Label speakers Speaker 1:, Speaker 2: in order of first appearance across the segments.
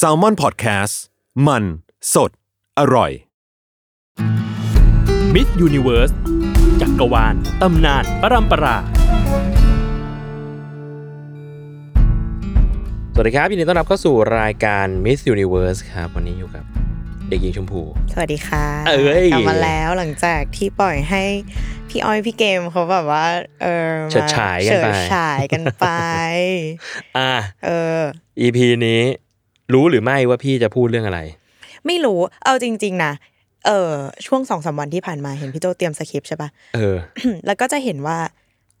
Speaker 1: s a l m o n PODCAST มันสดอร่อย
Speaker 2: มิสยูนิเวิร์สจักรวาล ตำนาน ปรัมปรา
Speaker 3: สวัสดีครับยินดีต้อนรับเข้าสู่รายการ Miss Universe ครับ วันนี้อยู่กับเด็กหญิงชมพู
Speaker 4: สวัสดีค่ะ
Speaker 3: เอ้ย
Speaker 4: กลับมาแล้วหลังจากที่ปล่อยให้พี่อ้อยพี่เกมเขาแบบว่า เออม
Speaker 3: เฉิดฉายกัน
Speaker 4: เฉิ
Speaker 3: ไป
Speaker 4: ดฉายกันไป
Speaker 3: อ่า
Speaker 4: เออ
Speaker 3: EP นี้รู้หรือไม่ว่าพี่จะพูดเรื่องอะไร
Speaker 4: ไม่รู้เอาจริง ๆนะเออช่วงสองสามวันที่ผ่านมาเห็นพี่โจเตรียมสคริปต์ใช่ปะ
Speaker 3: เออ
Speaker 4: แล้วก็จะเห็นว่า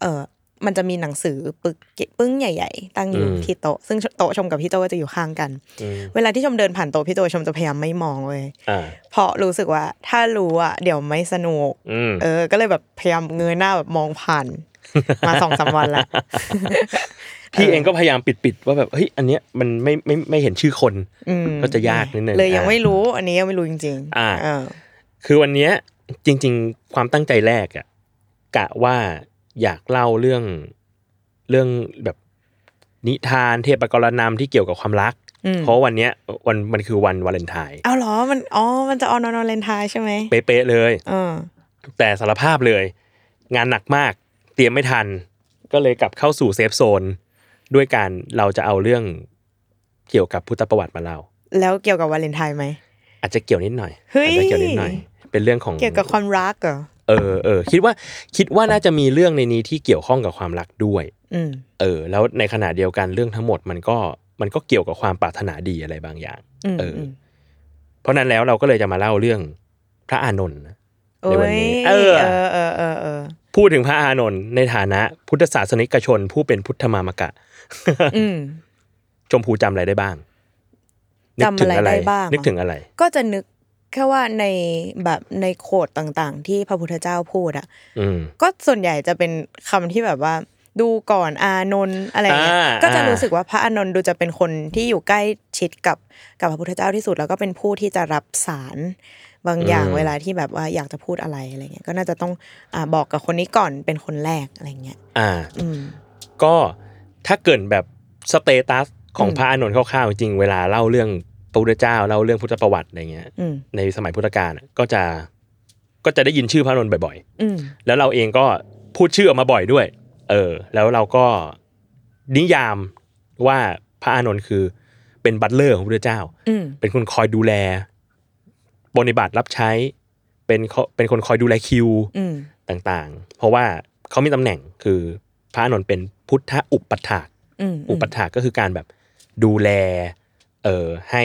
Speaker 4: เออมันจะมีหนังสือปึกเกปึ้งใหญ่ ๆ ตั้งอยู่
Speaker 3: อืม
Speaker 4: ที่โต๊ะซึ่งโต๊ะชมกับพี่โจก็จะอยู่ข้างกัน
Speaker 3: อืม
Speaker 4: เวลาที่ชมเดินผ่านโต๊ะพี่โจชมจะพยายามไม่มองเลย
Speaker 3: อ่า
Speaker 4: เพราะรู้สึกว่าถ้ารู้อ่ะเดี๋ยวไม่สนุก
Speaker 3: อืม
Speaker 4: เออ ก็เลยแบบพยายามเงยหน้าแบบมองผ่าน มาสองสามวันละ
Speaker 3: พี่เองก็พยายามปิดๆว่าแบบ เฮ้ย อันเนี้ยมันไม่ไม่ไม่เห็นชื่อคน
Speaker 4: อืม
Speaker 3: ก็จะยากนิดนึง
Speaker 4: เลยยัง
Speaker 3: อ่ะ
Speaker 4: ไม่รู้ อันนี้ยังไม่รู้จริง
Speaker 3: อ่า
Speaker 4: เออ
Speaker 3: คือวันเนี้ยจริง ๆ ความตั้งใจแรกอะกะว่าอยากเล่าเรื่องเรื่องแบบนิทานเทพกรณามที่เกี่ยวกับความรัก
Speaker 4: อืม
Speaker 3: เพราะวันเนี้ยวันมันคือวันวาเลนไทน์
Speaker 4: เอาเหรอมันอ๋อมันจะออนนอนเลนทายใช่ไหม
Speaker 3: เป๊ะๆเลย
Speaker 4: เออ
Speaker 3: แต่สารภาพเลย งานหนักมาก เตรียมไม่ทัน ก็เลยกลับเข้าสู่เซฟโซน ด้วยการเราจะเอาเรื่องเกี่ยวกับพุทธประวัติมาเล่า
Speaker 4: แล้วเกี่ยวกับวาเลนไทน์ไหม
Speaker 3: อาจจะเกี่ยวนิดหน่อย
Speaker 4: เฮ้ย
Speaker 3: อาจจะเกี่ยวนิดหน่อย เป็นเรื่องของ
Speaker 4: เกี่ยวกับความรักเหรอ
Speaker 3: เออเออคิดว่าคิดว่าน่าจะมีเรื่องในนี้ที่เกี่ยวข้องกับความรักด้วย
Speaker 4: อืม
Speaker 3: เออ แล้วในขณะเดียวกันเรื่องทั้งหมดมันก็มันก็เกี่ยวกับความปรารถนาดีอะไรบางอย่าง
Speaker 4: อืม
Speaker 3: เอออ
Speaker 4: ม
Speaker 3: เพราะนั้นแล้วเราก็เลยจะมาเล่าเรื่องพระอานนท์นะ
Speaker 4: โอ้
Speaker 3: ในวัน
Speaker 4: ย
Speaker 3: นี้
Speaker 4: เอ
Speaker 3: เอ
Speaker 4: อ
Speaker 3: อ
Speaker 4: เออเออเออ
Speaker 3: พูดถึงพระอานนท์ในฐานะพุทธศาสนิกชน ผู้เป็นพุทธมามกะ
Speaker 4: อืม
Speaker 3: ชมพูจำอะไรได้บ้างนึก
Speaker 4: จำอะไรได้บ้าง
Speaker 3: นึกถึงอะไร
Speaker 4: ก็จะนึกแค่ว่าในแบบในโคดต่างๆ ที่พระพุทธเจ้าพูดอ่ะ
Speaker 3: อืม
Speaker 4: ก็ส่วนใหญ่จะเป็นคำที่แบบว่าดูก่อนอานนท์อะไรเงี้ย
Speaker 3: อ่า
Speaker 4: ก็จะ
Speaker 3: อ่ารู้
Speaker 4: รู้สึกว่าพระอานนท์ดูจะเป็นคนที่อยู่ใกล้ชิดกับกับพระพุทธเจ้าที่สุด แล้วก็เป็นผู้ที่จะรับสารบางอย่างเวลาที่แบบว่าอยากจะพูดอะไรอะไรเงี้ยก็น่าจะต้องอ่าบอกกับคนนี้ก่อนเป็นคนแรกอะไรเงี้ย
Speaker 3: อ่า
Speaker 4: อืม
Speaker 3: ก็ถ้าเกิดแบบสเตตัสของ
Speaker 4: อืม
Speaker 3: พระอานนท์คร่าวๆจริงๆเวลาเล่าเรื่องพระพุทธเจ้าเล่าเรื่องพุทธประวัติอะไรเงี้ย
Speaker 4: อืม
Speaker 3: ในสมัยพุทธกาลอะก็จะก็จะได้ยินชื่อพระอานนท์บ่อย
Speaker 4: อืม
Speaker 3: ๆ แล้วเราเองก็พูดชื่อออกมาบ่อยด้วย เออ แล้วเราก็นิยามว่าพระอานนท์คือเป็นบัตเลอร์ของพระพุทธเจ้า
Speaker 4: อืม
Speaker 3: เป็นคนคอยดูแลปฏิบัติรับใช้ เป็นเขาเป็นคนคอยดูแลคิว
Speaker 4: อืม
Speaker 3: ต่างๆ เพราะว่าเขามีตำแหน่งคือพระอานนท์เป็นพุทธอุปถาก
Speaker 4: อืม
Speaker 3: อุปถากก็คือการแบบดูแลเอ่อให้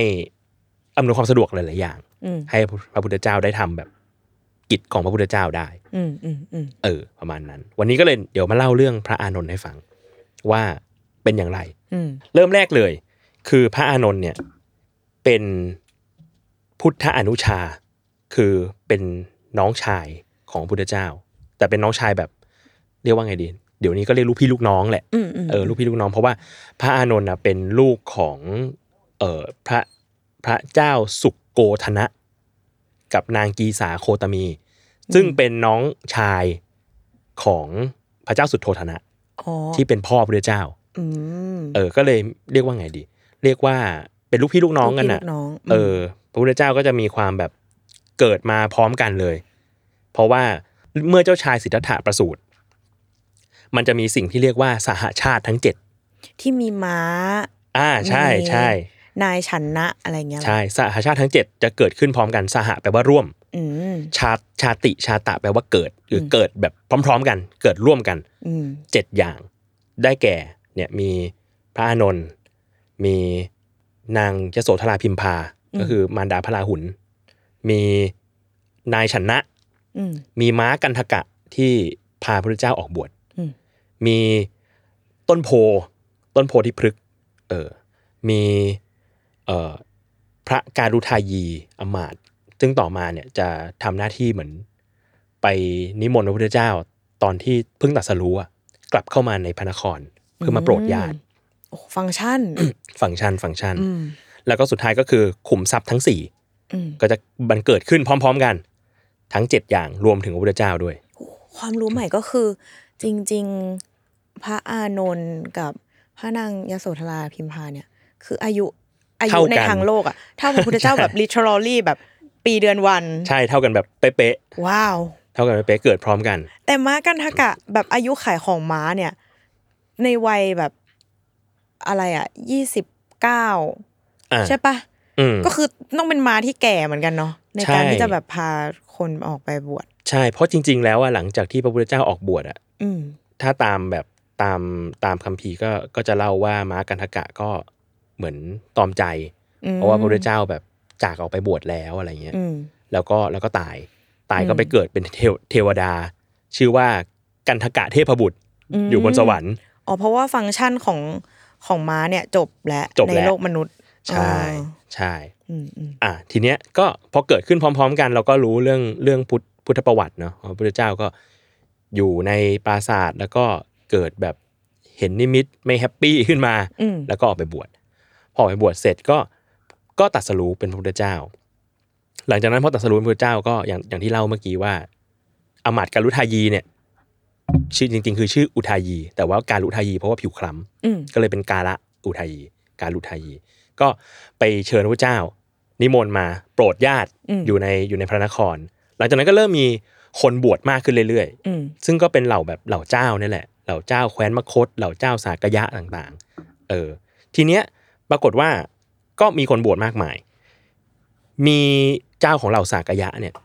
Speaker 3: อำนวยความสะดวกหลายๆอย่าง
Speaker 4: อืม
Speaker 3: ให้พระพุทธเจ้าได้ทำแบบกิจของพระพุทธเจ้าได้
Speaker 4: อืมอืมอืม
Speaker 3: เออ ประมาณนั้น วันนี้ก็เลยเดี๋ยวมาเล่าเรื่องพระอานนท์ให้ฟัง ว่าเป็นอย่างไร
Speaker 4: อืม
Speaker 3: เริ่มแรกเลย คือพระอานนท์เนี่ยเป็นพุทธอนุชา คือเป็นน้องชายของพุทธเจ้า แต่เป็นน้องชายแบบเรียกว่าไงดี เดี๋ยวนี้ก็เรียกลูกพี่ลูกน้องแหละ
Speaker 4: อืมอืม
Speaker 3: เออลูกพี่ลูกน้องเพราะว่าพระอานนท์นะเป็นลูกของเออพระพระเจ้าสุกโกธนะ กับนางกีสาโคตมี ซึ่งเป็นน้องชายของพระเจ้าสุดโทธนะ
Speaker 4: อ๋อ
Speaker 3: ที่เป็นพ่อพระเจ้า
Speaker 4: อืม
Speaker 3: เออ ก็เลยเรียกว่าไงดี เรียกว่าเป็นลูกพี่ลูกน้องกัน
Speaker 4: ลู
Speaker 3: อ่ะ
Speaker 4: พี่ลูน้อง
Speaker 3: เออ พระพุทธเจ้าก็จะมีความแบบเกิดมาพร้อมกันเลย เพราะว่าเมื่อเจ้าชายสิทธัตถะประสูติมันจะมีสิ่งที่เรียกว่าสหชาติทั้งเจ็ด
Speaker 4: ที่มีม้า
Speaker 3: อ่า ใช่ใช่
Speaker 4: นายชันนะอะไรเงี้ยเหรอ
Speaker 3: ใช่ สหชาติทั้งเจ็ดจะเกิดขึ้นพร้อมกัน สหแปลว่าร่วม
Speaker 4: อืม
Speaker 3: ชาติชาติชาตะแปลว่าเกิดคืออ
Speaker 4: ม
Speaker 3: เกิดแบบพร้อม ๆ กัน เกิดร่วมกัน
Speaker 4: อืม
Speaker 3: เจ็ดอย่างได้แก่เนี่ยมีพระอานนท์มีนางยโสธราพิมพา
Speaker 4: อืม
Speaker 3: ก็คือมารดาพระราหุลมีนายชนะ
Speaker 4: อืม
Speaker 3: มีม้ากันทกะที่พาพระเจ้าออกบวช
Speaker 4: อืม
Speaker 3: มีต้นโพต้นโพที่พฤกษ์เออ มีเอ่อพระการุทายีอมาตย์ซึ่งต่อมาเนี่ยจะทำหน้าที่เหมือน ไปนิมนต์พระพุทธเจ้าตอนที่เพิ่งตรัสรู้อะกลับเข้ามาในพระนครเพื่อมาโปรดญาติ
Speaker 4: โอ้ฟังก์ชัน
Speaker 3: ฟังก์ชันฟังก์ชัน
Speaker 4: อืม
Speaker 3: แล้วก็สุดท้ายก็คือขุมทรัพย์ทั้ง
Speaker 4: อืม
Speaker 3: 4 ก็จะบันเกิดขึ้นพร้อม ๆกัน ทั้ง 7 อย่างรวมถึงพระพุทธเจ้าด้วย
Speaker 4: ความรู้ใหม่ก็คือ จริง ๆ พระอานนท์กับพระนางยโสธราพิมพาเนี่ย คืออายุอายุ
Speaker 3: เท่ากัน
Speaker 4: ในทางโลกอ่ะเท่าพระพุทธเจ้า
Speaker 3: ใช่
Speaker 4: แบบ literally แบบปีเดือนวัน
Speaker 3: ใช่เท่ากันแบบเป๊ะ
Speaker 4: ว้าว
Speaker 3: ๆเท่ากันเป๊ะๆเกิดพร้อมกัน
Speaker 4: แต่ม้ากันทกะแบบอายุขายของม้าเนี่ย ในวัยแบบอะไรอ่ะยี่สิบเก้า
Speaker 3: อ่า
Speaker 4: ใช่ปะ
Speaker 3: อืม
Speaker 4: ก็คือต้องเป็นม้าที่แก่เหมือนกันเนาะในการ
Speaker 3: ใช่
Speaker 4: ที่จะแบบพาคนออกไปบวช
Speaker 3: ใช่เพราะจริง ๆ แล้วอะหลังจากที่พระพุทธเจ้าออกบวชอะ
Speaker 4: อืม
Speaker 3: ถ้าตามแบบตามตามคัมภีร์ก็ก็จะเล่าว่าม้ากันทกะก็เหมือนตอมใจ
Speaker 4: อืม
Speaker 3: เพราะว่าพระพุทธเจ้าแบบจากออกไปบวชแล้วอะไรเงี้ย
Speaker 4: อืม
Speaker 3: แล้วก็แล้วก็ตาย ตาย
Speaker 4: อื
Speaker 3: ก็
Speaker 4: ม
Speaker 3: ไปเกิดเป็นเทวเทวดา ชื่อว่ากันทกะเทพบุตร
Speaker 4: อืม
Speaker 3: อยู่บนสวรรค์
Speaker 4: อ๋อเพราะว่าฟังก์ชันของของม้าเนี่ยจบแล้ว
Speaker 3: จบ
Speaker 4: ใน
Speaker 3: แล้ว
Speaker 4: โลกมนุษย์
Speaker 3: ใช่
Speaker 4: อ่า
Speaker 3: ใช่
Speaker 4: อืมอืม
Speaker 3: อ่ะทีเนี้ยก็พอเกิดขึ้นพร้อม ๆ กัน เราก็รู้เรื่องเรื่องพุทธพุทธประวัติเนาะพระพุทธเจ้าก็อยู่ในปราสาทแล้วก็เกิดแบบเห็นนิมิตไม่แฮปปี้ขึ้นมา
Speaker 4: อืม
Speaker 3: แล้วก็ออกไปบวชพอออกไปบวชเสร็จก็ก็ตรัดสรู้เป็นพระพุทธเจ้า หลังจากนั้นพอตรัดสรู้เป็นพระพุทธเจ้าก็อย่างอย่างที่เล่าเมื่อกี้ว่าอมาตย์การุทายีเนี่ย ชื่อจริง ๆ คือชื่ออุทายี แต่ว่าการุทายีเพราะว่าผิวคล้
Speaker 4: อืม
Speaker 3: ำก็เลยเป็นการะอุทายี การุทายี ก็ไปเชิญพระเจ้า นิมนต์มาโปรดญาติ
Speaker 4: อืม
Speaker 3: อยู่ในอยู่ในพระนคร หลังจากนั้นก็เริ่มมีคนบวชมากขึ้นเรื่อยๆ
Speaker 4: อืม
Speaker 3: ซึ่งก็เป็นเหล่าแบบเหล่าเจ้าเนี่ยแหละ เหล่าเจ้าแคว้นมคต เหล่าเจ้าสากยะต่างๆ เออ ทีเนี้ยปรากฏว่าก็มีคนบวชมากมาย มีเจ้าของเหล่าสากยะเนี่ย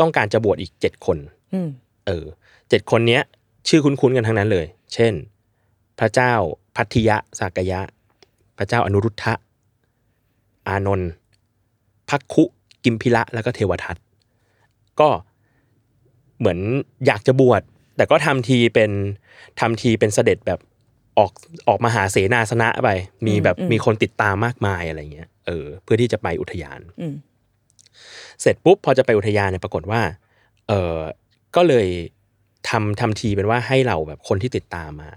Speaker 3: ต้องการจะบวชอีกเจ็ดคน
Speaker 4: อืม
Speaker 3: เออเจ็ดคนเนี้ย ชื่อคุ้นๆกันทั้งนั้นเลย เช่น พระเจ้าพัทธิยะสากยะ พระเจ้าอนุรุทธะ อานนท์พักคุกิมพิละแล้วก็เทวทัตก็เหมือนอยากจะบวชแต่ก็ทำทีเป็นทำทีเป็นเสด็จแบบออกออกมาหาเสนาสนะไปมีแบบมีคนติดตามมากมายอะไรเงี้ยเออเพื่อที่จะไปอุทยาน
Speaker 4: อืม
Speaker 3: เสร็จปุ๊บพอจะไปอุทยานเนี่ยปรากฏว่า เออก็เลยทำทำทีเป็นว่าให้เราแบบคนที่ติดตามมา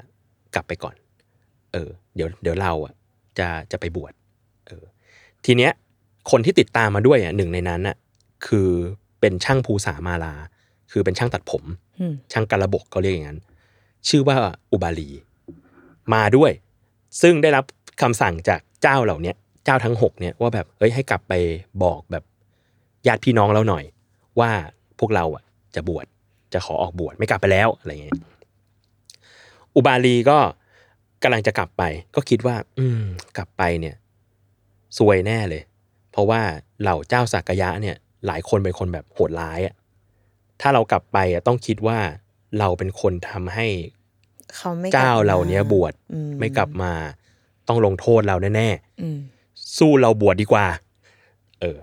Speaker 3: กลับไปก่อน เออ เดี๋ยวเดี๋ยวเราอ่ะจะจะไปบวช เออ ทีเนี้ยคนที่ติดตามมาด้วยอ่ะหนึ่งในนั้นอ่ะคือเป็นช่างภูษามาลา คือเป็นช่างตัดผม
Speaker 4: อืม
Speaker 3: ช่างการระบบเขาเรียกอย่างนั้น ชื่อว่าอุบาลี มาด้วย ซึ่งได้รับคำสั่งจากเจ้าเหล่าเนี้ยเจ้าทั้งหกเนี่ยว่าแบบเฮ้ยให้กลับไปบอกแบบญาติพี่น้องเราหน่อย ว่าพวกเราอ่ะจะบวชจะขอออกบวชไม่กลับไปแล้วอะไรเงี้ยอุบาลีก็กำลังจะกลับไป ก็คิดว่า อืม กลับไปเนี่ยซวยแน่เลย เพราะว่าเหล่าเจ้าสักยะเนี่ย หลายคนเป็นคนแบบโหดร้ายอ่ะถ้าเรากลับไปอ่ะต้องคิดว่าเราเป็นคนทำให้
Speaker 4: เขาไม่กลับ
Speaker 3: เจ้าเหล่าเนี้ยบวช
Speaker 4: อื
Speaker 3: ไม่กลับมาต้องลงโทษเราแน่
Speaker 4: อืม
Speaker 3: ๆ สู้เราบวชดีกว่า เออ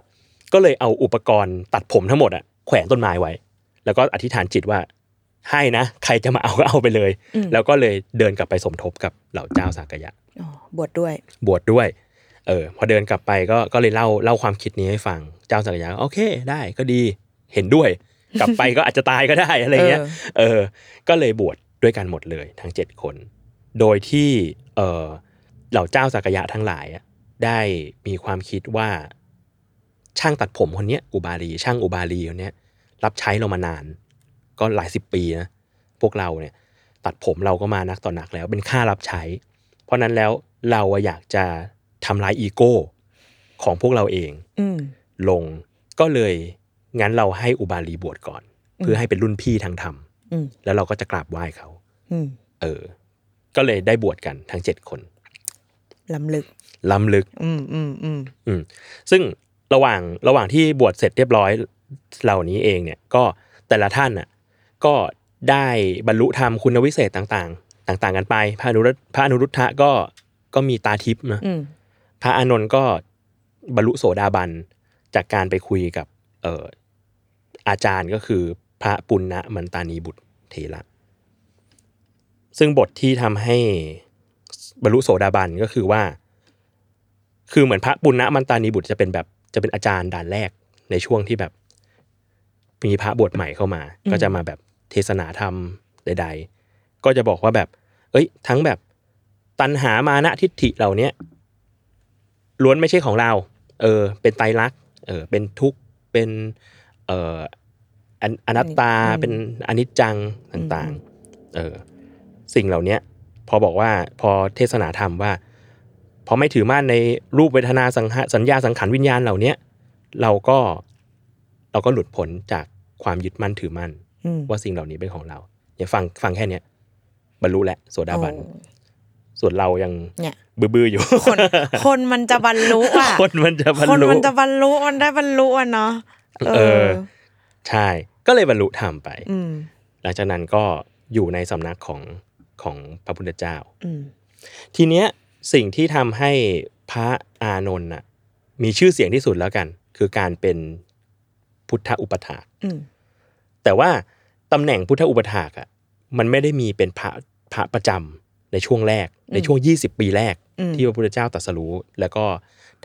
Speaker 3: ก็เลยเอาอุปกรณ์ตัดผมทั้งหมดอะแขวนต้นไม้ไว้ แล้วก็อธิษฐานจิตว่าให้นะ ใครจะมา เอาก็เอาไปเลย
Speaker 4: อืม
Speaker 3: แล้วก็เลยเดินกลับไปสมทบกับเหล่าเจ้าสากยะ
Speaker 4: อ๋อบวชดด้วย
Speaker 3: บวชดด้วย เออ พอเดินกลับไปก็ก็เลยเล่าเล่าความคิดนี้ให้ฟัง เจ้าสักยะก็โอเคได้ก็ดี เห็นด้วย กลับไปก็อาจจะตายก็ได้อะไรเงี้ย
Speaker 4: เออ
Speaker 3: เออ ก็เลยบวชด้วยกันหมดเลยทั้ง 7 คน โดยที่ เออเหล่าเจ้าสักยะทั้งหลายอะได้มีความคิดว่า ช่างตัดผมคนเนี้ยอุบาลี ช่างอุบาลีคนเนี้ย รับใช้เรามานาน ก็หลายสิบปีนะ พวกเราเนี่ย ตัดผมเราก็มานักต่อนักแล้วเป็นค่ารับใช้ เพราะนั้นแล้วเราอะอยากจะทำลายอีโก้ของพวกเราเอง
Speaker 4: อืม
Speaker 3: ลงก็เลยงั้นเราให้อุบาลีบวชก่อน เพื่อให้เป็นรุ่นพี่ทางธรรม
Speaker 4: อืม
Speaker 3: แล้วเราก็จะกราบไหว้เขา
Speaker 4: อืม
Speaker 3: เออ ก็เลยได้บวชกันทั้งเจ็ดคน
Speaker 4: ลำลึก
Speaker 3: ล้ำลึก
Speaker 4: อืมอืมอืม
Speaker 3: ซึ่งระหว่างระหว่างที่บวชเสร็จเรียบร้อยเหล่านี้เองเนี่ยก็แต่ละท่านน่ะก็ได้บรรลุธรรมคุณวิเศษต่างๆ ต่างๆ กันไป พระอนุรุตพระอนุรุทธะก็ก็มีตาทิพย์นะ
Speaker 4: อืม
Speaker 3: พระอานนท์ก็บรรลุโสดาบันจากการไปคุยกับเอ่ออาจารย์ก็คือพระปุณณมันตานีบุตรเทระ ซึ่งบทที่ทำให้บรรลุโสดาบันก็คือว่า คือเหมือนพระปุณณมันตานีบุตรจะเป็นแบบจะเป็นอาจารย์ด่านแรกในช่วงที่แบบ มีพระบวชใหม่เข้ามา
Speaker 4: อืม
Speaker 3: ก็จะมาแบบเทศนาธรรมใด ๆ ก็จะบอกว่าแบบ เอ้ย ทั้งแบบตัณหามานะทิฏฐิเหล่าเนี้ยล้วนไม่ใช่ของเรา เออ เป็นไตรลักษณ์เออ เป็นทุกข์เป็น เอ่ออันอนัตตา
Speaker 4: อืม
Speaker 3: เป็นอนิจจังต่างๆ เออ สิ่งเหล่าเนี้ย พอบอกว่าพอเทศนาธรรมว่าพอไม่ถือมั่นในรูปเวทนาสังหะสัญญาสังขารวิญญาณเหล่าเนี้ยเราก็เราก็หลุดพ้นจากความยึดมั่นถือมั่น
Speaker 4: อืม
Speaker 3: ว่าสิ่งเหล่านี้เป็นของเราเนี่ยฟังฟังแค่เนี้ยบรรลุแล้วโสดาบัน
Speaker 4: โอ้
Speaker 3: ส่วนเรายัง
Speaker 4: เนี่ย
Speaker 3: บื้อๆอยู่
Speaker 4: คนคนมันจะบรรลุอ่ะ
Speaker 3: คนมันจะบรร
Speaker 4: คน
Speaker 3: ลุ
Speaker 4: มันจะบรรลุมันได้บรรลุอ่ะเนาะ
Speaker 3: เออ ใช่ ก็เลยบรรลุธรรมไป
Speaker 4: อืม
Speaker 3: หลังจากนั้นก็อยู่ในสำนักของของพระพุทธเจ้า
Speaker 4: อืม
Speaker 3: ทีเนี้ยสิ่งที่ทำให้พระอานนท์น่ะมีชื่อเสียงที่สุดแล้วกัน คือการเป็นพุทธอุปถาก
Speaker 4: อืม
Speaker 3: แต่ว่าตำแหน่งพุทธอุปถากอ่ะมันไม่ได้มีเป็นพระพระประจำในช่วงแรก ในช่วง 20 ปีแรก
Speaker 4: อืม
Speaker 3: ที่พระพุทธเจ้าตรัสรู้แล้วก็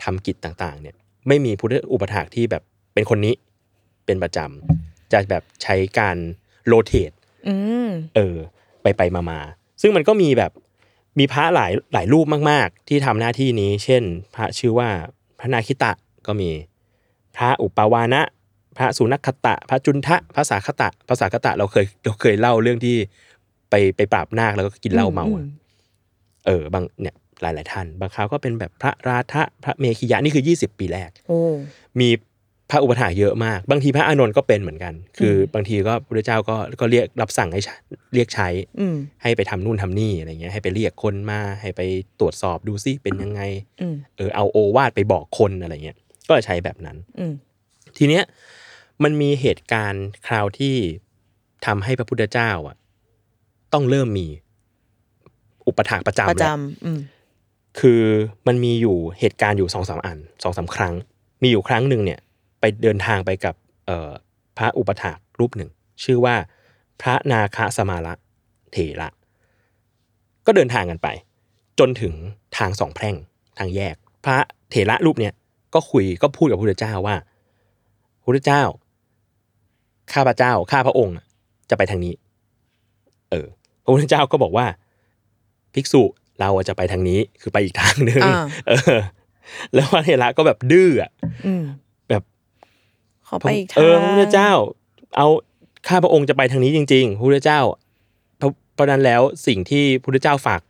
Speaker 3: ทำกิจต่างๆ เนี่ยไม่มีพุทธอุปถากที่แบบเป็นคนนี้เป็นประจำจะแบบใช้การโรเทต
Speaker 4: อืม
Speaker 3: เออไปไปมามาๆซึ่งมันก็มีแบบมีพระหลายหลายรูปมากๆ ที่ทำหน้าที่นี้ เช่น พระชื่อว่าพระนาคิตะก็มีพระอุปาวานะ พระสุนักขตะ พระจุนทะพระสาคตะพระสาคตะเราเคยเราเคยเล่าเรื่องที่ไปไปปราบนาคแล้วก็กินเหล้าเมาอะ
Speaker 4: อืม
Speaker 3: เออบางเนี่ยหลายๆท่าน บางคราวก็เป็นแบบพระราธะพระเมขิยะนี่คือ 20 ปีแรก
Speaker 4: โอ้
Speaker 3: มีพระอุปถากเยอะมาก บางทีพระอานนท์ก็เป็นเหมือนกัน คืออบางทีก็พระเจ้าก็ก็เรียกรับสั่งให้ใช้เรียกใช้
Speaker 4: อืม
Speaker 3: ให้ไปทำนู่นทำนี่อะไรเงี้ยให้ไปเรียกคนมาให้ไปตรวจสอบดูซิเป็นยังไง
Speaker 4: อืม
Speaker 3: เออเอาโอวาทไปบอกคนอะไรเงี้ยก็ใช้แบบนั้น
Speaker 4: อืม
Speaker 3: ทีเนี้ยมันมีเหตุการณ์คราวที่ทำให้พระพุทธเจ้าอ่ะต้องเริ่มมีอุปถากประจำ
Speaker 4: ประ
Speaker 3: แล้ว
Speaker 4: จำอืม
Speaker 3: คือมันมีอยู่เหตุการณ์อยู่สองสามอันสองสามครั้ง มีอยู่ครั้งหนึ่งเนี่ยไปเดินทางไปกับเอ่อพระอุปถากรูปหนึ่ง ชื่อว่าพระนาคสมาละเถระ ก็เดินทางกันไป จนถึงทางสองแพร่งทางแยก พระเถระรูปเนี่ยก็คุยก็พูดกับพระพุทธเจ้าว่าพระพุทธเจ้า ข้าพระเจ้า ข้าพระองค์จะไปทางนี้ เออ พระพุทธเจ้าก็บอกว่า ภิกษุเราจะไปทางนี้คือไปอีกทางหนึ่ง
Speaker 4: อ่า
Speaker 3: เออ แล้วพระเถระก็แบบดื้ออะ
Speaker 4: อืม
Speaker 3: แบบ
Speaker 4: ขอไปอีก
Speaker 3: เออพ
Speaker 4: ท
Speaker 3: ระ
Speaker 4: ง
Speaker 3: พุทธเจ้า เอาข้าพระองค์จะไปทางนี้จริงๆพระพุทธเจ้าเพราะเพราะนั้นแล้วสิ่งที่พระพุทธเจ้าฝาก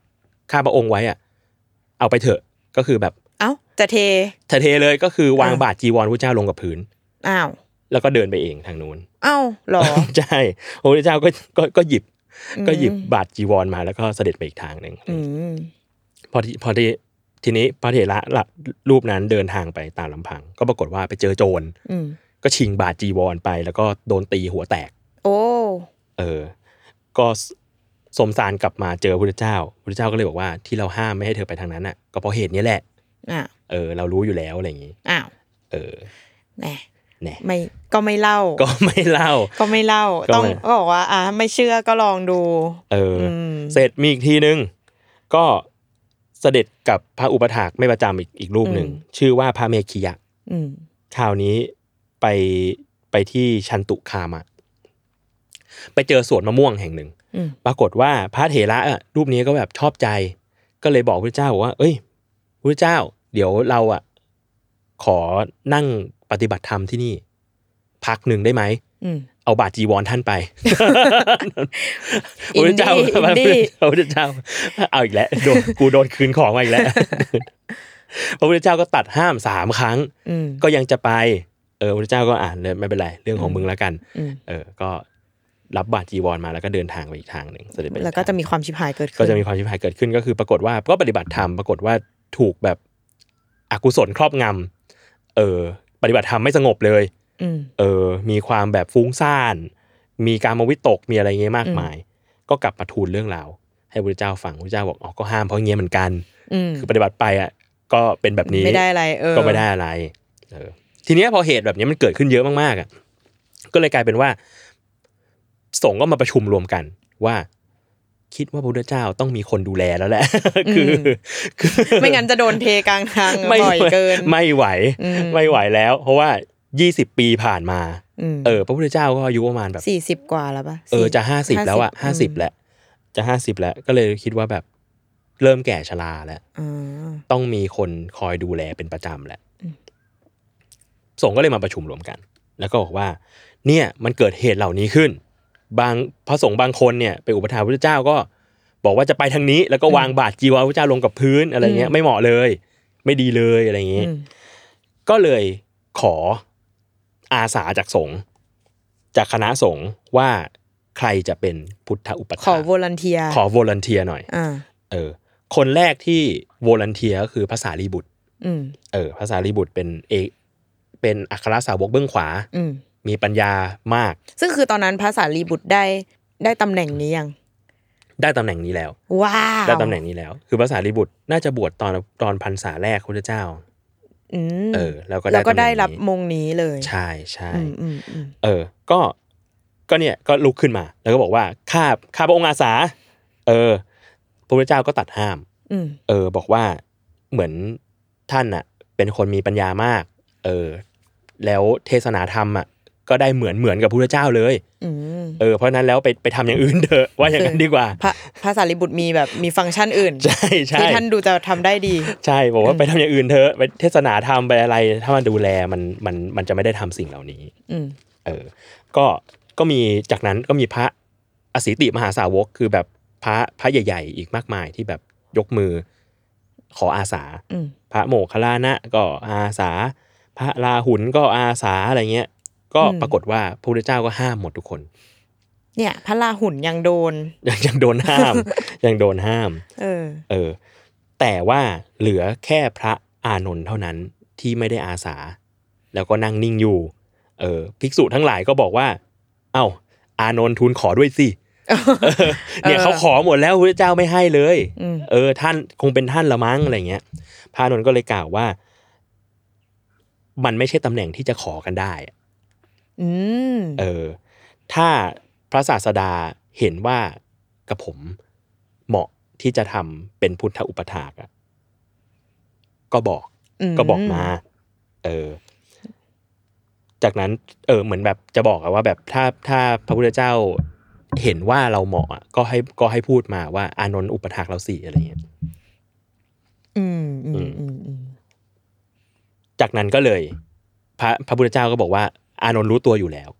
Speaker 3: ข้าพระองค์ไว้อะเอาไปเถอะก็คือแบบ
Speaker 4: เอ้า จะเท
Speaker 3: ทะเทเลยก็คือวาง
Speaker 4: อ่า
Speaker 3: บาทจีวรพระพุทธเจ้าลงกับพื้น
Speaker 4: อ้าว
Speaker 3: แล้วก็เดินไปเองทางนู้น
Speaker 4: เอ้าเหรอ
Speaker 3: ใช่พระพุทธเจ้าก็ก็ก็หยิบ
Speaker 4: อืม
Speaker 3: ก็หยิบบาทจีวรมาแล้วก็เสด็จไปอีกทางหนึ่ง
Speaker 4: อืม
Speaker 3: พอทีพอทีทีนี้พระเถระละรูปนั้นเดินทางไปตามลำพัง ก็ปรากฏว่าไปเจอโจร
Speaker 4: อืม
Speaker 3: ก็ชิงบาทจีวรไป แล้วก็โดนตีหัวแตก
Speaker 4: โอ้
Speaker 3: เออ ก็สสมสารกลับมาเจอพระพุทธเจ้าพระพุทธเจ้าก็เลยบอกว่าที่เราห้ามไม่ให้เธอไปทางนั้นน่ะ ก็เพราะเหตุนี้แหละ
Speaker 4: อ่ะ
Speaker 3: เออ เรารู้อยู่แล้วอะไรอย่างนี้
Speaker 4: อ้าว
Speaker 3: เออ
Speaker 4: แหม
Speaker 3: แน่
Speaker 4: ไม่ ก็ไม่เล่า
Speaker 3: ก็ไม่เล่า
Speaker 4: ก็ไม่เล่า
Speaker 3: ก็
Speaker 4: ต้อง
Speaker 3: ไม่
Speaker 4: ก็บอกว่า อ่ะไม่เชื่อก็ลองดู
Speaker 3: เอออ
Speaker 4: ม
Speaker 3: เสร็จมีอีกทีนึง ก็เสด็จกับพระอุปถากไม่ประจำอีกอีกรูปหนึ่ง ชื่อว่าพระเมขิยะ
Speaker 4: อืม
Speaker 3: คราวนี้ไปไปที่ชันตุคามะ ไปเจอสวนมะม่วงแห่งหนึ่ง
Speaker 4: อืม
Speaker 3: ปรากฏว่าพระเถระอะรูปนี้ก็แบบชอบใจ ก็เลยบอกพระเจ้าบอกว่า เอ้ยพระเจ้า เดี๋ยวเราอ่ะขอนั่งปฏิบัติธรรมที่นี่ พักหนึ่งได้ไหม
Speaker 4: อืม
Speaker 3: เอาบาทจีวรท่านไป
Speaker 4: อิ
Speaker 3: พ
Speaker 4: น
Speaker 3: ระ
Speaker 4: ดี้
Speaker 3: เจ้า
Speaker 4: อินดี้
Speaker 3: พระพุทธเจ้า เอาอีกแล้วโดนกูโดนคืนของมา อีกแล้ว พระพุทธเจ้าก็ตัดห้ามสามครั้ง
Speaker 4: อืม
Speaker 3: ก็ยังจะไป เออพระพุทธเจ้าก็อ่านเลยไม่เป็นไร เรื่องของมึงแล้วกัน
Speaker 4: อืม
Speaker 3: เออ ก็รับบาตรจีวรมาแล้วก็เดินทางไปอีกทางหนึ่งเสด็จไปอี
Speaker 4: แล้วก็จะ
Speaker 3: ทาง
Speaker 4: มีความชิบหายเกิดขึ้น
Speaker 3: ก็จะมีความชิบหายเกิดขึ้นก็คือ ปรากฏว่าก็ปฏิบัติธรรมปรากฏว่าถูกแบบอกุศลครอบงำเออ ปฏิบัติธรรมไม่สงบเลย
Speaker 4: อืม
Speaker 3: เออ มีความแบบฟุ้งซ่าน มีการมวิตก มีอะไรเงี้ยมากมาย ก็กลับมาทูลเรื่องราวให้พระเจ้าฟังพระเจ้าบอกอ๋อก็ห้ามเพราะเงี้ยเหมือนกัน
Speaker 4: อืม
Speaker 3: คือปฏิบัติไปอ่ะก็เป็นแบบนี้
Speaker 4: ไม่ได้อะไร เออ
Speaker 3: ก็ไม่ได้อะไร เออ ทีเนี้ยพอเหตุแบบเนี้ยมันเกิดขึ้นเยอะมากๆอ่ะ ก็เลยกลายเป็นว่า ส่งฆ์ก็มาประชุมรวมกันว่า คิดว่าพระพุทธเจ้าต้องมีคนดูแลแล้วแหละ คืออ
Speaker 4: ม
Speaker 3: คือ
Speaker 4: ไม่งั้นจะโดนเทกลางทาง
Speaker 3: ไม่
Speaker 4: บ่อยเกิน
Speaker 3: ไม่ไหว
Speaker 4: อืม
Speaker 3: ไม่ไหวแล้ว เพราะว่า 20 ปีผ่านมา เออ พระพุทธเจ้าก็อายุประมาณแบบ
Speaker 4: สี่สิบกว่าแล้วปะ
Speaker 3: เออ จะ
Speaker 4: 40
Speaker 3: 50 แล้วอะ
Speaker 4: อืม
Speaker 3: 50แหละ จะ 50 แล้ว ก็เลยคิดว่าแบบเริ่มแก่ชราแล้ว
Speaker 4: อ่า
Speaker 3: ต้องมีคนคอยดูแลเป็นประจำแหละ
Speaker 4: อืม
Speaker 3: สงฆ์ก็เลยมาประชุมรวมกัน แล้วก็บอกว่า เนี่ยมันเกิดเหตุเหล่านี้ขึ้น บางพระสงฆ์บางคนเนี่ยไปอุปถัมภ์พระพุทธเจ้าก็ บอกว่าจะไปทางนี้ แล้วก็วางบาตรจีวรพระพุทธเจ้าลงกับพื้นอะไรเงี้ยไม่เหมาะเลย ไม่ดีเลยอะไรเงี้ย
Speaker 4: อืม
Speaker 3: ก็เลยขออาสาจากสงฆ์จากคณะสงฆ์ว่าใครจะเป็นพุทธอุป
Speaker 4: ข
Speaker 3: ถา
Speaker 4: อ
Speaker 3: มภ์
Speaker 4: วอลันเทีย
Speaker 3: ขอวอลันเทียหน่อย
Speaker 4: อ่า
Speaker 3: เออ คนแรกที่วอลันเทียก็คือภาษารีบุตร
Speaker 4: อืม
Speaker 3: เออภาษารีบุตรเป็นเอกเป็นอัครสาวกเบื้องขวา
Speaker 4: อืม
Speaker 3: มีปัญญามาก
Speaker 4: ซึ่งคือตอนนั้นภาษาลีบุตรได้ได้ตำแหน่งนี้ยัง
Speaker 3: ได้ตำแหน่งนี้แล้ว
Speaker 4: ว้าว
Speaker 3: ได้ตำแหน่งนี้แล้ว คือภาษารีบุตรน่าจะบวชตอนตอนพรรษาแรกพระเจ้า
Speaker 4: อืม
Speaker 3: เออ แล้วก็
Speaker 4: แล้วก็ได้
Speaker 3: ตำแหน่งนี้
Speaker 4: รับมงนี้เลย
Speaker 3: ใช่ใช่
Speaker 4: อืมอืมอืม
Speaker 3: เออ ก็ ก็เนี่ย ก็ลุกขึ้นมา แล้วก็บอกว่า ข้า ข้าพระองค์อาสา เออ พระพุทธเจ้าก็ตัดห้าม
Speaker 4: อืม
Speaker 3: เออ บอกว่า เหมือนท่านน่ะ เป็นคนมีปัญญามาก เออ แล้วเทศนาธรรมอ่ะ ก็ได้เหมือนเหมือนกับพระพุทธเจ้าเลย
Speaker 4: อืม
Speaker 3: เออ เพราะฉะนั้นแล้วไปไปทำอย่างอื่นเถอะ ว่าอย่างนั้นดีกว่า
Speaker 4: พระพระสารีบุตรมีแบบมีฟังก์ชันอื่น
Speaker 3: ใช่ใช่
Speaker 4: ที่ท่านดูจะทำได้ดี
Speaker 3: ใช่ บอกว่า
Speaker 4: อืม
Speaker 3: ไปทำอย่างอื่นเถอะ ไปเทศนาธรรมไปอะไร ถ้ามันดูแลมัน มัน มันจะไม่ได้ทำสิ่งเหล่านี้
Speaker 4: อืม
Speaker 3: เออ ก็ ก็มีจากนั้นก็มีพระอสิติมหาสาวกคือแบบพระพระใหญ่ ๆ อีกมากมายที่แบบยกมือขออาสา
Speaker 4: อืม
Speaker 3: พระโมคคัลลานะก็อาสา พระราหุลก็อาสาอะไรเงี้ย ก็ปรากฏว่าพระพุทธเจ้าก็ห้ามหมดทุกคน
Speaker 4: เนี่ย พระลาหุ่นยังโดน
Speaker 3: ยังยังโดนห้าม ยังโดนห้าม
Speaker 4: เออ
Speaker 3: เออ แต่ว่าเหลือแค่พระอานนท์เท่านั้นที่ไม่ได้อาสา แล้วก็นั่งนิ่งอยู่ เออ ภิกษุทั้งหลายก็บอกว่า เอ้า อานนท์ทูลขอด้วยสิ เออเนี่ย
Speaker 4: เออ
Speaker 3: เขาขอหมดแล้วพระเจ้าไม่ให้เลย
Speaker 4: อืม
Speaker 3: เออ ท่านคงเป็นท่านละมั้งอะไรเงี้ย พระอานนท์ก็เลยกล่าวว่า มันไม่ใช่ตำแหน่งที่จะขอกันได้อะ
Speaker 4: อืม
Speaker 3: เออถ้าพระศาสดาเห็นว่ากับผมเหมาะที่จะทำเป็นพุทธอุปถากอะก็บอก
Speaker 4: ม
Speaker 3: ก็บอกมา เออ จากนั้น เออ เหมือนแบบจะบอกอะว่าแบบถ้าถ้าพระพุทธเจ้าเห็นว่าเราเหมาะอะก็ให้ก็ให้พูดมาว่า อานนท์อุปถากเราสี่อะไรเงี้ย
Speaker 4: อืมอืมอืมอืม
Speaker 3: จากนั้นก็เลย พระพระพุทธเจ้าก็บอกว่า อานนท์รู้ตัวอยู่แล้ว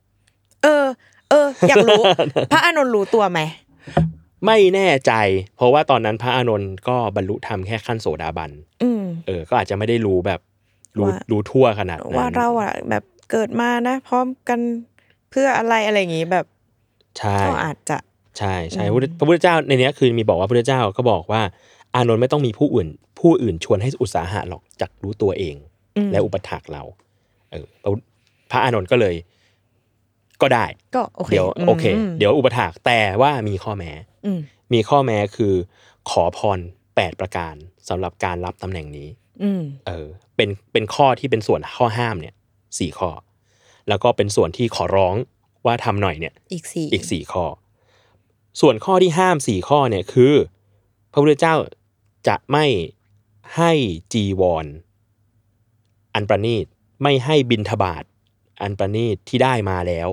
Speaker 4: เออ เออ อยากรู้ พระอานนท์รู้ตัวไหม
Speaker 3: ไม่แน่ใจ เพราะว่าตอนนั้นพระอานนท์ก็บรรลุธรรมแค่ขั้นโสดาบัน
Speaker 4: อืม
Speaker 3: เออ ก็อาจจะไม่ได้รู้แบบรู้
Speaker 4: ว่า
Speaker 3: รู้ทั่วขนาดนั้น
Speaker 4: ว่าเราอะแบบเกิดมานะ พร้อมกันเพื่ออะไรอะไรอย่างงี้แบบ
Speaker 3: ใช่
Speaker 4: ก็อาจจะ
Speaker 3: ใช่ใช่
Speaker 4: อืม
Speaker 3: พุทธพระพุทธเจ้าในเนี้ยคือมีบอกว่าพระพุทธเจ้าก็บอกว่า อานนท์ไม่ต้องมีผู้อื่น ผู้อื่นชวนให้อุตสาหะหรอกจักรู้ตัวเอง
Speaker 4: อืม
Speaker 3: และอุปถากเรา เออพระพุทธพระอานนท์ก็เลย ก็ได้
Speaker 4: ก็โอเค
Speaker 3: เดี๋ยว
Speaker 4: ม
Speaker 3: โอเค เดี๋ยวอุปถากแต่ว่ามีข้อแม้
Speaker 4: อืม
Speaker 3: มีข้อแม้คือ ขอพรแปดประการสำหรับการรับตำแหน่งนี้
Speaker 4: อืม
Speaker 3: เออเป็นเป็นข้อที่เป็นส่วนข้อห้ามเนี่ยสี่ข้อ แล้วก็เป็นส่วนที่ขอร้องว่าทำหน่อยเนี่ย
Speaker 4: อีกสี่
Speaker 3: อีกสี่ข้อ ส่วนข้อที่ห้ามสี่ข้อเนี่ยคือ พระพุทธเจ้าจะไม่ให้จีวรออันประณีตไม่ให้บินทบาทอันประณีตที่ได้มาแล้ว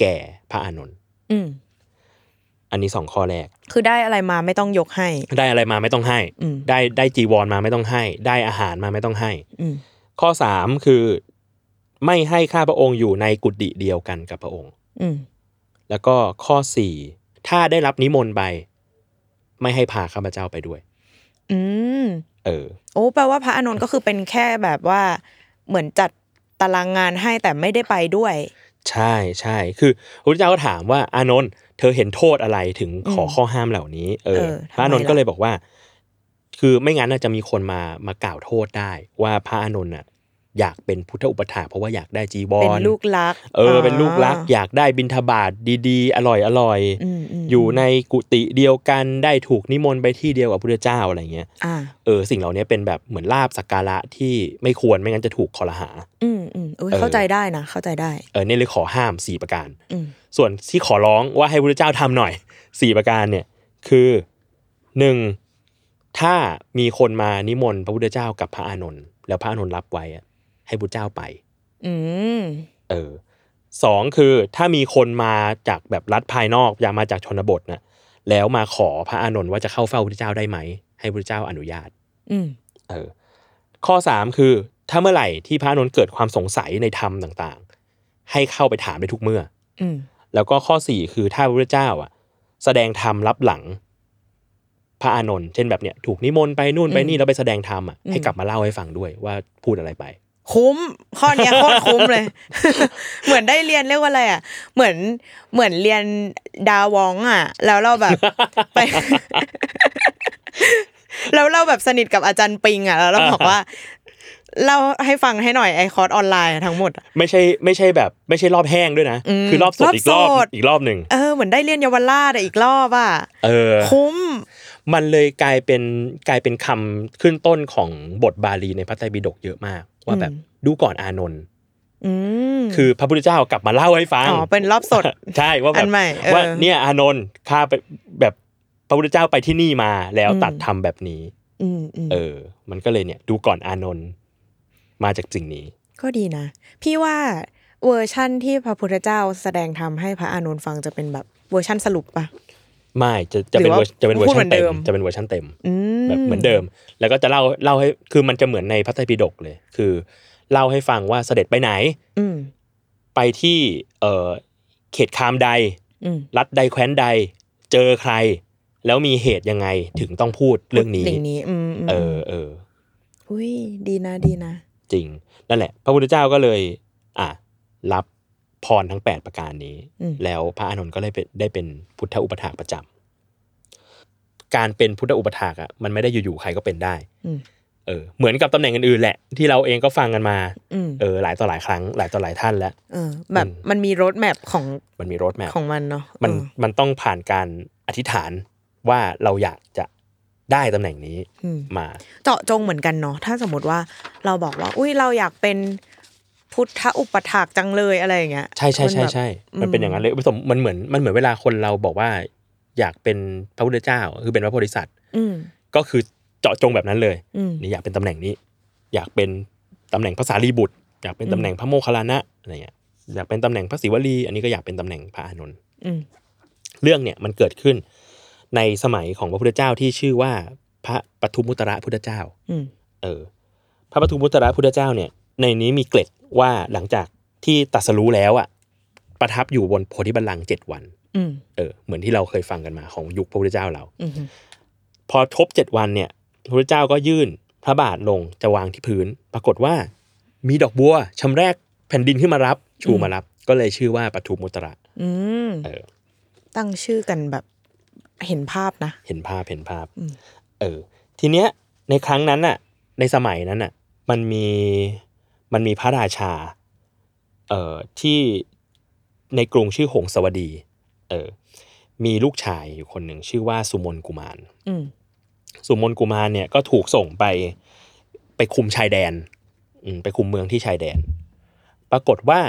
Speaker 3: แก่พระอานนท์
Speaker 4: อืม
Speaker 3: อันนี้สองข้อแรก
Speaker 4: คือได้อะไรมาไม่ต้องยกให้
Speaker 3: ได้อะไรมาไม่ต้องให้
Speaker 4: อืม
Speaker 3: ได้ได้จีวรมาไม่ต้องให้ ได้อาหารมาไม่ต้องให้
Speaker 4: อืม
Speaker 3: ข้อ 3 คือไม่ให้ข้าพระองค์อยู่ในกุฏิเดียวกันกับพระองค์
Speaker 4: อืม
Speaker 3: แล้วก็ข้อ 4 ถ้าได้รับนิมนต์ไป ไม่ให้พาข้าพเจ้าไปด้วย
Speaker 4: อืม
Speaker 3: เออ
Speaker 4: โอ้แปลว่าพระอานนท์ก็คือเป็นแค่แบบว่า เหมือนจัดตารางงานให้แต่ไม่ได้ไปด้วย
Speaker 3: ใช่ใช่คือพระพุทธเจ้าก็ถามว่าอานนท์เธอเห็นโทษอะไรถึงขอ
Speaker 4: อืม
Speaker 3: ข้อห้ามเหล่านี้ เอ
Speaker 4: เอ
Speaker 3: อ
Speaker 4: อ
Speaker 3: พระอานนท์
Speaker 4: ทำไมล่ะ
Speaker 3: ก็เลยบอกว่า คือไม่งั้นน่ะจะมีคนมามากล่าวโทษได้ ว่าพระอานนท์น่ะ อยากเป็นพุทธอุปถากเพราะว่าอยากได้จีวร
Speaker 4: เป็นลูกรัก
Speaker 3: เออ เป็นลูกรัก อยากได้บิณฑบาตดีๆ อร่อยอร่อยๆ
Speaker 4: มม
Speaker 3: อยู่ในกุฏิเดียวกันได้ถูกนิมนต์ไปที่เดียวกับพระพุทธเจ้าอะไรเงี้ย
Speaker 4: อ่า
Speaker 3: เออสิ่งเหล่านี้เป็นแบบเหมือนลาบสักการะที่ไม่ควรไม่งั้นจะถูกคอรหา
Speaker 4: อืมอืมอุ้ย
Speaker 3: เออ
Speaker 4: เข้าใจได้นะเข้าใจได้
Speaker 3: เออเนี่ยเลยขอห้าม 4 ประการ
Speaker 4: อืม
Speaker 3: ส่วนที่ขอร้องว่าให้พระพุทธเจ้าทำหน่อย 4 ประการเนี่ย คือหนึ่งถ้ามีคนมานิมนต์พระพุทธเจ้ากับพระอานนท์แล้วพระอานนท์รับไว้อะให้พุทธเจ้าไป
Speaker 4: อืม
Speaker 3: เออสองคือถ้ามีคนมาจากแบบรัฐภายนอกอยากมาจากชนบทนะแล้วมาขอพระอานนท์ว่าจะเข้าเฝ้าพระพุทธเจ้าได้ไหม ให้พระพุทธเจ้าอนุญาต
Speaker 4: อืม
Speaker 3: เออข้อสามคือถ้าเมื่อไหร่ที่พระอานนท์เกิดความสงสัยในธรรมต่างๆ ให้เข้าไปถามได้ทุกเมื่อ
Speaker 4: อืม
Speaker 3: แล้วก็ข้อสี่คือถ้าพระพุทธเจ้าอ่ะ แสดงธรรมรับหลัง พระอานนท์เช่นแบบเนี้ยถูกนิมนต์ไปนู่นไปนี่แล้วไปแสดงธรรมอ่ะให้กลับมาเล่าให้ฟังด้วยว่าพูดอะไรไป
Speaker 4: คุ้มข้อเนี้ยโคตรคุ้มเลย เหมือนได้เรียนเรียกว่าอะไรอ่ะ เหมือนเหมือนเรียนดาวองอ่ะ แล้วเราแบบ ไป แล้วเราแบบสนิทกับอาจารย์ปิงอ่ะแล้วเราบอกว่าเล่าให้ฟังให้หน่อยไอคอร์สออนไลน์อะทั้งหมดอะ
Speaker 3: ไม่ใช่ไม่ใช่แบบ ไม่ใช่รอบแห้งด้วยนะ
Speaker 4: อืม
Speaker 3: คือรอบสด
Speaker 4: รอบ
Speaker 3: อีกรอบ
Speaker 4: สด
Speaker 3: อีกรอบหนึ่ง
Speaker 4: เออเหมือนได้เรียนเยาวราชอะอีกรอบอ่ะ
Speaker 3: เออ
Speaker 4: คุ้ม
Speaker 3: มันเลยกลายเป็นกลายเป็นคำขึ้นต้นของบทบาลีในพระไตรปิฎกเยอะมาก ว่าแบบ
Speaker 4: อืม
Speaker 3: ดูก่อนอานนท์
Speaker 4: อืม
Speaker 3: คือพระพุทธเจ้ากลับมาเล่าให้ฟัง
Speaker 4: อ๋อเป็นรอบส ด
Speaker 3: ใช่ว่าแบ
Speaker 4: อั
Speaker 3: บ
Speaker 4: นใหม่เออ
Speaker 3: ว่าเนี่ยอานนท์ข้าไปแบบพระพุทธเจ้าไปที่นี่มาแล้ว
Speaker 4: อืม
Speaker 3: ตัดทำแบบนี้
Speaker 4: อืมอืม
Speaker 3: เออ มันก็เลยเนี่ย ดูก่อนอานนท์มาจากสิ่งนี้
Speaker 4: ก็ดีนะ พี่ว่าเวอร์ชั่นที่พระพุทธเจ้าแสดงทำให้พระอานนท์ฟังจะเป็นแบบเวอร์ชั่นสรุปปะ
Speaker 3: ไม่จะจะเป็น
Speaker 4: หรือ
Speaker 3: เว
Speaker 4: ว่า
Speaker 3: อร์จะเป็นเวอร์
Speaker 4: พูดเหมื
Speaker 3: ชั
Speaker 4: อนน
Speaker 3: เต็
Speaker 4: เดิ
Speaker 3: ม
Speaker 4: ม
Speaker 3: จะเป็นเวอร์ชันเต็ม
Speaker 4: อืม
Speaker 3: แบบเหมือนเดิม แล้วก็จะเล่าเล่าให้คือมันจะเหมือนในพระไตรปิฎกเลย คือ เล่าให้ฟังว่าเสด็จไปไหน
Speaker 4: อืม
Speaker 3: ไปที่เออเขตคามใด
Speaker 4: อืม
Speaker 3: รัฐใดแคว้นใด เจอใคร แล้วมีเหตุยังไงถึงต้องพูดเรื่องนี้
Speaker 4: สิ่งนี้ อืมม
Speaker 3: เออเออ
Speaker 4: อุ้ยดีนะดีนะ
Speaker 3: จริง นั่นแหละ พระพุทธเจ้าก็เลย อ่ะรับพรทั้ง 8 ประการนี้
Speaker 4: อืม
Speaker 3: แล้วพระอานนท์ก็เลยเป็นได้เป็นพุทธอุปถากประจำการเป็นพุทธอุปถากอ่ะมันไม่ได้อยู่ๆใครก็เป็นได้
Speaker 4: อืม
Speaker 3: เออเหมือนกับตำแหน่งอื่นๆแหละ ที่เราเองก็ฟังกันมา
Speaker 4: อืม
Speaker 3: เออหลายต่อหลายครั้ง หลายต่อหลายท่านแล้ว
Speaker 4: เออ แบบ
Speaker 3: อืม
Speaker 4: มันมีรถแมพของ
Speaker 3: มันมีรถแมพ
Speaker 4: ของมันเนาะ
Speaker 3: มัน
Speaker 4: เออ
Speaker 3: มันต้องผ่านการอธิษฐานว่าเราอยากจะได้ตำแหน่งนี้
Speaker 4: อืม
Speaker 3: มา
Speaker 4: เจาะจงเหมือนกันเนาะถ้าสมมติว่าเราบอกว่า อุ้ยเราอยากเป็นพุทธอุปถากจังเลยอะไรอย่างเงี้ย
Speaker 3: ใช่ใช่ใช่
Speaker 4: มันแบบ
Speaker 3: ใช่
Speaker 4: อืม
Speaker 3: มันเป็นอย่างนั้นเลยผสมมันเหมือนมันเหมือนเวลาคนเราบอกว่า อยากเป็นพระพุทธเจ้า คือเป็นพระโพธิสัตว์
Speaker 4: อืม
Speaker 3: ก็คือเจาะจงแบบนั้นเลย
Speaker 4: อืม
Speaker 3: นี่อยากเป็นตำแหน่งนี้ อยากเป็นตำแหน่งภาษาลีบุตร อยากเป็นตำแหน่งพระโมคคัลลานะอะไรเงี้ยอยากเป็นตำแหน่งพระศิวลี อันนี้ก็อยากเป็นตำแหน่งพระอานนท์
Speaker 4: อืม
Speaker 3: เรื่องเนี่ยมันเกิดขึ้นในสมัยของพระพุทธเจ้าที่ชื่อว่าพระปทุมมุตระพุทธเจ้า
Speaker 4: อืม
Speaker 3: เออ พระปทุมมุตระพุทธเจ้าเนี่ย ในนี้มีเกล็ดว่าหลังจากที่ตรัสรู้แล้วอ่ะประทับอยู่บนโพธิบัลลังก์เจ็ดวัน
Speaker 4: อืม
Speaker 3: เออ เหมือนที่เราเคยฟังกันมาของยุคพระพุทธเจ้าเรา
Speaker 4: อืม
Speaker 3: พอทบเจ็ดวันเนี่ย พระพุทธเจ้าก็ยื่นพระบาทลงจะวางที่พื้น ปรากฏว่า มีดอกบัวชำแรกแผ่นดินขึ้นมารับ ชูมารับ ก็เลยชื่อว่าปทุมมุตระ
Speaker 4: อืม
Speaker 3: เออ
Speaker 4: ตั้งชื่อกันแบบเห็นภาพนะ
Speaker 3: เห็นภาพเห็นภาพ
Speaker 4: อืม
Speaker 3: เออ ทีเนี้ยในครั้งนั้นน่ะ ในสมัยนั้นน่ะ มันมีมันมีพระราชา เอ่อที่ในกรุงชื่อหงสวดี เออ มีลูกชายอยู่คนหนึ่งชื่อว่าสุมนกุมาร
Speaker 4: อืม
Speaker 3: สุมนกุมารเนี่ยก็ถูกส่งไปไปคุมชายแดนอืมไปคุมเมืองที่ชายแดน ปรากฏว่า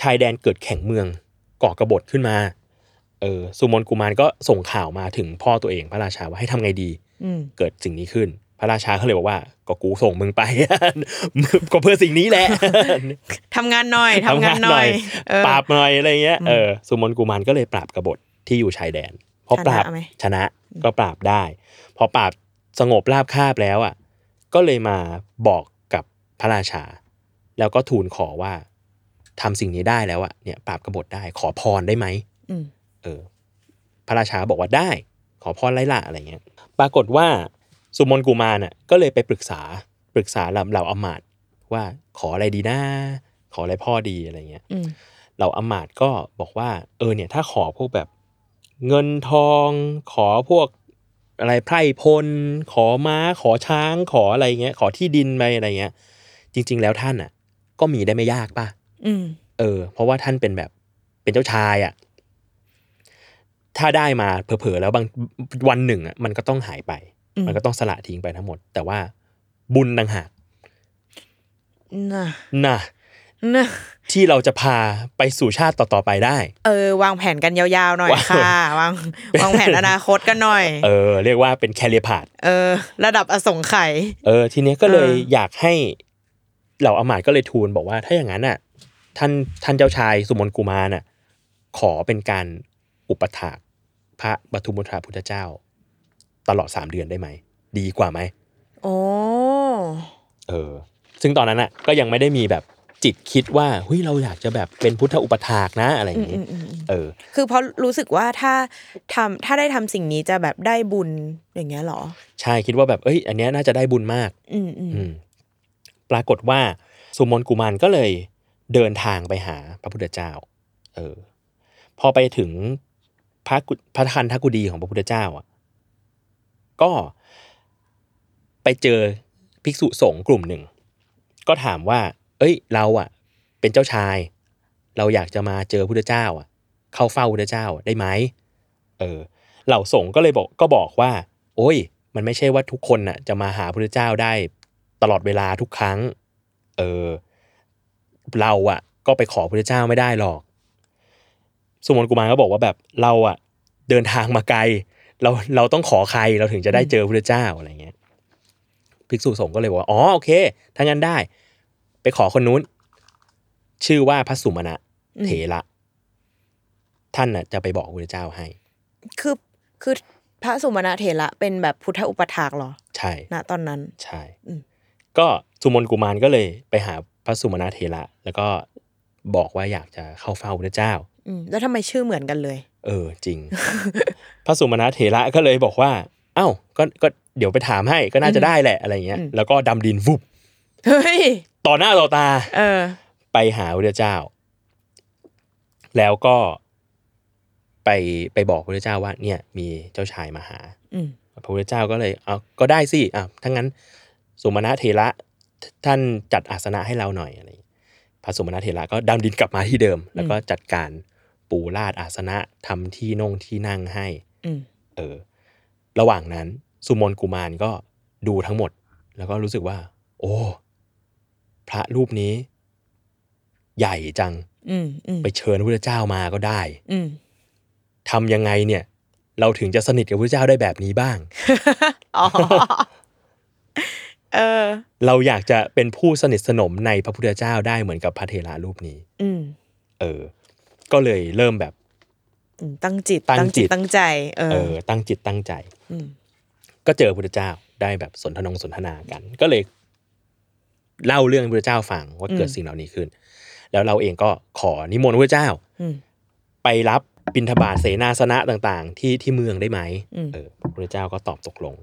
Speaker 3: ชายแดนเกิดแข่งเมืองก่อกระบฏขึ้นมาเออสุมนกุมารก็ส่งข่าวมาถึงพ่อตัวเองพระราชาว่าให้ทำไงดี
Speaker 4: อืม
Speaker 3: เกิดสิ่งนี้ขึ้น พระราชาเขาเลยบอกว่าก็กูส่งมึงไป ก็เพื่อสิ่งนี้แหละ
Speaker 4: ทำงานหน่อย ทำงานหน่อยเออ
Speaker 3: ปราบหน่อยอะไรเงี้ย
Speaker 4: อืม
Speaker 3: เออสุมนกุมารก็เลยปราบกบฏที่อยู่ชายแดนพอปราบ
Speaker 4: ชนะไหม
Speaker 3: ชนะก็ปราบได้ พอปราบสงบราบคาบแล้วอ่ะ ก็เลยมาบอกกับพระราชา แล้วก็ทูลขอว่าทำสิ่งนี้ได้แล้วอ่ะเนี่ยปราบกบฏได้ขอพรได้ไหม
Speaker 4: อืม
Speaker 3: เออพระราชาบอกว่าได้ ขอพรไล่ล่ะอะไรเงี้ย ปรากฏว่าสุมนกุมารน่ะก็เลยไปปรึกษาปรึกษาเหล่าเหล่าอำมาตย์ว่าขออะไรดีนะขออะไรพ่อดีอะไรเงี้ย
Speaker 4: อืม
Speaker 3: เหล่าอำมาตย์ก็บอกว่า เออเนี่ยถ้าขอพวกแบบเงินทองขอพวกอะไรไพร่พล ขอม้า ขอช้าง ขออะไรเงี้ย ขอที่ดินไปอะไรเงี้ย จริง ๆ แล้วท่านอ่ะ ก็มีได้ไม่ยากป่ะ
Speaker 4: อืม
Speaker 3: เออเพราะว่าท่านเป็นแบบเป็นเจ้าชายอะ่ะ ถ้าได้มาเผลอๆแล้วบางวันหนึ่งอะ่ะมันก็ต้องหายไป
Speaker 4: อืม
Speaker 3: มันก็ต้องสละทิ้งไปทั้งหมด แต่ว่าบุญต่างหาก
Speaker 4: น่ะ
Speaker 3: นะ
Speaker 4: น่ะ
Speaker 3: ที่เราจะพาไปสู่ชาติต่อๆไปได้
Speaker 4: เออ วางแผนกันยาวๆหน่อย
Speaker 3: ว้าว
Speaker 4: ค่ะ วางวางแผนอนาคตกันหน่อย
Speaker 3: เออ เรียกว่าเป็นแคเรียพาด
Speaker 4: เออ ระดับอสงไขย
Speaker 3: เออทีเนี้ยก็เลย
Speaker 4: เออ
Speaker 3: อ
Speaker 4: อ
Speaker 3: ยากให้เหล่าอามาตย์ก็เลยทูลบอกว่าถ้าอย่างนั้นน่ะ ท่านท่านเจ้าชายสุมนกุมารน่ะ ขอเป็นการอุปถากพระปทุมมุทราพุทธเจ้า ตลอดสามเดือนได้ไหม ดีกว่าไหม
Speaker 4: โอ้
Speaker 3: เออ ซึ่งตอนนั้นน่ะ ก็ยังไม่ได้มีแบบจิตคิดว่าเฮ้ยเราอยากจะแบบเป็นพุทธอุปถากนะอะไรอ
Speaker 4: อื
Speaker 3: ย่าง
Speaker 4: ม
Speaker 3: นี้
Speaker 4: อืมอืมอืม
Speaker 3: เออ
Speaker 4: คือเพราะรู้สึกว่าถ้าทำถ้าได้ทำสิ่งนี้จะแบบได้บุญอย่างเงี้ยเหรอ
Speaker 3: ใช่คิดว่าแบบเอ้ย อันเนี้ยน่าจะได้บุญมาก
Speaker 4: อืมอืม
Speaker 3: อืมปรากฏว่าสุมนกุมารก็เลยเดินทางไปหาพระพุทธเจ้า เออ พอไปถึงพระกุพระทันทกุดีของพระพุทธเจ้าอ่ะ ก็ไปเจอภิกษุสงฆ์กลุ่มหนึ่ง ก็ถามว่า เอ้ย เราอ่ะ เป็นเจ้าชาย เราอยากจะมาเจอพุทธเจ้า อ่ะ เข้าเฝ้าพุทธเจ้าได้ไหมเออ เหล่าสงฆ์ก็เลยบอกก็บอกว่า โอ้ย มันไม่ใช่ว่าทุกคนน่ะ จะมาหาพระเจ้าได้ตลอดเวลาทุกครั้ง เออ เราอ่ะ ก็ไปขอพระเจ้าไม่ได้หรอก สุมนกุมารก็บอกว่าแบบเราอ่ะ เดินทางมาไกล เราเราต้องขอใครเราถึงจะได้เจอพระเจ้าอะไรเงี้ยภิกษุสงฆ์ก็เลยบอกว่าอ๋อโอเคถ้างั้นได้ ไปขอคนนู้น ชื่อว่าพระสุมาณะเถระท่านน่ะ จะไปบอกพระเจ้าให้
Speaker 4: คือคือพระสุมาณะเถระเป็นแบบพุทธอุปถากเหรอ
Speaker 3: ใช่
Speaker 4: ณตอนนั้น
Speaker 3: ใช่
Speaker 4: อืม
Speaker 3: ก็สุมนกุมารก็เลยไปหาพระสุมนาเทระแล้วก็บอกว่าอยากจะเข้าเฝ้าพระเจ้า
Speaker 4: อืมแล้วทำไมชื่อเหมือนกันเลย
Speaker 3: เออจ ริง พระสุมนาเทระก็เลยบอกว่า เอ้าก็ก็เดี๋ยวไปถามให้ก็น่าจะได้แหละอะไรเงี้ย
Speaker 4: อืม
Speaker 3: แล้วก็ดำดินวุบ
Speaker 4: เฮ้ย
Speaker 3: ต่อหน้าต่อตา
Speaker 4: เออ
Speaker 3: ไปหาพระเจ้า แล้วก็ไปไปบอกพระเจ้าว่า เนี่ย มีเจ้าชายมาหา
Speaker 4: อืม
Speaker 3: พระพุทธเจ้าก็เลยเอาก็ได้สิอ่ะถ้างั้นสุมาณะเทระทท่านจัดอาสนะให้เราหน่อยอะไรอย่างงี้พระสุมาณะเทระก็ดำดินกลับมาที่เดิม แล้วก็จัดการปูราดอาสนะทำที่นงที่นั่งให้
Speaker 4: อืม
Speaker 3: เออ ระหว่างนั้น สุมนกุมารก็ดูทั้งหมด แล้วก็รู้สึกว่า โอ้ พระรูปนี้ ใหญ่จัง
Speaker 4: อืมอืม
Speaker 3: ไปเชิญพระพุทธเจ้ามาก็ได้
Speaker 4: อืม
Speaker 3: ทำยังไงเนี่ย เราถึงจะสนิทกับพระเจ้าได้แบบนี้บ้าง
Speaker 4: อ๋อ เออ
Speaker 3: เราอยากจะเป็นผู้สนิทสนมในพระพุทธเจ้าได้เหมือนกับพระเทระรูปนี้
Speaker 4: อืม
Speaker 3: เออ ก็เลยเริ่มแบบ
Speaker 4: อืมตั้งจิต
Speaker 3: ตั้งจิต
Speaker 4: ตั้งใจ เอ
Speaker 3: เอ
Speaker 4: อ
Speaker 3: อ ตั้งจิตตั้งใจ
Speaker 4: อืม
Speaker 3: ก็เจอพระพุทธเจ้าได้แบบสนทนงสนทนากัน ก็เลย เล่าเรื่องพระพุทธเจ้าฟังว่าเกิด
Speaker 4: อืม
Speaker 3: สิ่งเหล่านี้ขึ้น แล้วเราเองก็ขอนิมนต์พระพุทธเจ้า
Speaker 4: อืม
Speaker 3: ไปรับบิณฑบาตเสนาสนะต่างๆ ที่ที่เมืองได้ไหม
Speaker 4: อืม
Speaker 3: เออพระพุทธเจ้าก็ตอบตกลง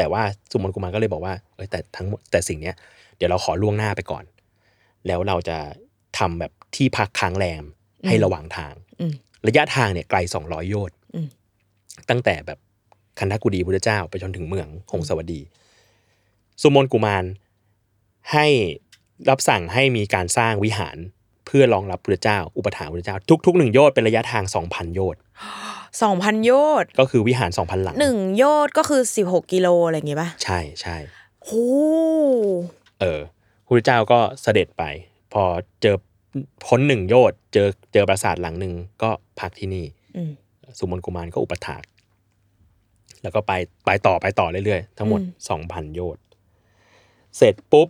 Speaker 3: แต่ว่าสุมนกุมารก็เลยบอกว่าเอยแต่ทั้งหมดแต่สิ่งเนี้ยเดี๋ยวเราขอล่วงหน้าไปก่อน แล้วเราจะทำแบบที่พักค้างแรมให้ระหว่างทาง
Speaker 4: อืม
Speaker 3: ระยะทางเนี่ยไกลสองร้อยโยชน์
Speaker 4: อืม
Speaker 3: ตั้งแต่แบบคันธกุดีพุทธเจ้าไปจนถึงเมืองหงสาวดี สุมนกุมารให้รับสั่งให้มีการสร้างวิหารเพื่อรองรับพุทธเจ้า อุปถัมภ์พุทธเจ้า ทุกๆหนึ่งโยชน์เป็นระยะทาง 2,000 โยชน์
Speaker 4: สองพันโยชน์
Speaker 3: ก็คือวิหาร 2,000 หลัง
Speaker 4: หนึ่งโยชน์ก็คือสิบหกกิโลอะไรอย่างงี้ป่ะ
Speaker 3: ใช่ใช่
Speaker 4: โห
Speaker 3: เออพุทธเจ้าก็เสด็จไป พอเจอพ้นหนึ่งโยชน์เจอเจอปราสาทหลังหนึ่งก็พักที่นี่
Speaker 4: อืม
Speaker 3: สุมนกุมารก็อุปถาก แล้วก็ไปไปต่อไปต่อเรื่อยๆ ทั้งหมด
Speaker 4: อืม
Speaker 3: สองพันโยชน์เสร็จปุ๊บ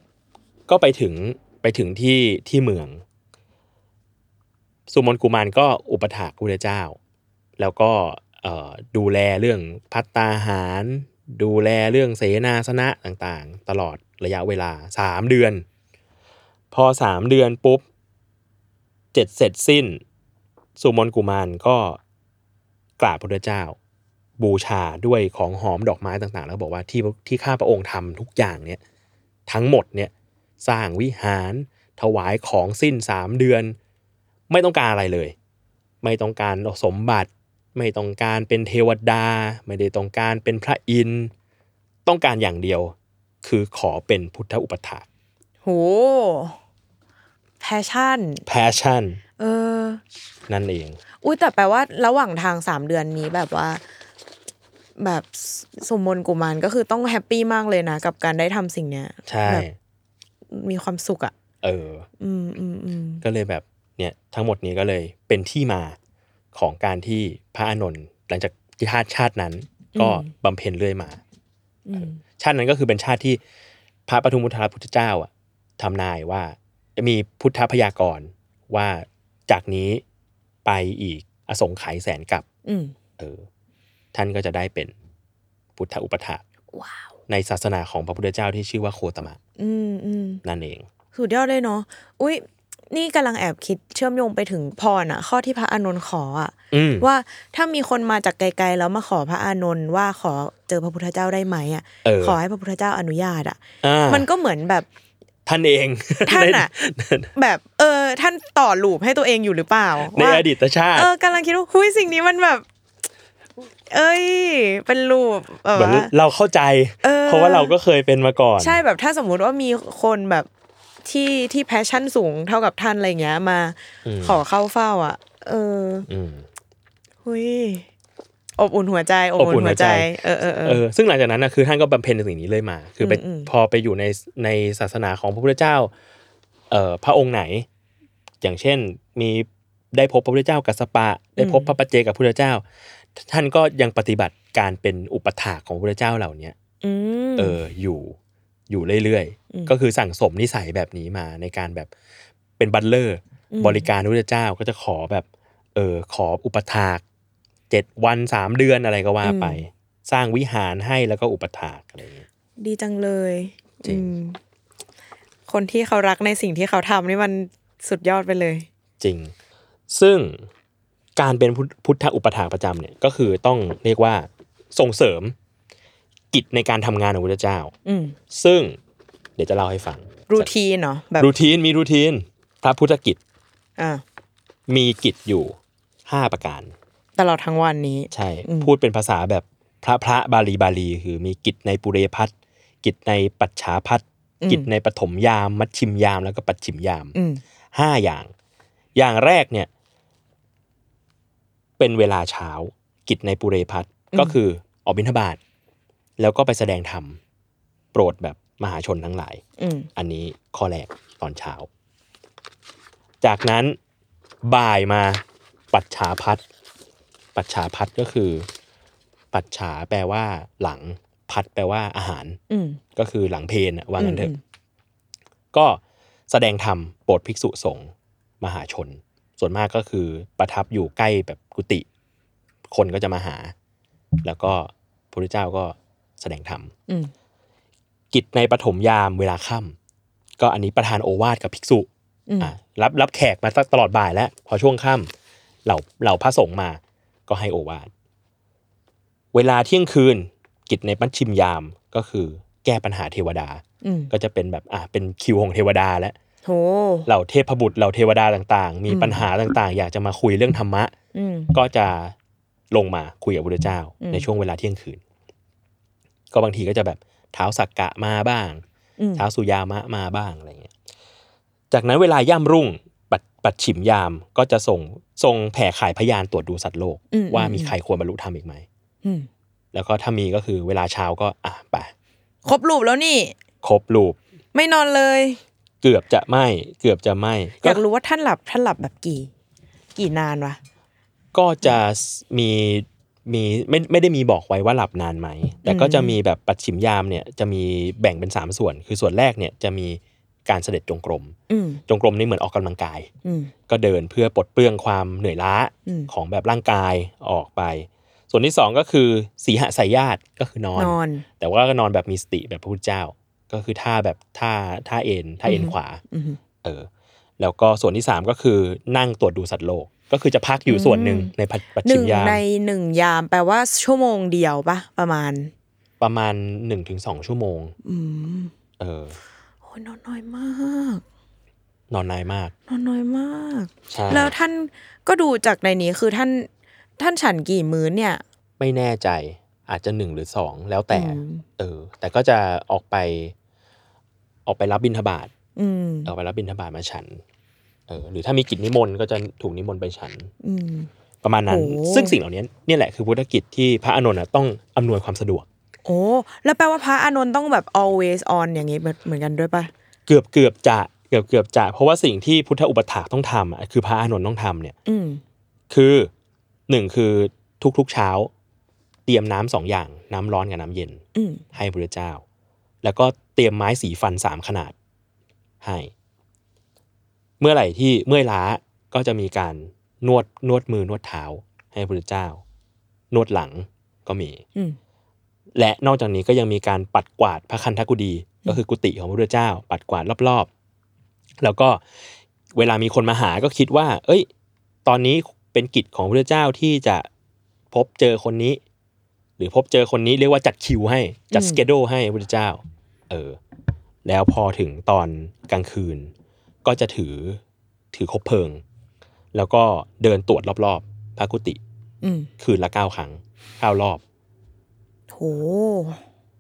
Speaker 3: ก็ไปถึงไปถึงที่ที่เมือง สุมนกุมารก็อุปถากพระเจ้า แล้วก็เอ่อดูแลเรื่องพัตตาหาร ดูแลเรื่องเสนาสนะต่างๆ ตลอดระยะเวลาสามเดือน พอสามเดือนปุ๊บเจ็ดเสร็จสิ้น สุมนกุมารก็กราบพระเจ้า บูชาด้วยของหอมดอกไม้ต่างๆ แล้วบอกว่าที่ที่ข้าพระองค์ทำทุกอย่างเนี่ยทั้งหมดเนี่ยสร้างวิหาร ถวายของสิ้นสามเดือน ไม่ต้องการอะไรเลย ไม่ต้องการสมบัติ ไม่ต้องการเป็นเทวดา ไม่ได้ต้องการเป็นพระอินทร์ต้องการอย่างเดียว คือขอเป็นพุทธอุปถาก
Speaker 4: โหแพชชั่น
Speaker 3: แพชชั่น
Speaker 4: เออ
Speaker 3: นั่นเอง
Speaker 4: อุ้ยแต่แปลว่าระหว่างทางสามเดือนนี้แบบว่า แบบสมมนต์กุมารก็คือต้องแฮปปี้มากเลยนะ กับการได้ทำสิ่งเนี้ย
Speaker 3: ใช่
Speaker 4: แบบมีความสุขอะ
Speaker 3: เออ
Speaker 4: อืมอืมอืม
Speaker 3: ก็เลยแบบเนี่ยทั้งหมดนี้ก็เลยเป็นที่มาของการที่พระอานนท์หลังจากที่ชาติชาตินั้น ก็บำเพ็ญเรื่อยมา
Speaker 4: อืม
Speaker 3: ชาตินั้นก็คือเป็นชาติที่พระปทุมพุทธาพุทธเจ้าอะทำนายว่าจะมีพุทธพยากรณ์ว่าจากนี้ไปอีกอสงไขยแสนกับ
Speaker 4: อืม
Speaker 3: เออ ท่านก็จะได้เป็นพุทธอุปถาก
Speaker 5: ว้าว
Speaker 3: ในศาสนาของพระพุทธเจ้าที่ชื่อว่าโคตมะ
Speaker 4: อืมอืม
Speaker 3: นั่นเอง
Speaker 4: สุดยอดเลยเนาะ อุ้ยนี่กำลังแอบคิดเชื่อมโยงไปถึงพรอ่ะ ข้อที่พระอานนท์ขออ่ะ
Speaker 3: อืม
Speaker 4: ว่าถ้ามีคนมาจากไกลๆแล้วมาขอพระอานนท์ว่าขอเจอพระพุทธเจ้าได้ไหมอ่ะ
Speaker 3: เออ
Speaker 4: ขอให้พระพุทธเจ้าอนุญาตอ่ะ
Speaker 3: อ่า
Speaker 4: มันก็เหมือนแบบ
Speaker 3: ท่านเอง
Speaker 4: ท่านอะ
Speaker 3: ใน
Speaker 4: แบบเออท่านต่อหลูปให้ตัวเองอยู่หรือเปล่า
Speaker 3: ใน
Speaker 4: ว่า
Speaker 3: อดีตชาติ
Speaker 4: เออกำลังคิดว่าหุ้ยสิ่งนี้มันแบบ เอ้ย เป็นลูปแบบ
Speaker 3: เหมือน
Speaker 4: ว่า
Speaker 3: เราเข้าใจ
Speaker 4: เออ
Speaker 3: เพราะว่าเราก็เคยเป็นมาก่อน
Speaker 4: ใช่แบบถ้าสมมุติว่ามีคนแบบที่ที่แพชชั่นสูงเท่ากับท่านอะไรอย่างเงี้ยมา
Speaker 3: อืม
Speaker 4: ขอเข้าเฝ้า อ่ะ เออ
Speaker 3: อืม
Speaker 4: หุยอบอุ่นหัวใจ อบ
Speaker 3: อบอุ่
Speaker 4: อุ่
Speaker 3: น
Speaker 4: น
Speaker 3: หั
Speaker 4: หั
Speaker 3: ว
Speaker 4: ว
Speaker 3: ใจ
Speaker 4: ใจ เออเออเอ
Speaker 3: เอ
Speaker 4: อ
Speaker 3: อซึ่งหลังจากนั้นนะคือท่านก็บำเพ็ญในสิ่งนี้เลยมา คือไป
Speaker 4: อืมอืม
Speaker 3: พอไปอยู่ในในศาสนาของพระพุทธเจ้าเอ่อพระองค์ไหน อย่างเช่นมีได้พบพระพุทธเจ้ากัสสปะ ได้พบพระปัจเจกกับพระพุทธเจ้า ท่านก็ยังปฏิบัติการเป็นอุปถากของพระพุทธเจ้าเหล่าเนี้ย
Speaker 4: อืม
Speaker 3: เอออยู่อยู่เรื่อย
Speaker 4: อืม
Speaker 3: ๆ ก็คือสั่งสมนิสัยแบบนี้มาในการแบบเป็นบัตเลอร์ บริการพระพุทธเจ้าก็จะขอแบบเออขออุปถากเจ็ดวันสามเดือนอะไรก็ว่าไป สร้างวิหารให้แล้วก็อุปถากอะไรอย่างเงี้ย
Speaker 4: ดีจังเลย
Speaker 3: จริง
Speaker 4: อืมคนที่เขารักในสิ่งที่เขาทำนี่มันสุดยอดไปเลย
Speaker 3: จริง ซึ่งการเป็นพุทธพุทธอุปถากประจำเนี่ยก็คือต้องเรียกว่าส่งเสริมกิจในการทำงานของพระพุทธเจ้า
Speaker 4: อืม
Speaker 3: ซึ่งเดี๋ยวจะเล่าให้ฟัง
Speaker 4: รูทีนเนาะแบบ
Speaker 3: รูทีนมีรูทีนพระพุทธกิจ
Speaker 4: อ่า
Speaker 3: มีกิจอยู่ห้าประการ
Speaker 4: ตลอดทั้งวันนี้
Speaker 3: ใช่
Speaker 4: อืม
Speaker 3: พูดเป็นภาษาแบบพระพระบาลีบาลี คือมีกิจในปุเรพัทกิจในปัจฉาพัทกิจในปฐมยาม มัชชิมยาม แล้วก็ปัจฉิมยาม
Speaker 4: อืม
Speaker 3: ห้าอย่าง อย่างแรกเนี่ย เป็นเวลาเช้า กิจในปุเรพัทก็คือออกบิณฑบาตแล้วก็ไปแสดงธรรมโปรดแบบมหาชนทั้งหลาย
Speaker 4: อืม
Speaker 3: อันนี้ข้อแรกตอนเช้า จากนั้นบ่ายมาปัจฉาพัดปัจฉาพัดก็คือ ปัจฉาแปลว่า หลังพัดแปลว่าอาหาร
Speaker 4: อืม
Speaker 3: ก็คือหลังเพนอะว่างั้นเถอะ
Speaker 4: อืม
Speaker 3: ก็แสดงธรรมโปรดภิกษุสงฆ์มหาชน ส่วนมากก็คือประทับอยู่ใกล้แบบกุฏิคนก็จะมาหา แล้วก็พระพุทธเจ้าก็แสดงธรรม
Speaker 4: อืม
Speaker 3: กิจในปฐมยามเวลาค่ำก็อันนี้ประธานโอวาทกับภิกษุ
Speaker 4: อืม
Speaker 3: อ่ะรับรับแขกมาตลอดบ่ายแล้ว พอช่วงค่ำเหล่าเหล่าพระสงฆ์มาก็ให้โอวาท เวลาเที่ยงคืน กิจในปัญชิมยามก็คือแก้ปัญหาเทวดา
Speaker 4: อืม
Speaker 3: ก็จะเป็นแบบอ่ะเป็นคิวของเทวดาแล้ว
Speaker 4: โห
Speaker 3: เหล่าเทพบุตรเหล่าเทวดาต่างๆ มี
Speaker 4: อืม
Speaker 3: ปัญหาต่างๆ อยากจะมาคุยเรื่องธรรมะ
Speaker 4: อืม
Speaker 3: ก็จะลงมาคุยกับพระพุทธเจ้า
Speaker 4: อืม
Speaker 3: ในช่วงเวลาเที่ยงคืน ก็บางทีก็จะแบบเท้าสักกะมาบ้าง
Speaker 4: อืม
Speaker 3: เท้าสุยามะมาบ้างอะไรเงี้ย จากนั้นเวลาย่ำรุ่งปัดปัดฉิมยามก็จะส่งส่งแผ่ขายพยานตรวจดูสัตว์โลก
Speaker 4: อื
Speaker 3: ว่ามีใครควรบรรลุธรรมอีกไหม
Speaker 4: อืม
Speaker 3: แล้วก็ถ้ามีก็คือเวลาเช้าก็อ่ะไป
Speaker 4: ครบรูปแล้วนี่
Speaker 3: ครบรูป
Speaker 4: ไม่นอนเลย
Speaker 3: เกือบจะไหม่เกือบจะไหม่
Speaker 4: อยากรู้ว่าท่านหลับท่านหลับแบบกี่ กี่นานวะ
Speaker 3: ก็จะมีมีไม่ไม่ได้มีบอกไว้ว่าหลับนานไหม แต่ก็จะมีแบบปัดฉิมยามเนี่ยจะมีแบ่งเป็นสามส่วน คือส่วนแรกเนี่ยจะมีการเสด็จจงกรม
Speaker 4: อืม
Speaker 3: จงกรมนี่เหมือนออกกำลังกาย
Speaker 4: อืม
Speaker 3: ก็เดินเพื่อปลดเปลื้องความเหนื่อยล้า
Speaker 4: อืม
Speaker 3: ของแบบร่างกายออกไป ส่วนที่สองก็คือสีหสายญาติก็คือนอน
Speaker 4: นอน
Speaker 3: แต่ว่าก็นอนแบบมีสติแบบพระพุทธเจ้า ก็คือท่าแบบท่าท่าเอ็นท่าเอ็น
Speaker 4: อือฮึ
Speaker 3: ขวา
Speaker 4: อืม
Speaker 3: เออ แล้วก็ส่วนที่สามก็คือนั่งตรวจดูสัตว์โลก ก็คือจะพักอยู่ส่วนหนึ่ง
Speaker 4: อืม
Speaker 3: ในปัจปัจ
Speaker 4: ห
Speaker 3: ฉิ
Speaker 4: นึ่
Speaker 3: ม
Speaker 4: ง
Speaker 3: ยาม
Speaker 4: ในหนึ่งยามแปลว่าชั่วโมงเดียวปะประมาณ
Speaker 3: ประมาณหนึ่งถึงสองชั่วโมง
Speaker 4: อืม
Speaker 3: เออ
Speaker 4: โอ้ยนอนน้อยมาก
Speaker 3: นอนนายมาก
Speaker 4: นอนน้อยมาก
Speaker 3: ใช่
Speaker 4: แล้วท่านก็ดูจากในนี้คือท่าน ท่านฉันกี่มื้อเนี่ย
Speaker 3: ไม่แน่ใจอาจจะหนึ่งหรือสองแล้วแต่
Speaker 4: อืม
Speaker 3: เออ แต่ก็จะออกไป ออกไปรับบิณฑบาต
Speaker 4: อืม
Speaker 3: เอาไปรับบิณฑบาตมาฉัน เออ หรือถ้ามีกิจนิมนต์ก็จะถูกนิมนต์ไปฉัน
Speaker 4: อืม
Speaker 3: ประมาณนั้น
Speaker 4: โอ้
Speaker 3: ซึ่งสิ่งเหล่านี้เนี่ยแหละคือพุทธกิจที่พระอานนท์อะต้องอำนวยความสะดวก
Speaker 4: โอ้แล้วแปลว่าพระอานนท์ต้องแบบ always on อย่างนี้เหมือนเหมือนกันด้วยปะ
Speaker 3: เกือบเกือบจะ เกือบเกือบจะเพราะว่าสิ่งที่พุทธอุปถากต้องทำอะคือพระอานนท์ต้องทำเนี่ย
Speaker 4: อืม
Speaker 3: คือหนึ่งคือทุกๆเช้า เตรียมน้ำสองอย่างน้ำร้อนกับน้ำเย็น
Speaker 4: อืม
Speaker 3: ให้พระเจ้า แล้วก็เตรียมไม้สีฟันสามขนาดให้ เมื่อไหร่ที่เมื่อยล้าก็จะมีการนวดนวดมือนวดเท้า ให้พระเจ้า นวดหลังก็มี
Speaker 4: อืม
Speaker 3: และนอกจากนี้ก็ยังมีการปัดกวาดพระคันธกุฎีก็คือกุฏิของพระพุทธเจ้า ปัดกวาดรอบๆ แล้วก็เวลามีคนมาหาก็คิดว่า เอ้ย ตอนนี้เป็นกิจของพระพุทธเจ้าที่จะพบเจอคนนี้ หรือพบเจอคนนี้เรียกว่าจัดคิวให้จัด
Speaker 4: อืม
Speaker 3: สเกดูให้พระพุทธเจ้า เออ แล้วพอถึงตอนกลางคืน ก็จะถือถือคบเพลิง แล้วก็เดินตรวจรอบๆพระกุฏิ
Speaker 4: อืม
Speaker 3: คืนละเก้าครั้งเก้ารอบ
Speaker 4: โห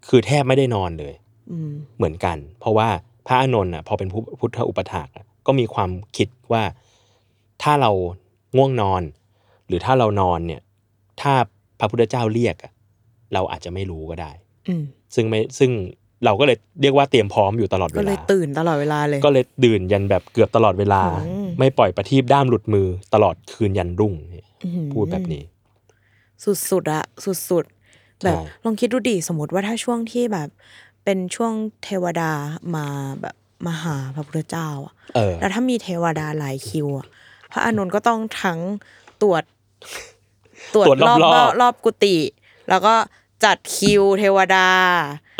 Speaker 3: คือแทบไม่ได้นอนเลย
Speaker 4: อืม
Speaker 3: เหมือนกัน เพราะว่าพระอานนท์น่ะพอเป็นผู้พุทธอุปถากอ่ะก็มีความคิดว่าถ้าเราง่วงนอน หรือถ้าเรานอนเนี่ยถ้าพระพุทธเจ้าเรียกอ่ะเราอาจจะไม่รู้ก็ได้
Speaker 4: อืม
Speaker 3: ซึ่งไม่ซึ่งเราก็เลยเรียกว่าเตรียมพร้อมอยู่ตลอดเว
Speaker 4: ก็เล
Speaker 3: ลา
Speaker 4: ยตื่นตลอดเวลาเลย
Speaker 3: ก็เลยดื่นยันแบบเกือบตลอดเวลา
Speaker 4: อืม
Speaker 3: ไม่ปล่อยประทีปด้ามหลุดมือตลอดคืนยันรุ่งเนี่ย
Speaker 4: อื้อหือ
Speaker 3: พูดแบบนี้
Speaker 4: สุดๆอะสุดๆ แบบ
Speaker 3: ใช่
Speaker 4: ลองคิดดูดิสมมติว่าถ้าช่วงที่แบบ เป็นช่วงเทวดามาแบบมาหาพระพุทธเจ้าอะ
Speaker 3: เออ
Speaker 4: แล้วถ้ามีเทวดาหลายคิวอ่ะพระอานนท์ก็ต้องทั้งตรวจ ตรว จ
Speaker 3: ตรวจร
Speaker 4: ร
Speaker 3: อ
Speaker 4: อ
Speaker 3: บบ ๆ
Speaker 4: รอบรอบกุฏิแล้วก็จัดคิวเทวดา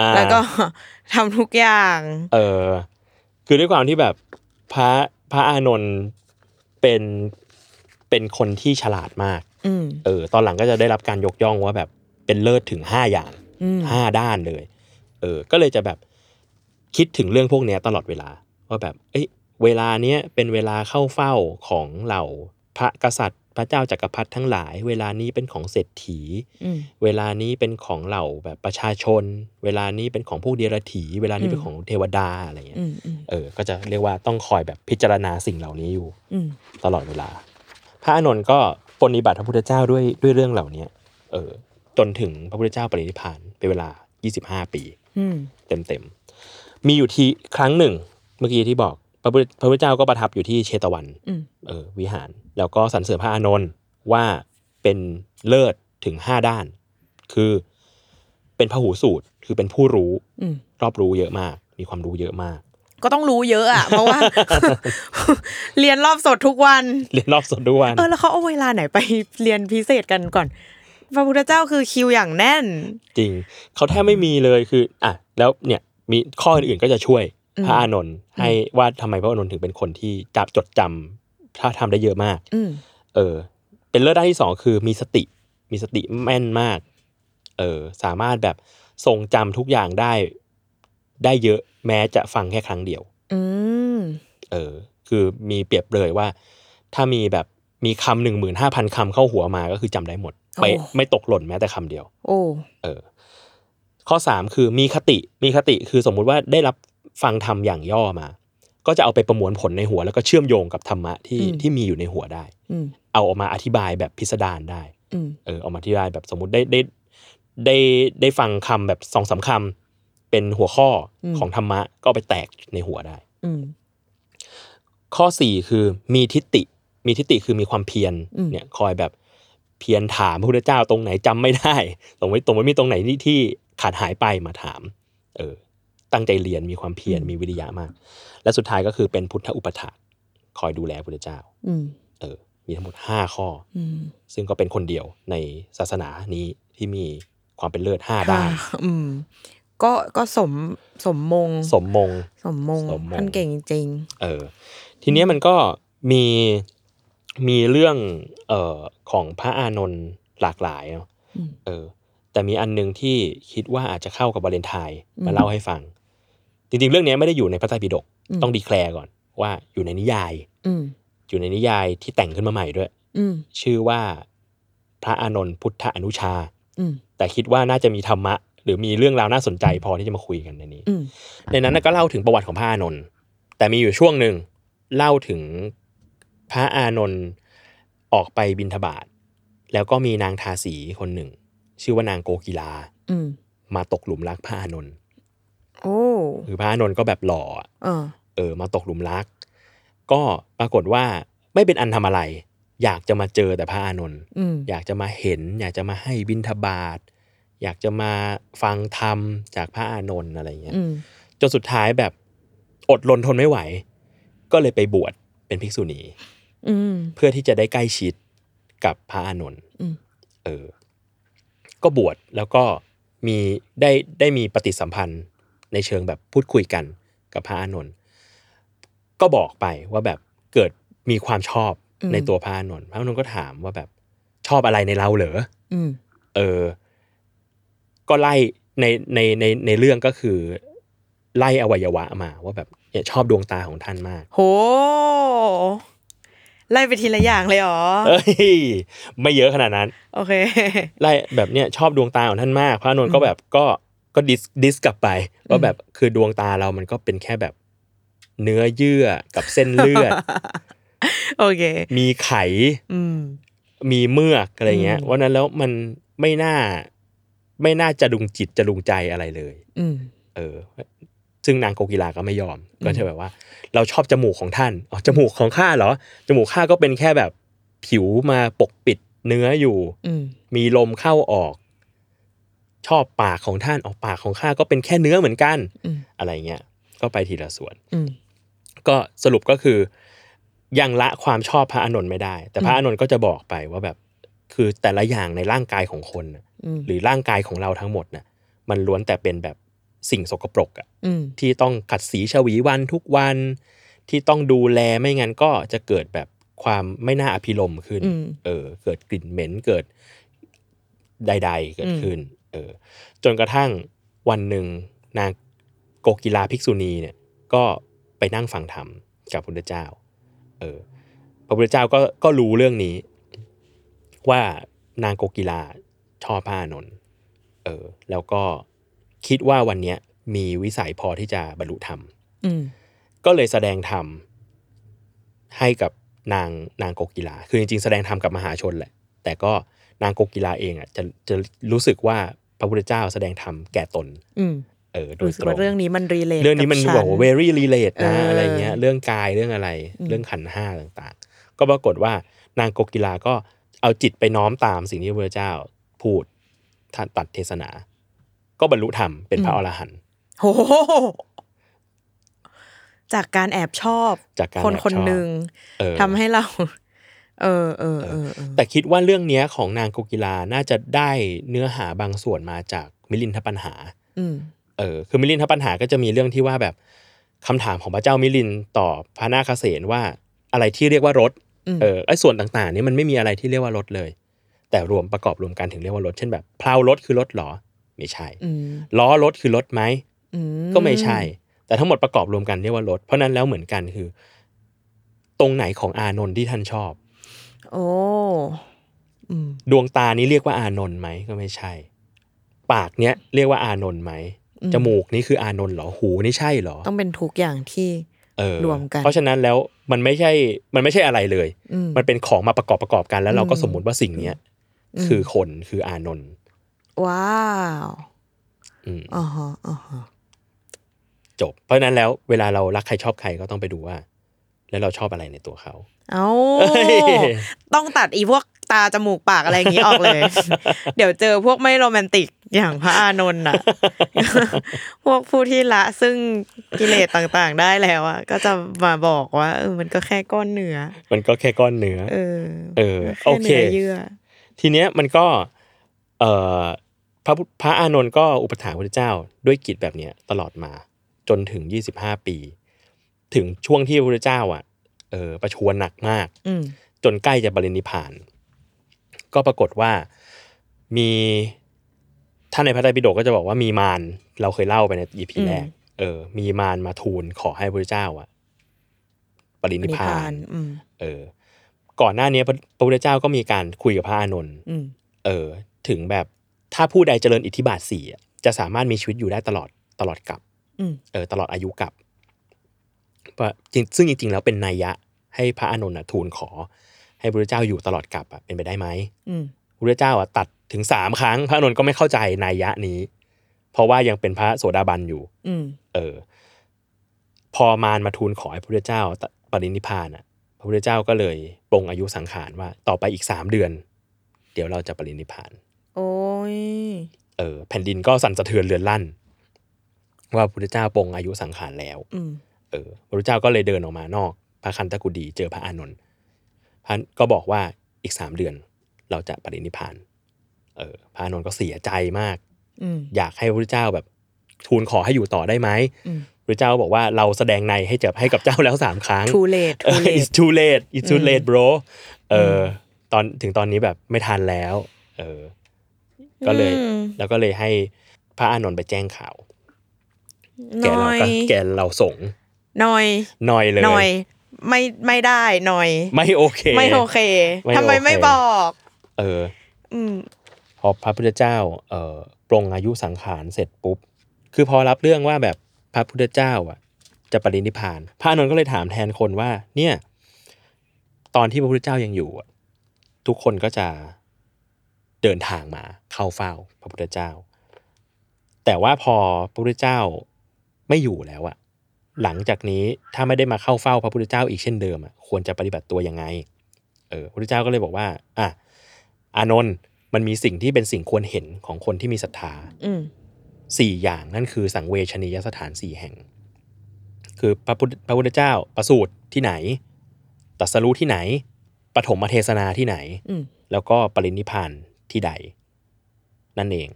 Speaker 3: อ่า
Speaker 4: แล้วก็ ทำทุกอย่าง
Speaker 3: เออคือด้วยความที่แบบพระพระอานนท์เป็นเป็นคนที่ฉลาดมาก
Speaker 4: อืม
Speaker 3: เออตอนหลังก็จะได้รับการยกย่องว่าแบบเป็นเลิศถึงห้าอย่าง
Speaker 4: อืม
Speaker 3: ห้าด้านเลยเออก็เลยจะแบบคิดถึงเรื่องพวกเนี้ยตลอดเวลาว่าแบบเอ้ยเวลาเนี้ยเป็นเวลาเข้าเฝ้าของเหล่าพระกษัตริย์ พระเจ้าจักรพรรดิทั้งหลาย เวลานี้เป็นของเศรษฐี
Speaker 4: อืม
Speaker 3: เวลานี้เป็นของเหล่าแบบประชาชน เวลานี้เป็นของพวกเดรัจฉีเวลานี้เป็นของเทวดาอะไรเงี้ย
Speaker 4: อืมอืม
Speaker 3: เออ ก็จะเรียกว่าต้องคอยแบบพิจารณาสิ่งเหล่านี้อยู่
Speaker 4: อืม
Speaker 3: ตลอดเวลา พระอานนท์ก็ปรนนิบัติพระพุทธเจ้าด้วยด้วยเรื่องเหล่านี้เออ จนถึงพระพุทธเจ้าปรินิพพานเป็นเวลา 25 ปี
Speaker 4: อืม
Speaker 3: เต็มๆ มีอยู่ทีครั้งหนึ่ง เมื่อกี้ที่บอกพระพุทธพระพุทธเจ้าก็ประทับอยู่ที่เชตวัน
Speaker 4: อืม
Speaker 3: เออวิหาร แล้วก็สรรเสริญพระอานนท์ว่าเป็นเลิศถึง 5 ด้าน คือเป็นพหูสูตรคือเป็นผู้รู้
Speaker 4: อืม
Speaker 3: รอบรู้เยอะมาก มีความรู้เยอะมาก
Speaker 4: ก็ต้องรู้เยอะอ่ะ เพราะว่า เรียนรอบสดทุกวัน
Speaker 3: เรียนรอบสดด้วยวัน
Speaker 4: เออ แล้วเขาเอาเวลาไหนไปเรียนพิเศษกันก่อน พระพุทธเจ้าคือคิวอย่างแน่น
Speaker 3: จริงเขาแทบไม่มีเลยคืออ่ะแล้วเนี่ยมีข้ออื่นๆก็จะช่วย
Speaker 4: อืม
Speaker 3: พระอานนท์ให้ว่าทำไมพระอานนท์ถึงเป็นคนที่จับจดจำถ้าทำได้เยอะมาก
Speaker 4: อืม
Speaker 3: เออ เป็นเลิศด้านที่สองคือมีสติ มีสติแม่นมาก เออ สามารถแบบทรงจำทุกอย่างได้ ได้เยอะแม้จะฟังแค่ครั้งเดียว
Speaker 4: อืม
Speaker 3: เออ คือมีเปรียบเลยว่า ถ้ามีแบบมีคำหนึ่งหมื่นห้าพันคำเข้าหัวมาก็คือจำได้หมดไป
Speaker 4: โอ้
Speaker 3: ไม่ตกหล่นแม้แต่คำเดียว
Speaker 4: โอ้
Speaker 3: เออข้อสามคือมีคติมีคติคือสมมุติว่าได้รับฟังธรรมอย่างย่อมา ก็จะเอาไปประมวลผลในหัว แล้วก็เชื่อมโยงกับธรรมะที่ที่มีอยู่ในหัวได้
Speaker 4: อืม
Speaker 3: เอาออกมาอธิบายแบบพิสดารได้
Speaker 4: อืม
Speaker 3: เออเอามาอธิบายแบบสมมติได้ได้ได้ได้ฟังคำแบบสองสามคำเป็นหัวข้ออ
Speaker 4: ม
Speaker 3: ของธรรมะก็เอาไปแตกในหัวได้
Speaker 4: อืม
Speaker 3: ข้อสี่คือมีทิฏฐิมีทิฏฐิคือมีความเพียร
Speaker 4: อืม
Speaker 3: เนี่ยคอยแบบเพียรถามพระพุทธเจ้าตรงไหนจำไม่ได้ ตรงไว้ตรงไว้มีตรงไหนที่ที่ขาดหายไปมาถาม เออ ตั้งใจเรียนมีความเพียรมีวิริยะมาก และสุดท้ายก็คือเป็นพุทธอุปถากคอยดูแลพระพุทธเจ้า
Speaker 4: อืม
Speaker 3: เออ มีทั้งหมดห้าข้อ
Speaker 4: อืม
Speaker 3: ซึ่งก็เป็นคนเดียวในศาสนานี้ที่มีความเป็นเลิศห้าด้าน
Speaker 4: ค่ะอืม ก็ก็สมสมมง
Speaker 3: สมมง
Speaker 4: สมมง
Speaker 3: สมมง
Speaker 4: ท่านเก่งจริง
Speaker 3: เออทีเนี้ยมันก็มีมีเรื่องเอ่อของพระอานนท์หลากหลายเนาะ
Speaker 4: ๆอืม
Speaker 3: เออ แต่มีอันหนึงที่คิดว่าอาจจะเข้ากับวาเลนไทน์
Speaker 4: อืม
Speaker 3: มาเล่าให้ฟัง จริงๆ เรื่องเนี้ยไม่ได้อยู่ในพระไตรปิฎก
Speaker 4: อืม
Speaker 3: ต้องดีแคลร์ก่อนว่าอยู่ในนิยาย
Speaker 4: อืม
Speaker 3: อยู่ในนิยายที่แต่งขึ้นมาใหม่ด้วย
Speaker 4: อืม
Speaker 3: ชื่อว่าพระอานนท์พุทธอนุชา
Speaker 4: อืม
Speaker 3: แต่คิดว่าน่าจะมีธรรมะ หรือมีเรื่องราวน่าสนใจพอที่จะมาคุยกันในนี้
Speaker 4: อืม
Speaker 3: ในนั้นน่ะก็เล่าถึงประวัติของพระอานนท์แต่มีอยู่ช่วงหนึ่งเล่าถึงพระอานนท์ออกไปบินทบาทแล้วก็มีนางทาสีคนหนึ่ง ชื่อว่านางโกกีลา
Speaker 4: อืม
Speaker 3: มาตกหลุมรักพระอานนท์
Speaker 4: โอ้
Speaker 3: คือพระอานนท์ก็แบบหล่อ
Speaker 4: เออ
Speaker 3: ไป เออมาตกหลุมรัก ก็ปรากฏว่าไม่เป็นอันทำอะไร อยากจะมาเจอแต่พระอานนท์
Speaker 4: อืม
Speaker 3: อยากจะมาเห็น อยากจะมาให้บิณฑบาตอยากจะมาฟังธรรมจากพระอานนท์อะไรเงี้ย
Speaker 4: อืม
Speaker 3: จนสุดท้ายแบบอดรนทนไม่ไหว ก็เลยไปบวชเป็นภิกษุณี
Speaker 4: อืม
Speaker 3: เพื่อที่จะได้ใกล้ชิดกับพระอานนท์
Speaker 4: อืม
Speaker 3: เออ ก็บวชแล้วก็มีได้ได้มีปฏิสัมพันธ์ในเชิงแบบพูดคุยกันกับพระอานนท์ก็บอกไปว่าแบบเกิดมีความชอบในตัวพระอานนท์พระอานนท์ก็ถามว่าแบบชอบอะไรในเราเหรอ
Speaker 4: อืม
Speaker 3: เออ ก็ไล่ในในในในเรื่องก็คือ ไล่อวัยวะมาว่าแบบเนี่ยชอบดวงตาของท่านมาก
Speaker 4: โห ไล่ไปทีละอย่างเลยเหรอ
Speaker 3: เอ้ย ไม่เยอะขนาดนั้น
Speaker 4: โอเค
Speaker 3: ไล่แบบเนี่ยชอบดวงตาของท่านมาก พระอานนท์ก็แบบก็ก็ดิสดิสกลับไปว่าแบบคือดวงตาเรามันก็เป็นแค่แบบเนื้อเยื่อกับเส้นเลือ ด
Speaker 4: โอเค
Speaker 3: มีไข
Speaker 4: อืม
Speaker 3: มีเมือกอะไรเงี้ย
Speaker 4: อืม
Speaker 3: วันนั้นแล้วมันไม่น่าไม่น่าจะดุงจิตจะดุงใจอะไรเลย
Speaker 4: อืม
Speaker 3: เออ ซึ่งนางโกกีลาก็ไม่ยอม ก็จะแบบว่า เราชอบจมูกของท่าน อ๋อ จมูกของข้าเหรอ จมูกข้าก็เป็นแค่แบบผิวมาปกปิดเนื้ออยู่
Speaker 4: อืม
Speaker 3: มีลมเข้าออก ชอบปากของท่าน ออกปากของข้าก็เป็นแค่เนื้อเหมือนกัน
Speaker 4: อืม
Speaker 3: อะไรเงี้ย ก็ไปทีละส่วน
Speaker 4: อืม
Speaker 3: ก็สรุปก็คือ ยังละความชอบพระอานนท์ไม่ได้ แต่พระอานนท์ก็จะบอกไปว่าแบบ คือแต่ละอย่างในร่างกายของคนน่ะ
Speaker 4: อืม
Speaker 3: หรือร่างกายของเราทั้งหมดน่ะ มันล้วนแต่เป็นแบบสิ่งสกปรกอะ
Speaker 4: อืม
Speaker 3: ที่ต้องขัดสีฉวีวันทุกวัน ที่ต้องดูแลไม่งั้นก็จะเกิดแบบความไม่น่าอภิรมย์ขึ้น
Speaker 4: อืม
Speaker 3: เออ เกิดกลิ่นเหม็นเกิดใด ๆ เกิดขึ้น เออ จนกระทั่งวันหนึ่งนางโกกีลาภิกษุณีเนี่ย ก็ไปนั่งฟังธรรมกับพระพุทธเจ้า เออ พระพุทธเจ้าก็ก็รู้เรื่องนี้ ว่านางโกกีลาชอบพระอานนท์เออ แล้วก็คิดว่าวันเนี้ยมีวิสัยพอที่จะบรรลุธรรม
Speaker 4: อืม
Speaker 3: ก็เลยแสดงธรรมให้กับนางนางโกกีลา คือจริงๆแสดงธรรมกับมหาชนแหละ แต่ก็นางโกกีลาเองอ่ะจะจะรู้สึกว่าพระพุทธเจ้าแสดงธรรมแก่ตน
Speaker 4: อืม
Speaker 3: เออ โดย
Speaker 4: รู้สึก
Speaker 3: ตรง
Speaker 4: ว่าเรื่องนี้มันรีเลท
Speaker 3: เรื่องนี้มัน
Speaker 4: กัฉั
Speaker 3: บอกว่า very relate นะ
Speaker 4: เอออ
Speaker 3: อะไรเงี้ย เรื่องกายเรื่องอะไร
Speaker 4: อืม
Speaker 3: เรื่องขันธ์ห้าต่างๆ ก็ปรากฏว่านางโกกีฬาก็เอาจิตไปน้อมตามสิ่งที่พระเจ้าพูดท่านตัดเทศนา ก็บรรลุธรรมเป็นพระอรหันต์
Speaker 4: โห จากการแอบชอบ
Speaker 3: จากการ
Speaker 4: คน
Speaker 3: แอบชอบ
Speaker 4: คนหนึ่ง
Speaker 3: เออ
Speaker 4: ทำให้เรา เออเออเออเออ
Speaker 3: แต่คิดว่าเรื่องเนี้ยของนางโกกีฬาน่าจะได้เนื้อหาบางส่วนมาจากมิลินทปัญหา
Speaker 4: อืม
Speaker 3: เออคือมิลินทปัญหาก็จะมีเรื่องที่ว่าแบบคำถามของพระเจ้ามิลินต่อพระนาคเสนว่าอะไรที่เรียกว่ารถ
Speaker 4: อืม
Speaker 3: เออไอ้ส่วนต่างๆ นี่มันไม่มีอะไรที่เรียกว่ารถเลย แต่รวมประกอบรวมกันถึงเรียกว่ารถเช่นแบบเพลารถคือรถเหรอไม่ใช่
Speaker 4: อืม
Speaker 3: ล้อรถคือรถไหม
Speaker 4: อื
Speaker 3: ก็ไม่ใช่ แต่ทั้งหมดประกอบรวมกันเรียกว่ารถเพราะนั้นแล้วเหมือนกันคือ ตรงไหนของอานนท์ที่ท่านชอบ
Speaker 4: โอ้อืม
Speaker 3: ดวงตานี้เรียกว่าอานนท์ไหมก็ไม่ใช่ ปากเนี้ยเรียกว่าอานนท์ไหม
Speaker 4: อืม
Speaker 3: จมูกนี่คืออานนท์เหรอหูนี่ใช่เหรอ
Speaker 4: ต้องเป็นทุกอย่างที่
Speaker 3: เออ
Speaker 4: รวมกัน
Speaker 3: เพราะฉะนั้นแล้วมันไม่ใช่มันไม่ใช่อะไรเลย
Speaker 4: อืม
Speaker 3: มันเป็นของมาประกอบประกอบกันแล้วเราก็
Speaker 4: อืม
Speaker 3: สมมุติว่าสิ่งเนี้ยคือคนคืออานนท์
Speaker 4: ว้าว
Speaker 3: อืม
Speaker 4: อ๋อฮะอ๋อฮะ
Speaker 3: จบ เพราะฉะนั้นแล้วเวลาเรารักใครชอบใครก็ต้องไปดูว่า แล้วเราชอบอะไรในตัวเขา
Speaker 4: เอา
Speaker 3: เอ้ย
Speaker 4: ต้องตัดอีพวกตาจมูกปากอะไรอย่างนี้ออกเลย เดี๋ยวเจอพวกไม่โรแมนติกอย่างพระอานนท์น่ะ พวกผู้ที่ละซึ่งกิเลสต่างๆได้แล้วอะก็จะมาบอกว่าเออมันก็แค่ก้อนเนื้อ
Speaker 3: มันก็แค่ก้อนเนื้อ
Speaker 4: เออ
Speaker 3: เออ
Speaker 4: แค่
Speaker 3: โอเค
Speaker 4: เนื้อเยื่อ
Speaker 3: ทีเนี้ยมันก็เอ่อพระพุทธพระอานนท์ก็อุปถัมภ์พระเจ้าด้วยกิจแบบเนี้ยตลอดมาจนถึง 25 ปี ถึงช่วงที่พระเจ้าอ่ะเออประชวรหนักมาก
Speaker 4: อืม
Speaker 3: จนใกล้จะบรินิพพาน ก็ปรากฏว่ามีท่านในพระไตรปิฎกก็จะบอกว่ามีมารเราเคยเล่าไปในอีพี
Speaker 4: อืม
Speaker 3: แรก เออ มีมารมาทูลขอให้พระเจ้าอะปรินิพพาน
Speaker 4: อืม
Speaker 3: เออ ก่อนหน้านี้พระพระพุทธเจ้าก็มีการคุยกับพระอานนท์
Speaker 4: อืม
Speaker 3: เออ ถึงแบบถ้าผู้ใดเจริญอิทธิบาทสี่อะจะสามารถมีชีวิตอยู่ได้ตลอดตลอดกับ
Speaker 4: อืม
Speaker 3: เออตลอดอายุกับเพราะจริงซึ่งจริง ๆ แล้วเป็นนัยยะให้พระอานนท์น่ะทูลขอ ให้พระเจ้าอยู่ตลอดกับอะเป็นไปได้ไหม
Speaker 4: อืม
Speaker 3: พระเจ้าอะตัดถึงสามครั้ง พระอานนท์ก็ไม่เข้าใจนัยยะนี้ เพราะว่ายังเป็นพระโสดาบันอยู่
Speaker 4: อืม
Speaker 3: เออ พอมารมาทูลขอให้พระพุทธเจ้าปรินิพพานอ่ะ พระพุทธเจ้าก็เลยปรงอายุสังขารว่าต่อไปอีกสามเดือน เดี๋ยวเราจะปรินิพพาน
Speaker 4: โอ้ย
Speaker 3: เออแผ่นดินก็สั่นสะเทือนเรือนลั่น ว่าพระพุทธเจ้าปรงอายุสังขารแล้ว
Speaker 4: อืม
Speaker 3: เออพระพุทธเจ้าก็เลยเดินออกมานอก พระคันตะกุดีเจอพระอานนท์พระก็บอกว่าอีกสามเดือนเราจะปรินิพพาน เออพระอานนท์ก็เสียใจมาก
Speaker 4: อืม
Speaker 3: อยากให้พระพุทธเจ้าแบบทูลขอให้อยู่ต่อได้ไหม
Speaker 4: อืม
Speaker 3: พระพุทธเจ้าบอกว่าเราแสดงในให้เจ็บให้กับเจ้าแล้วสามครั้ง
Speaker 4: ทูเลต
Speaker 3: เอ
Speaker 4: ทู
Speaker 3: อ
Speaker 4: เลต
Speaker 3: it's too late it's too
Speaker 4: อืม
Speaker 3: late bro เอออตอนถึงตอนนี้แบบไม่ทันแล้ว เออ ก็เลย
Speaker 4: อืม
Speaker 3: แล้วก็เลยให้พระอานนท์ไปแจ้งข่าว
Speaker 4: ห
Speaker 3: แก
Speaker 4: น่
Speaker 3: เรา
Speaker 4: อย
Speaker 3: ก็แกเราสงฆ์
Speaker 4: หน่อย
Speaker 3: หนอยเลย
Speaker 4: หน่อย ไม่ไม่ได้หน่อย
Speaker 3: ไม่โอเค
Speaker 4: ไม่โอเค
Speaker 3: ไม่
Speaker 4: ทำไม
Speaker 3: โอเค
Speaker 4: ไม่บอก
Speaker 3: เออ
Speaker 4: อืม
Speaker 3: พอพระพุทธเจ้าเอ่อปรงอายุสังขารเสร็จปุ๊บ คือพอรับเรื่องว่าแบบพระพุทธเจ้าอ่ะ จะปรินิพพาน พระอานนท์ก็เลยถามแทนคนว่า เนี่ย ตอนที่พระพุทธเจ้ายังอยู่อะทุกคนก็จะเดินทางมาเข้าเฝ้าพระพุทธเจ้า แต่ว่าพอพระพุทธเจ้าไม่อยู่แล้วอะหลังจากนี้ถ้าไม่ได้มาเข้าเฝ้าพระพุทธเจ้าอีกเช่นเดิมอะควรจะปฏิบัติตัวยังไง เออพระพุทธเจ้าก็เลยบอกว่า อ่ะ อานนท์มันมีสิ่งที่เป็นสิ่งควรเห็นของคนที่มีศรัทธา
Speaker 4: อืม
Speaker 3: สี่อย่างนั่นคือสังเวชนียสถานสี่แห่ง คือพระพุทธพระพุทธเจ้าประสูติที่ไหนตรัสรู้ที่ไหนปฐมเทศนาที่ไหน
Speaker 4: อืม
Speaker 3: แล้วก็ปรินิพพานที่ใด นั่นเอง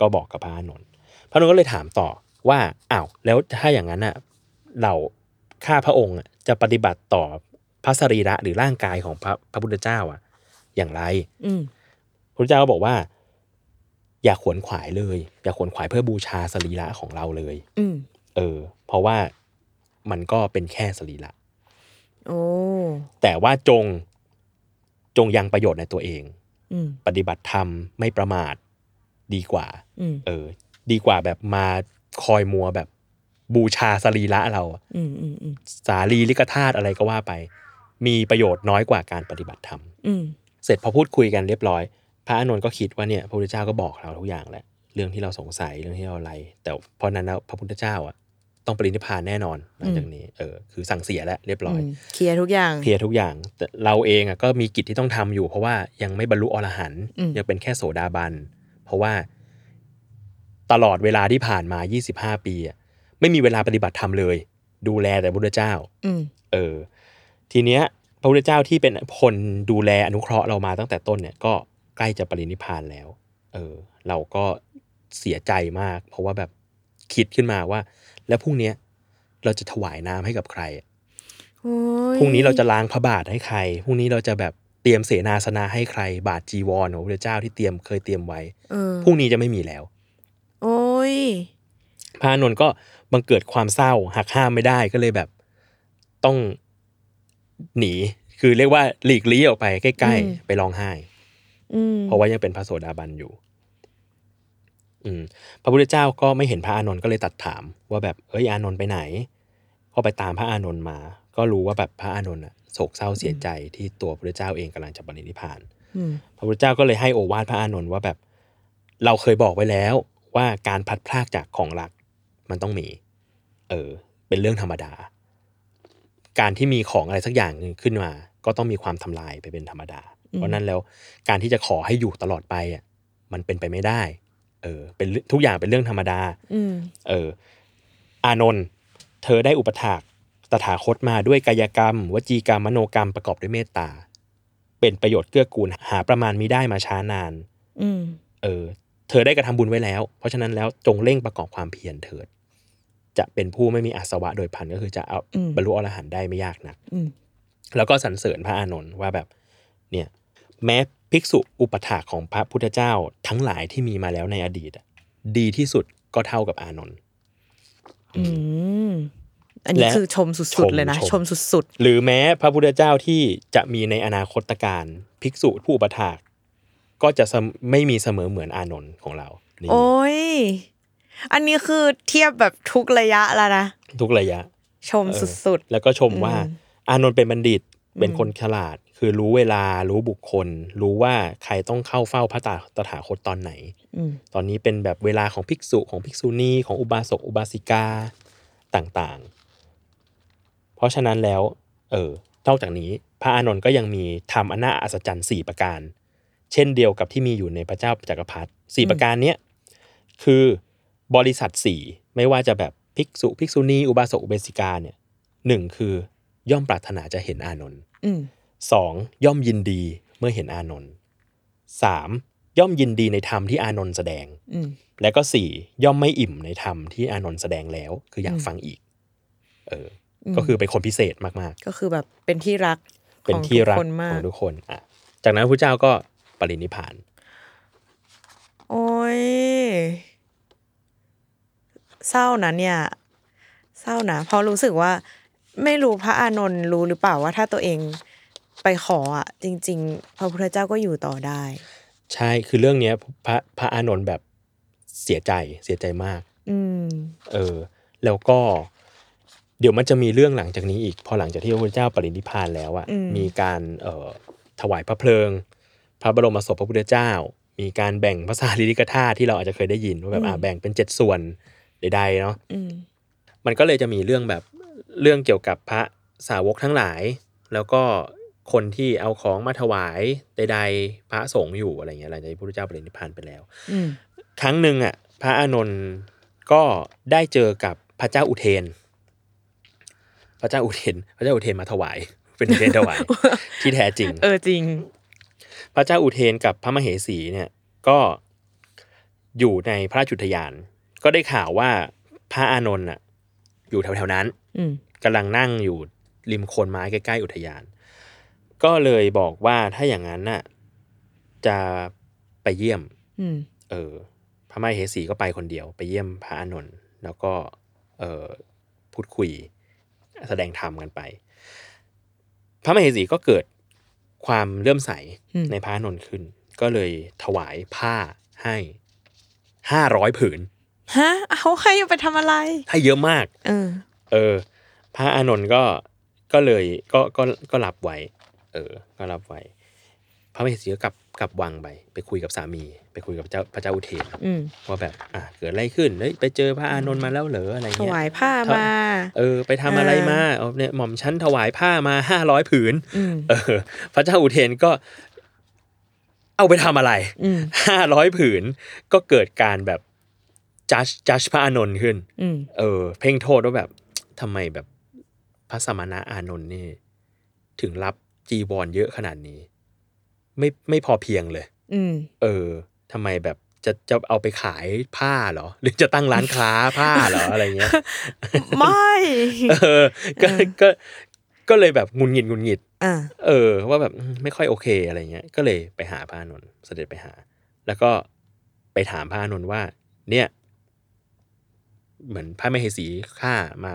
Speaker 3: ก็บอกกับพระอานนท์พระอานนท์ก็เลยถามต่อว่าอ้าวแล้วถ้าอย่างนั้นน่ะเราข้าพระองค์อะจะปฏิบัติต่อพระสรีระหรือร่างกายของพระพระพุทธเจ้าอะอย่างไร
Speaker 4: อืม
Speaker 3: พระพุทธเจ้าก็บอกว่า อย่าขวนขวายเลย อย่าขวนขวายเพื่อบูชาสรีระของเราเลย
Speaker 4: อืม
Speaker 3: เออ เพราะว่ามันก็เป็นแค่สรีระ
Speaker 4: โอ้
Speaker 3: แต่ว่าจงจงยังประโยชน์ในตัวเอง
Speaker 4: อืม
Speaker 3: ปฏิบัติธรรมไม่ประมาทดีกว่า
Speaker 4: อืม
Speaker 3: เออ ดีกว่าแบบมาคอยมัวแบบบูชาสรีระเรา
Speaker 4: อืม อืม อืม
Speaker 3: สารีริกธาตุอะไรก็ว่าไป มีประโยชน์น้อยกว่าการปฏิบัติธรรม
Speaker 4: อืม
Speaker 3: เสร็จพอพูดคุยกันเรียบร้อย พระอานนท์ก็คิดว่าเนี่ยพระพุทธเจ้าก็บอกเราทุกอย่างแหละเรื่องที่เราสงสัยเรื่องที่เราอะไร แต่เพราะนั้นแล้วพระพุทธเจ้าอ่ะต้องปรินิพพานแน่นอนหลังจากนี้เออคือสั่งเสียแล้วเรียบร้อย
Speaker 4: เคลียร์ทุกอย่าง
Speaker 3: เคลียร์ทุกอย่างแต่เราเองอ่ะก็มีกิจที่ต้องทำอยู่ เพราะว่ายังไม่บรรลุอรหันต์
Speaker 4: อืม
Speaker 3: ยังเป็นแค่โสดาบัน เพราะว่าตลอดเวลาที่ผ่านมา 25 ปีอ่ะไม่มีเวลาปฏิบัติธรรมเลย ดูแลแต่พระพุทธเจ้า
Speaker 4: อืม
Speaker 3: เออทีเนี้ยพระพุทธเจ้าที่เป็นคนดูแลอนุเคราะห์เรามาตั้งแต่ต้นเนี่ยก็ใกล้จะปรินิพพานแล้ว เออ เราก็เสียใจมาก เพราะว่าแบบคิดขึ้นมาว่า แล้วพรุ่งเนี้ยเราจะถวายน้ำให้กับใครอะ
Speaker 4: โอ้ย
Speaker 3: พรุ่งนี้เราจะล้างพระบาทให้ใครพรุ่งนี้เราจะแบบเตรียมเสนาสนะให้ใคร บาทจีวรของพระพุทธเจ้าที่เตรียมเคยเตรียมไว้
Speaker 4: เออ
Speaker 3: พรุ่งนี้จะไม่มีแล้ว
Speaker 4: โอ้ย
Speaker 3: พระอานนท์ก็บังเกิดความเศร้าหักห้ามไม่ได้ก็เลยแบบต้องหนี คือเรียกว่าหลีกลี้ออกไปใกล้
Speaker 4: อืม
Speaker 3: ๆ ไปร้องไห้
Speaker 4: อืม
Speaker 3: เพราะว่ายังเป็นพระโสดาบันอยู่ อืม พระพุทธเจ้าก็ไม่เห็นพระอานนท์ก็เลยตัดถาม ว่าแบบเอ้ยอานนท์ไปไหน ก็ไปตามพระอานนท์มา ก็รู้ว่าแบบพระอานนท์อะโศกเศร้าเสียใจที่ตัวพระพุทธเจ้าเองกำลังจะปรินิพพาน
Speaker 4: อืม
Speaker 3: พระพุทธเจ้าก็เลยให้โอวาทพระอานนท์ว่าแบบ เราเคยบอกไว้แล้วว่าการพลัดพรากจากของรักมันต้องมี เออ เป็นเรื่องธรรมดา การที่มีของอะไรสักอย่างหนึ่งขึ้นมา ก็ต้องมีความทำลายไปเป็นธรรมดา
Speaker 4: อืม
Speaker 3: เพราะนั้นแล้วการที่จะขอให้อยู่ตลอดไปอ่ะมันเป็นไปไม่ได้ เออ เป็นเรื่องทุกอย่างเป็นเรื่องธรรมดา
Speaker 4: อืม
Speaker 3: เอออานนท์เธอได้อุปถากตถาคตมาด้วยกายกรรม วจีกรรม มโนกรรมประกอบด้วยเมตตา เป็นประโยชน์เกื้อกูลหาประมาณมิได้มาช้านาน
Speaker 4: อืม
Speaker 3: เออ เธอได้กระทำบุญไว้แล้ว เพราะฉะนั้นแล้วจงเร่งประกอบความเพียรเถิด จะเป็นผู้ไม่มีอาสวะโดยพันก็คือจะเอา
Speaker 4: อืม
Speaker 3: บรรลุอรหันต์ได้ไม่ยากนัก
Speaker 4: อืม
Speaker 3: แล้วก็สรรเสริญพระอานนท์ว่าแบบเนี่ยแม้ภิกษุอุปถากของพระพุทธเจ้าทั้งหลายที่มีมาแล้วในอดีตอะดีที่สุดก็เท่ากับอานนท์
Speaker 4: อืม อันนี้
Speaker 3: และ
Speaker 4: คือชมสุดๆเลยนะ
Speaker 3: ชม
Speaker 4: ชมสุด
Speaker 3: หรือแม้พระพุทธเจ้าที่จะมีในอนาคตการภิกษุผู้อุปถากก็จะเสมอไม่มีเสมอเหมือนอานนท์ของเรานี่
Speaker 4: ๆ โอ้ย อันนี้คือเทียบแบบทุกระยะแล้วนะ
Speaker 3: ทุกระยะ
Speaker 4: ชม
Speaker 3: เออ
Speaker 4: สุด
Speaker 3: แล้วก็ชมว่า
Speaker 4: อืม
Speaker 3: อานนท์เป็นบัณฑิตเป็นคนฉลาด คือรู้เวลารู้บุคคล รู้ว่าใครต้องเข้าเฝ้าพระตาตถาคตตอนไหน
Speaker 4: ๆ อืม
Speaker 3: ตอนนี้เป็นแบบเวลาของภิกษุของภิกษุณีของอุบาสกอุบาสิกาต่าง เพราะฉะนั้นแล้ว เออ นอกจากนี้พระอานนท์ก็ยังมีธรรมอันน่าอัศจรรย์สี่ประการ เช่นเดียวกับที่มีอยู่ในพระเจ้าจักรพรรดิสี่ประการเนี้ยคือบริษัทสี่ไม่ว่าจะแบบภิกษุภิกษุณีอุบาสกอุเบสิกาเนี่ยหนึ่งคือย่อมปรารถนาจะเห็นอานนท์
Speaker 4: อืม
Speaker 3: สองย่อมยินดีเมื่อเห็นอานนท์สามย่อมยินดีในธรรมที่อานนท์แสดง
Speaker 4: อืม
Speaker 3: และก็สี่ย่อมไม่อิ่มในธรรมที่อานนท์แสดงแล้ว คืออยาก
Speaker 4: อืม
Speaker 3: ฟังอีก เอออ
Speaker 4: ม
Speaker 3: ก็คือเป็นคนพิเศษมาก
Speaker 4: ก็คือแบบเป็นที่รัก
Speaker 3: ๆ เป็นที่รัก
Speaker 4: ของทุกคนมา
Speaker 3: ข
Speaker 4: ก
Speaker 3: องทุกคนอ่ะจากนั้นพระเจ้าก็ปรินิพพาน
Speaker 4: โอ้ยเศร้านะเนี่ย เศร้านะเพราะรู้สึกว่า ไม่รู้พระอานนท์รู้หรือเปล่าว่าถ้าตัวเองไปขออ่ะ จริง ๆ พระพุทธเจ้าก็อยู่ต่อได้
Speaker 3: ใช่คือเรื่องเนี้ยพระพระอานนท์แบบเสียใจเสียใจมาก
Speaker 4: อืม
Speaker 3: เออ แล้วก็ เดี๋ยวมันจะมีเรื่องหลังจากนี้อีก พอหลังจากที่พระพุทธเจ้าปรินิพพานแล้วอะ
Speaker 4: อืม
Speaker 3: มีการเอ่อถวายพระเพลิง พระบรมศพพระพุทธเจ้า มีการแบ่งพระสารีริกธาตุที่เราอาจจะเคยได้ยินว่าแบบอ่าแบ่งเป็นเจ็ดส่วนใดๆเนาะ
Speaker 4: อืม
Speaker 3: มันก็เลยจะมีเรื่องแบบเรื่องเกี่ยวกับพระสาวกทั้งหลาย แล้วก็คนที่เอาของมาถวายใดๆพระสงฆ์อยู่อะไรเงี้ยหลังจากที่พระพุทธเจ้าปรินิพพานไปแล้ว
Speaker 4: อืม
Speaker 3: ครั้งหนึ่งอ่ะพระอานนท์ก็ได้เจอกับพระเจ้าอุเทน พระเจ้าอุเทน พระเจ้าอุเทนมาถวาย เป็นอุเทนถวาย ที่แท้จริง
Speaker 4: เออจริง
Speaker 3: พระเจ้าอุเทนกับพระมเหสีเนี่ยก็อยู่ในพระราชอุทยาน ก็ได้ข่าวว่าพระอานนท์อ่ะอยู่แถวๆนั้น
Speaker 4: อืม
Speaker 3: กำลังนั่งอยู่ริมโคนไม้ใกล้ ๆ อุทยาน ก็เลยบอกว่าถ้าอย่างนั้นน่ะจะไปเยี่ยม
Speaker 4: อืม
Speaker 3: เออพระมเหสีก็ไปคนเดียว ไปเยี่ยมพระอานนท์แล้วก็เออพูดคุยแสดงธรรมกันไป พระมเหสีก็เกิดความเลื่อมใส
Speaker 4: อืม
Speaker 3: ในพระอานนท์ขึ้น ก็เลยถวายผ้าให้ห้าร้อยผืน
Speaker 4: ฮะเอาใครจะไปทำอะไร
Speaker 3: ให้เยอะมาก
Speaker 4: เออ
Speaker 3: เออพระอานนท์ก็ก็เลยก็ก็ก็รับไว้ เออ ก็รับไว้ พระมเหสีก็กลับกลับวังไป ไปคุยกับสามี ไปคุยกับเจ้าพระเจ้าอุเทน
Speaker 4: อืม
Speaker 3: ว่าแบบอ่ะเกิดอะไรขึ้นเฮ้ยไปเจอพระอานนท์มาแล้วเหรออะไร
Speaker 4: ถ
Speaker 3: เงี้ย
Speaker 4: วายผ้ามา
Speaker 3: เออ ไปทำอะไรมาเอาเนี่ยหม่อมชั้นถวายผ้ามาห้าร้อยผืน
Speaker 4: อืม
Speaker 3: เออ พระเจ้าอุเทนก็ เอาไปทำอะไร
Speaker 4: อืม
Speaker 3: ห้าร้อยผืน ก็เกิดการแบบจัดจัดพระอานนท์ขึ้น
Speaker 4: อืม
Speaker 3: เออเพ่งโทษว่าแบบทำไมแบบพระสมณะอานนท์นี่ ถึงรับจีวรเยอะขนาดนี้ ไม่ไม่พอเพียงเลย
Speaker 4: อืม
Speaker 3: เออทำไมแบบจะจะเอาไปขายผ้าเหรอ หรือจะตั้งร้านค้าผ้าเหรอ อะไรเงี้ ย
Speaker 4: ไม่
Speaker 3: เออก็ก็ก็เลยแบบหงุนหงิดหงุนหงิด
Speaker 4: อ่า
Speaker 3: เออว่าแบบอืมไม่ค่อยโอเคอะไรเงี้ย ก็เลยไปหาพระอานนท์เสด็จไปหา แล้วก็ไปถามพระอานนท์ว่า เนี่ย เหมือนพระมเหสีข้ามา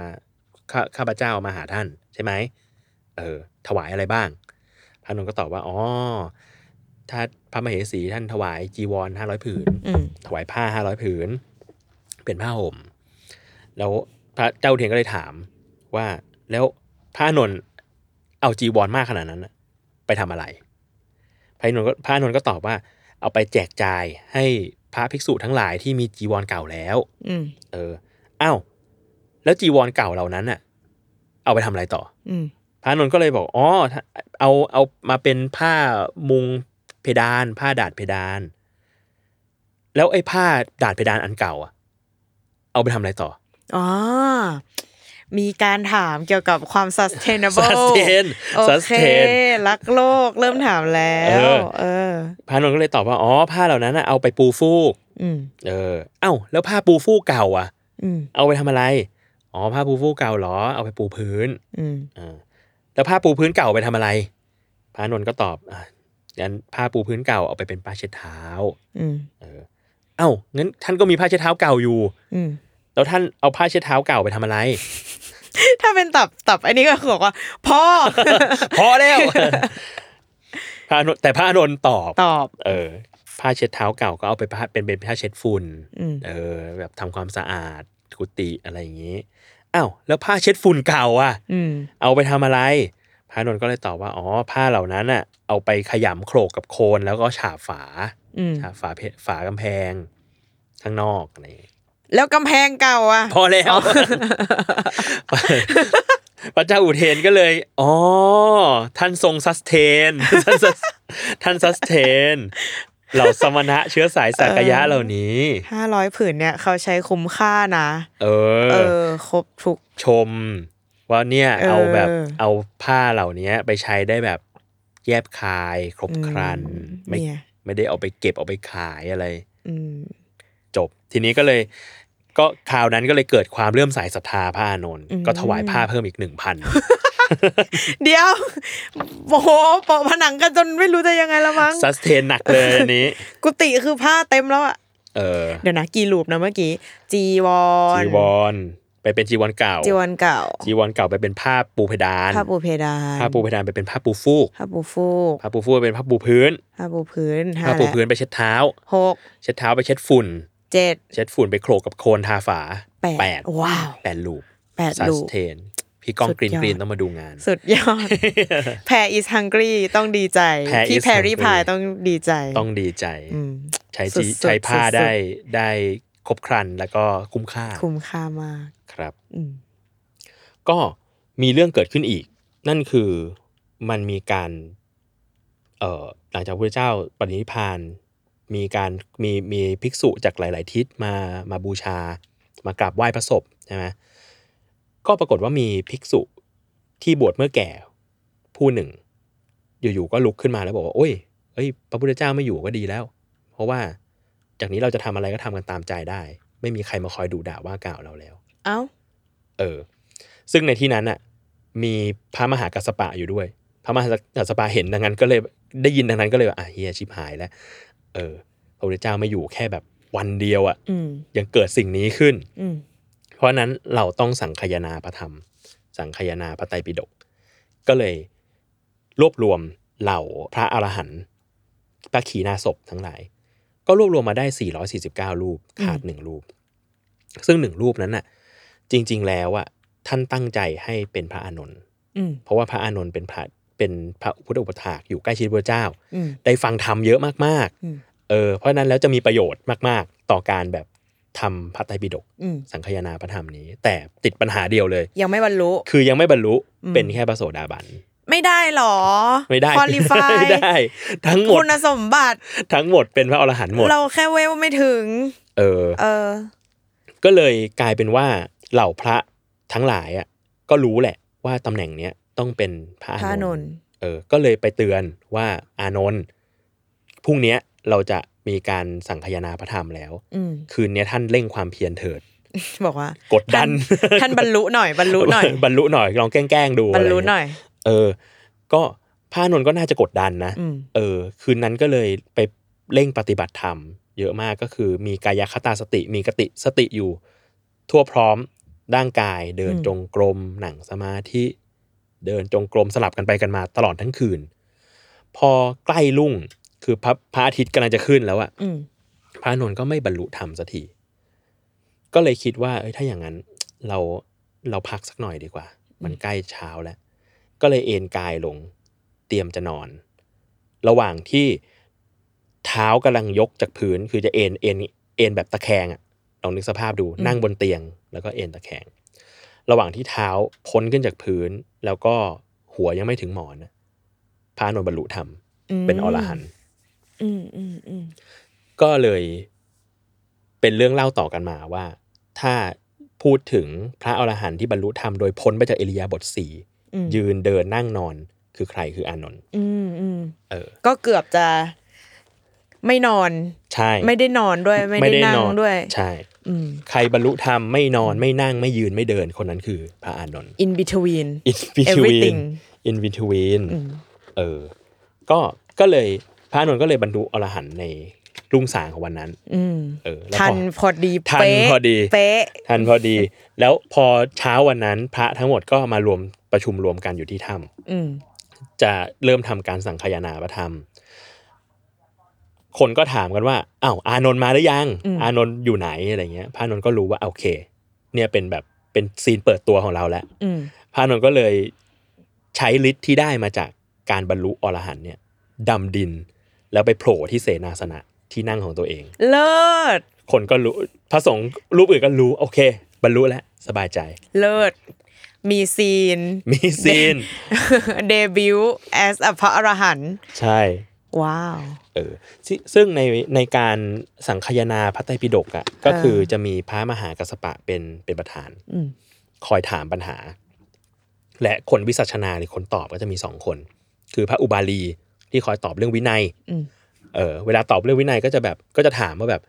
Speaker 3: ข้าข้าพเจ้ามาหาท่าน ใช่ไหมเออ ถวายอะไรบ้าง พระอานนท์ก็ตอบว่าอ๋อถ้าพระมเหสีท่านถวายจีวรห้าร้อยผืน
Speaker 4: อืม
Speaker 3: ถวายผ้าห้าร้อยผืน เป็นผ้าห่ม แล้วพระเจ้าอุเทียนก็เลยถามว่าแล้วพระอานนท์เอาจีวรมากขนาดนั้นน่ะไปทำอะไร พระอานนท์ก็พระอานนท์ก็ตอบว่า เอาไปแจกจ่ายให้พระภิกษุทั้งหลายที่มีจีวรเก่าแล้ว
Speaker 4: อืม
Speaker 3: เอออ้าวแล้วจีวรเก่าเหล่านั้นน่ะ เอาไปทำอะไรต่อ
Speaker 4: อืม
Speaker 3: พระอานนท์ก็เลยบอก อ๋อถ้าเอา เอามาเป็นผ้ามุงเพดาน ผ้าดาดเพดาน แล้วไอ้ผ้าดาดเพดานอันเก่าอะเอาไปทำอะไรต่อ
Speaker 4: อ๋อ มีการถามเกี่ยวกับความ
Speaker 3: สั ส
Speaker 4: sustainable
Speaker 3: เทน
Speaker 4: โอ
Speaker 3: สัส
Speaker 4: เค
Speaker 3: เทน
Speaker 4: รักโลกเริ่มถามแล้ว
Speaker 3: เออ
Speaker 4: เออ
Speaker 3: พระอานนท์ก็เลยตอบว่า อ๋อ ผ้าเหล่านั้นอะเอาไปปูฟูก
Speaker 4: อืม
Speaker 3: เออ เอ้า แล้วผ้าปูฟูกเก่าอะ
Speaker 4: อืม
Speaker 3: เอาไปทำอะไร อ๋อ ผ้าปูฟูกเก่าเหรอ เอาไปปูพื้น
Speaker 4: อืม
Speaker 3: อ่าแล้วผ้าปูพื้นเก่าไปทำอะไร พระอานนท์ก็ตอบ อ่ะงั้นผ้าปูพื้นเก่าเอาไปเป็นผ้าเช็ดเท้า
Speaker 4: อืม
Speaker 3: เออเอ้า งั้นท่านก็มีผ้าเช็ดเท้าเก่าอยู่
Speaker 4: อืม
Speaker 3: แล้วท่านเอาผ้าเช็ดเท้าเก่าไปทำ อะไร
Speaker 4: ถ้าเป็นตับตับอันนี้ก็คือบอกว่า พ่อ
Speaker 3: พอ แล้ว พระอานนท์แต่พระอานนท์ตอบ
Speaker 4: ตอบ
Speaker 3: เออ ผ้าเช็ดเท้าเก่าก็เอาไปผ้าเป็นเป็นผ้าเช็ดฝุ่น
Speaker 4: อืม
Speaker 3: เออ แบบทำความสะอาดกุฏิอะไรอย่างนี้ อ้าว แล้วผ้าเช็ดฝุ่นเก่าอ่ะ
Speaker 4: อืม
Speaker 3: เอาไปทำอะไร พระอานนท์ก็เลยตอบว่า อ๋อ ผ้าเหล่านั้นน่ะ เอาไปขยำโขลกกับโคลนแล้วก็ฉาบฝา
Speaker 4: อืม
Speaker 3: ฉาบฝาเพฝากำแพง ข้างนอกอะไรอย่างงี้
Speaker 4: แล้วกำแพงเก่าอ่ะ
Speaker 3: พอแล้ว พระเจ้าอุเทนก็เลยอ๋อท่านทรงซัสเทน ท่าน sus- ท่านซัสเทน เหล่าสมณะเชื้อสายสักยะเหล่านี้
Speaker 4: ห้าร้อยผืนเนี่ยเขาใช้คุ้มค่านะ
Speaker 3: เอ
Speaker 4: เอ
Speaker 3: อ
Speaker 4: อ ครบทุก
Speaker 3: ชมว่าเนี่ย
Speaker 4: เออ
Speaker 3: เอาแบบเอาผ้าเหล่านี้ไปใช้ได้แบบแยบคาย ครบครัน ไม่
Speaker 4: เนี่ย
Speaker 3: ไม่ได้เอาไปเก็บเอาไปขายอะไร
Speaker 4: อืม
Speaker 3: จบ ทีนี้ก็เลย ก็คราวนั้นก็เลยเกิดความเลื่อมใสศรัทธาพระอานนท์
Speaker 4: อืม
Speaker 3: ก็ถวายผ้าเพิ่มอีกหนึ่งพัน
Speaker 4: เดี๋ยว โอ้โหโปะผนังกันจนไม่รู้จะยังไงแล้วมั้ง
Speaker 3: ซัสเทนหนักเลยอัน นี้
Speaker 4: กุฏิคือผ้าเต็มแล้วอะ
Speaker 3: เออ
Speaker 4: เดี๋ยวนะกี่รูปนะเมื่อกี้ จีวร
Speaker 3: จีวรไปเป็นจีวรเก่า
Speaker 4: จีวรเก่า
Speaker 3: จีวรเก่าไปเป็นผ้าปูเพดาน
Speaker 4: ผ้าปูเพดาน
Speaker 3: ผ้าปูเพดานไปเป็นผ้าปูฟูก
Speaker 4: ผ้าปูฟูก
Speaker 3: ผ้าปูฟูกเป็นผ้าปูพื้น
Speaker 4: ผ้าปูพื้นห้า
Speaker 3: ผ้าปู
Speaker 4: แหละ
Speaker 3: พื้นไปเช็ดเท้า
Speaker 4: หก
Speaker 3: เช็ดเท้าไปเช็ดฝุ่น
Speaker 4: เจ็ด
Speaker 3: เช็ดฝุ่นไปโขลกกับโคลนทาฝา
Speaker 4: แปดว้าว
Speaker 3: แปดลูป
Speaker 4: แปด
Speaker 3: ซั
Speaker 4: รู
Speaker 3: ส
Speaker 4: ป
Speaker 3: เทน พี่ก้อง
Speaker 4: สุ
Speaker 3: ก
Speaker 4: ด
Speaker 3: รีน
Speaker 4: ยอด
Speaker 3: กรีนต้องมาดูงาน
Speaker 4: สุดยอ ด แพรอิสฮังกรีต้องดีใจ
Speaker 3: Pear
Speaker 4: พี่
Speaker 3: is
Speaker 4: แพร
Speaker 3: hungry
Speaker 4: รี่พายต้องดีใจ
Speaker 3: ต้องดีใจ
Speaker 4: อืม
Speaker 3: ใช้
Speaker 4: สุ
Speaker 3: จี
Speaker 4: ดๆ
Speaker 3: ใช้ผ้า
Speaker 4: สุดๆ
Speaker 3: ได้ได้ครบครันแล้วก็คุ้มค่า
Speaker 4: คุ้มค่ามาก
Speaker 3: ครับ
Speaker 4: อืม
Speaker 3: ก็มีเรื่องเกิดขึ้นอีก นั่นคือมันมีการ เอ่อหลังจากพระเจ้าปรินิพพาน มีการมีมีภิกษุจากหลาย ๆ ทิศมามาบูชา มากราบไหว้พระศพใช่ไหมก็ปรากฏว่ามีภิกษุที่บวชเมื่อแก่ผู้หนึ่ง อยู่ ๆ ก็ลุกขึ้นมาแล้วบอกว่าโอ้ยเอ้ย พระพุทธเจ้าไม่อยู่ก็ดีแล้ว เพราะว่าจากนี้เราจะทำอะไรก็ทำกันตามใจได้ ไม่มีใครมาคอยดูด่าว่ากล่าวเราแล้ว
Speaker 4: เอ้า
Speaker 3: เออ ซึ่งในที่นั้นอ่ะ มีพระมหากัสสปะอยู่ด้วย พระมหากัสสปะเห็นดังนั้นก็เลยได้ยินดังนั้นก็เลยแบบอ่ะเฮียชิบหายแล้ว เออ พระพุทธเจ้าไม่อยู่แค่แบบวันเดียวอ่ะ
Speaker 4: อืม
Speaker 3: ยังเกิดสิ่งนี้ขึ้น
Speaker 4: อืม
Speaker 3: เพราะฉะนั้นเราต้องสังคายนาพระธรรม สังคายนาพระไตรปิฎกก็เลยรวบรวมเหล่าพระอรหันต์พระขีณาสพทั้งหลาย ก็รวบรวมมาได้ 449 รูปขาดหนึ่งรูป ซึ่งหนึ่งรูปนั้นน่ะ จริง ๆ แล้วอ่ะท่านตั้งใจให้เป็นพระอานนท์
Speaker 4: อืม
Speaker 3: เพราะว่าพระอานนท์เป็นพระเป็นพระพุทธอุปถากอยู่ใกล้ชิดพระเจ้า
Speaker 4: อืม
Speaker 3: ได้ฟังธรรมเยอะมาก
Speaker 4: อืม
Speaker 3: ๆ เออ เพราะฉะนั้นแล้วจะมีประโยชน์มาก ๆ ต่อการแบบทำพระไตรปิฎก
Speaker 4: อืม
Speaker 3: สังคายนาพระธรรมนี้ แต่ติดปัญหาเดียวเลย
Speaker 4: ยังไม่บรรลุ
Speaker 3: คือยังไม่บรรลุ
Speaker 4: อืม
Speaker 3: เป็นแค่พระโสดาบัน
Speaker 4: ไม่ได้หรอ
Speaker 3: ไม่ได้
Speaker 4: คอลิฟาย
Speaker 3: ไม่ได้ ทั้งหมด
Speaker 4: คุณสมบัติ
Speaker 3: ทั้งหมดเป็นพระอรหันต์หมด
Speaker 4: เราแค่เวลไม่ถึง
Speaker 3: เออ
Speaker 4: เออ
Speaker 3: ก็เลยกลายเป็นว่าเหล่าพระทั้งหลายอ่ะก็รู้แหละว่าตำแหน่งเนี้ยต้องเป็นพระ
Speaker 4: พระ
Speaker 3: อา
Speaker 4: อานน
Speaker 3: น
Speaker 4: น
Speaker 3: ท์
Speaker 4: ท์
Speaker 3: เออ ก็เลยไปเตือนว่าอานนท์พรุ่งเนี้ยเราจะมีการสังคายนาพระธรรมแล้ว
Speaker 4: อืม
Speaker 3: คืนเนี้ยท่านเร่งความเพียรเถิด
Speaker 4: บอกว่าก ก
Speaker 3: ดดัน
Speaker 4: ท่านบรร ลุหน่อย บรรลุหน่อย
Speaker 3: บรรลุหน่อยลองแกล้งๆดู
Speaker 4: บรร
Speaker 3: อะไ
Speaker 4: ลุหน่อย
Speaker 3: เออ ก็พระอานนท์ก็น่าจะกดดันนะ
Speaker 4: อืม
Speaker 3: เออ คืนนั้นก็เลยไปเร่งปฏิบัติธรรม เยอะมากก็คือมีกายคตาสติ มีกติสติอยู่ ทั่วพร้อมร่างกาย เดิน
Speaker 4: อืม
Speaker 3: จงกรมหนังสมาธิ เดินจงกรมสลับกันไปกันมาตลอดทั้งคืน พอใกล้รุ่งคือพระพระอาทิตย์กำลังจะขึ้นแล้วอะ
Speaker 4: อืม
Speaker 3: พระอานนท์ก็ไม่บรรลุธรรมสักที ก็เลยคิดว่า เอ้ย ถ้าอย่างนั้น เรา เราพักสักหน่อยดีกว่า มันใกล้เช้าแล้ว ก็เลยเอนกายลง เตรียมจะนอน ระหว่างที่เท้ากำลังยกจากพื้น คือจะเอนเอนเอนแบบตะแคงอะลองนึกสภาพดู
Speaker 4: อืม
Speaker 3: นั่งบนเตียง แล้วก็เอนตะแคง ระหว่างที่เท้าพ้นขึ้นจากพื้น แล้วก็หัวยังไม่ถึงหมอนน่ะพระอานนท์บรรลุธรรม
Speaker 4: ม
Speaker 3: เป็นอรหันต์
Speaker 4: อืมอืมอืม
Speaker 3: ก็เลยเป็นเรื่องเล่าต่อกันมาว่า ถ้าพูดถึงพระอรหันต์ที่บรรลุธรรมโดยพ้นไปจากเอริยาบทสี่
Speaker 4: อืม
Speaker 3: ยืนเดินนั่งนอนคือใครคืออานนท์
Speaker 4: อืมอืม
Speaker 3: เออ
Speaker 4: ก็เกือบจะไม่นอน
Speaker 3: ใช่
Speaker 4: ไม่ได้นอนด้วย ไม่ได้นั่งด้วย
Speaker 3: ใช่
Speaker 4: อืม
Speaker 3: ใครบรรลุธรรมไม่นอนไม่นั่งไม่ยืนไม่เดินคนนั้นคือพระอานนท์
Speaker 4: in between
Speaker 3: in between
Speaker 4: everything
Speaker 3: in between
Speaker 4: อืม
Speaker 3: เออ ก็ก็เลยพระอานนท์ก็เลยบรรลุอรหันต์ในรุ่งสางของวันนั้น
Speaker 4: อืม
Speaker 3: เออแล้วพอ
Speaker 4: ทันพอดี
Speaker 3: ทัน
Speaker 4: เป๊ะ
Speaker 3: พอดี
Speaker 4: เป๊ะ
Speaker 3: ทันพอดี แล้วพอเช้าวันนั้น พระทั้งหมดก็มารวมประชุมรวมกันอยู่ที่ถ้
Speaker 4: อืม
Speaker 3: ำจะเริ่มทำการสังคายนาพระธรรม คนก็ถามกันว่าอ้าวอานนท์มาหรือยัง
Speaker 4: อืม
Speaker 3: อานนท์อยู่ไหนอะไรเงี้ย พระอานนท์ก็รู้ว่าโอเค เนี่ยเป็นแบบเป็นซีนเปิดตัวของเราแล้ว
Speaker 4: อืม
Speaker 3: พระอานนท์ก็เลยใช้ฤทธิ์ที่ได้มาจากการบรรลุอรหันต์เนี่ยดำดิน แล้วไปโผล่ที่เสนาสนะที่นั่งของตัวเอง
Speaker 4: เลิศ
Speaker 3: คนก็รู้พระสงฆ์รูปอื่นก็รู้ โอเค บรรลุแล้วสบายใจ
Speaker 4: เลิศ มีซีน
Speaker 3: มีซีน
Speaker 4: เดบิวต์ as a พระอรหันต์
Speaker 3: ใช่
Speaker 4: ว้าว
Speaker 3: เออซึ่งซึ่งในในการสังคายนาพระไตรปิฎกอะ่ะก็คือจะมีพระมหากัสสปะเป็นเป็นประธาน
Speaker 4: อืม
Speaker 3: คอยถามปัญหา และคนวิสัชนาหรือคนตอบก็จะมีสองคน คือพระอุบาลีที่คอยตอบเรื่องวินัย
Speaker 4: อืม
Speaker 3: เออเวลาตอบเรื่องวินัยก็จะแบบก็จะถามว่าแบบ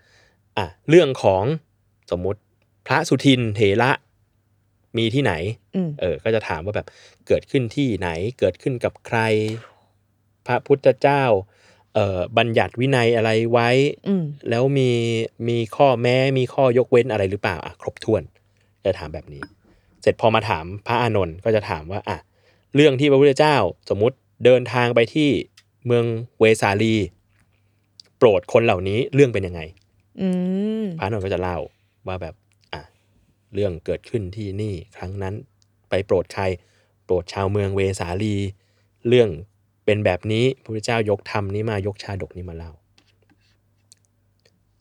Speaker 3: อ่ะเรื่องของสมมุติพระสุทินเถระมีที่ไหน
Speaker 4: อืม
Speaker 3: เออ ก็จะถามว่าแบบเกิดขึ้นที่ไหน เกิดขึ้นกับใคร พระพุทธเจ้า เอ่อ บัญญัติวินัยอะไรไว้
Speaker 4: อืม
Speaker 3: แล้วมี มีข้อแม้ มีข้อยกเว้นอะไรหรือเปล่า อ่ะ ครบถ้วน จะถามแบบนี้ เสร็จพอมาถามพระอานนท์ก็จะถามว่า อ่ะ เรื่องที่พระพุทธเจ้า สมมติเดินทางไปที่เมืองเวสาลี โปรดคนเหล่านี้เรื่องเป็นยังไง
Speaker 4: อืม
Speaker 3: พระนนท์ก็จะเล่าว่าแบบอ่ะเรื่องเกิดขึ้นที่นี่ครั้งนั้นไปโปรดใคร โปรดชาวเมืองเวสาลี เรื่องเป็นแบบนี้พระพุทธเจ้ายกธรรมนี้มายกชาดกนี้มาเล่า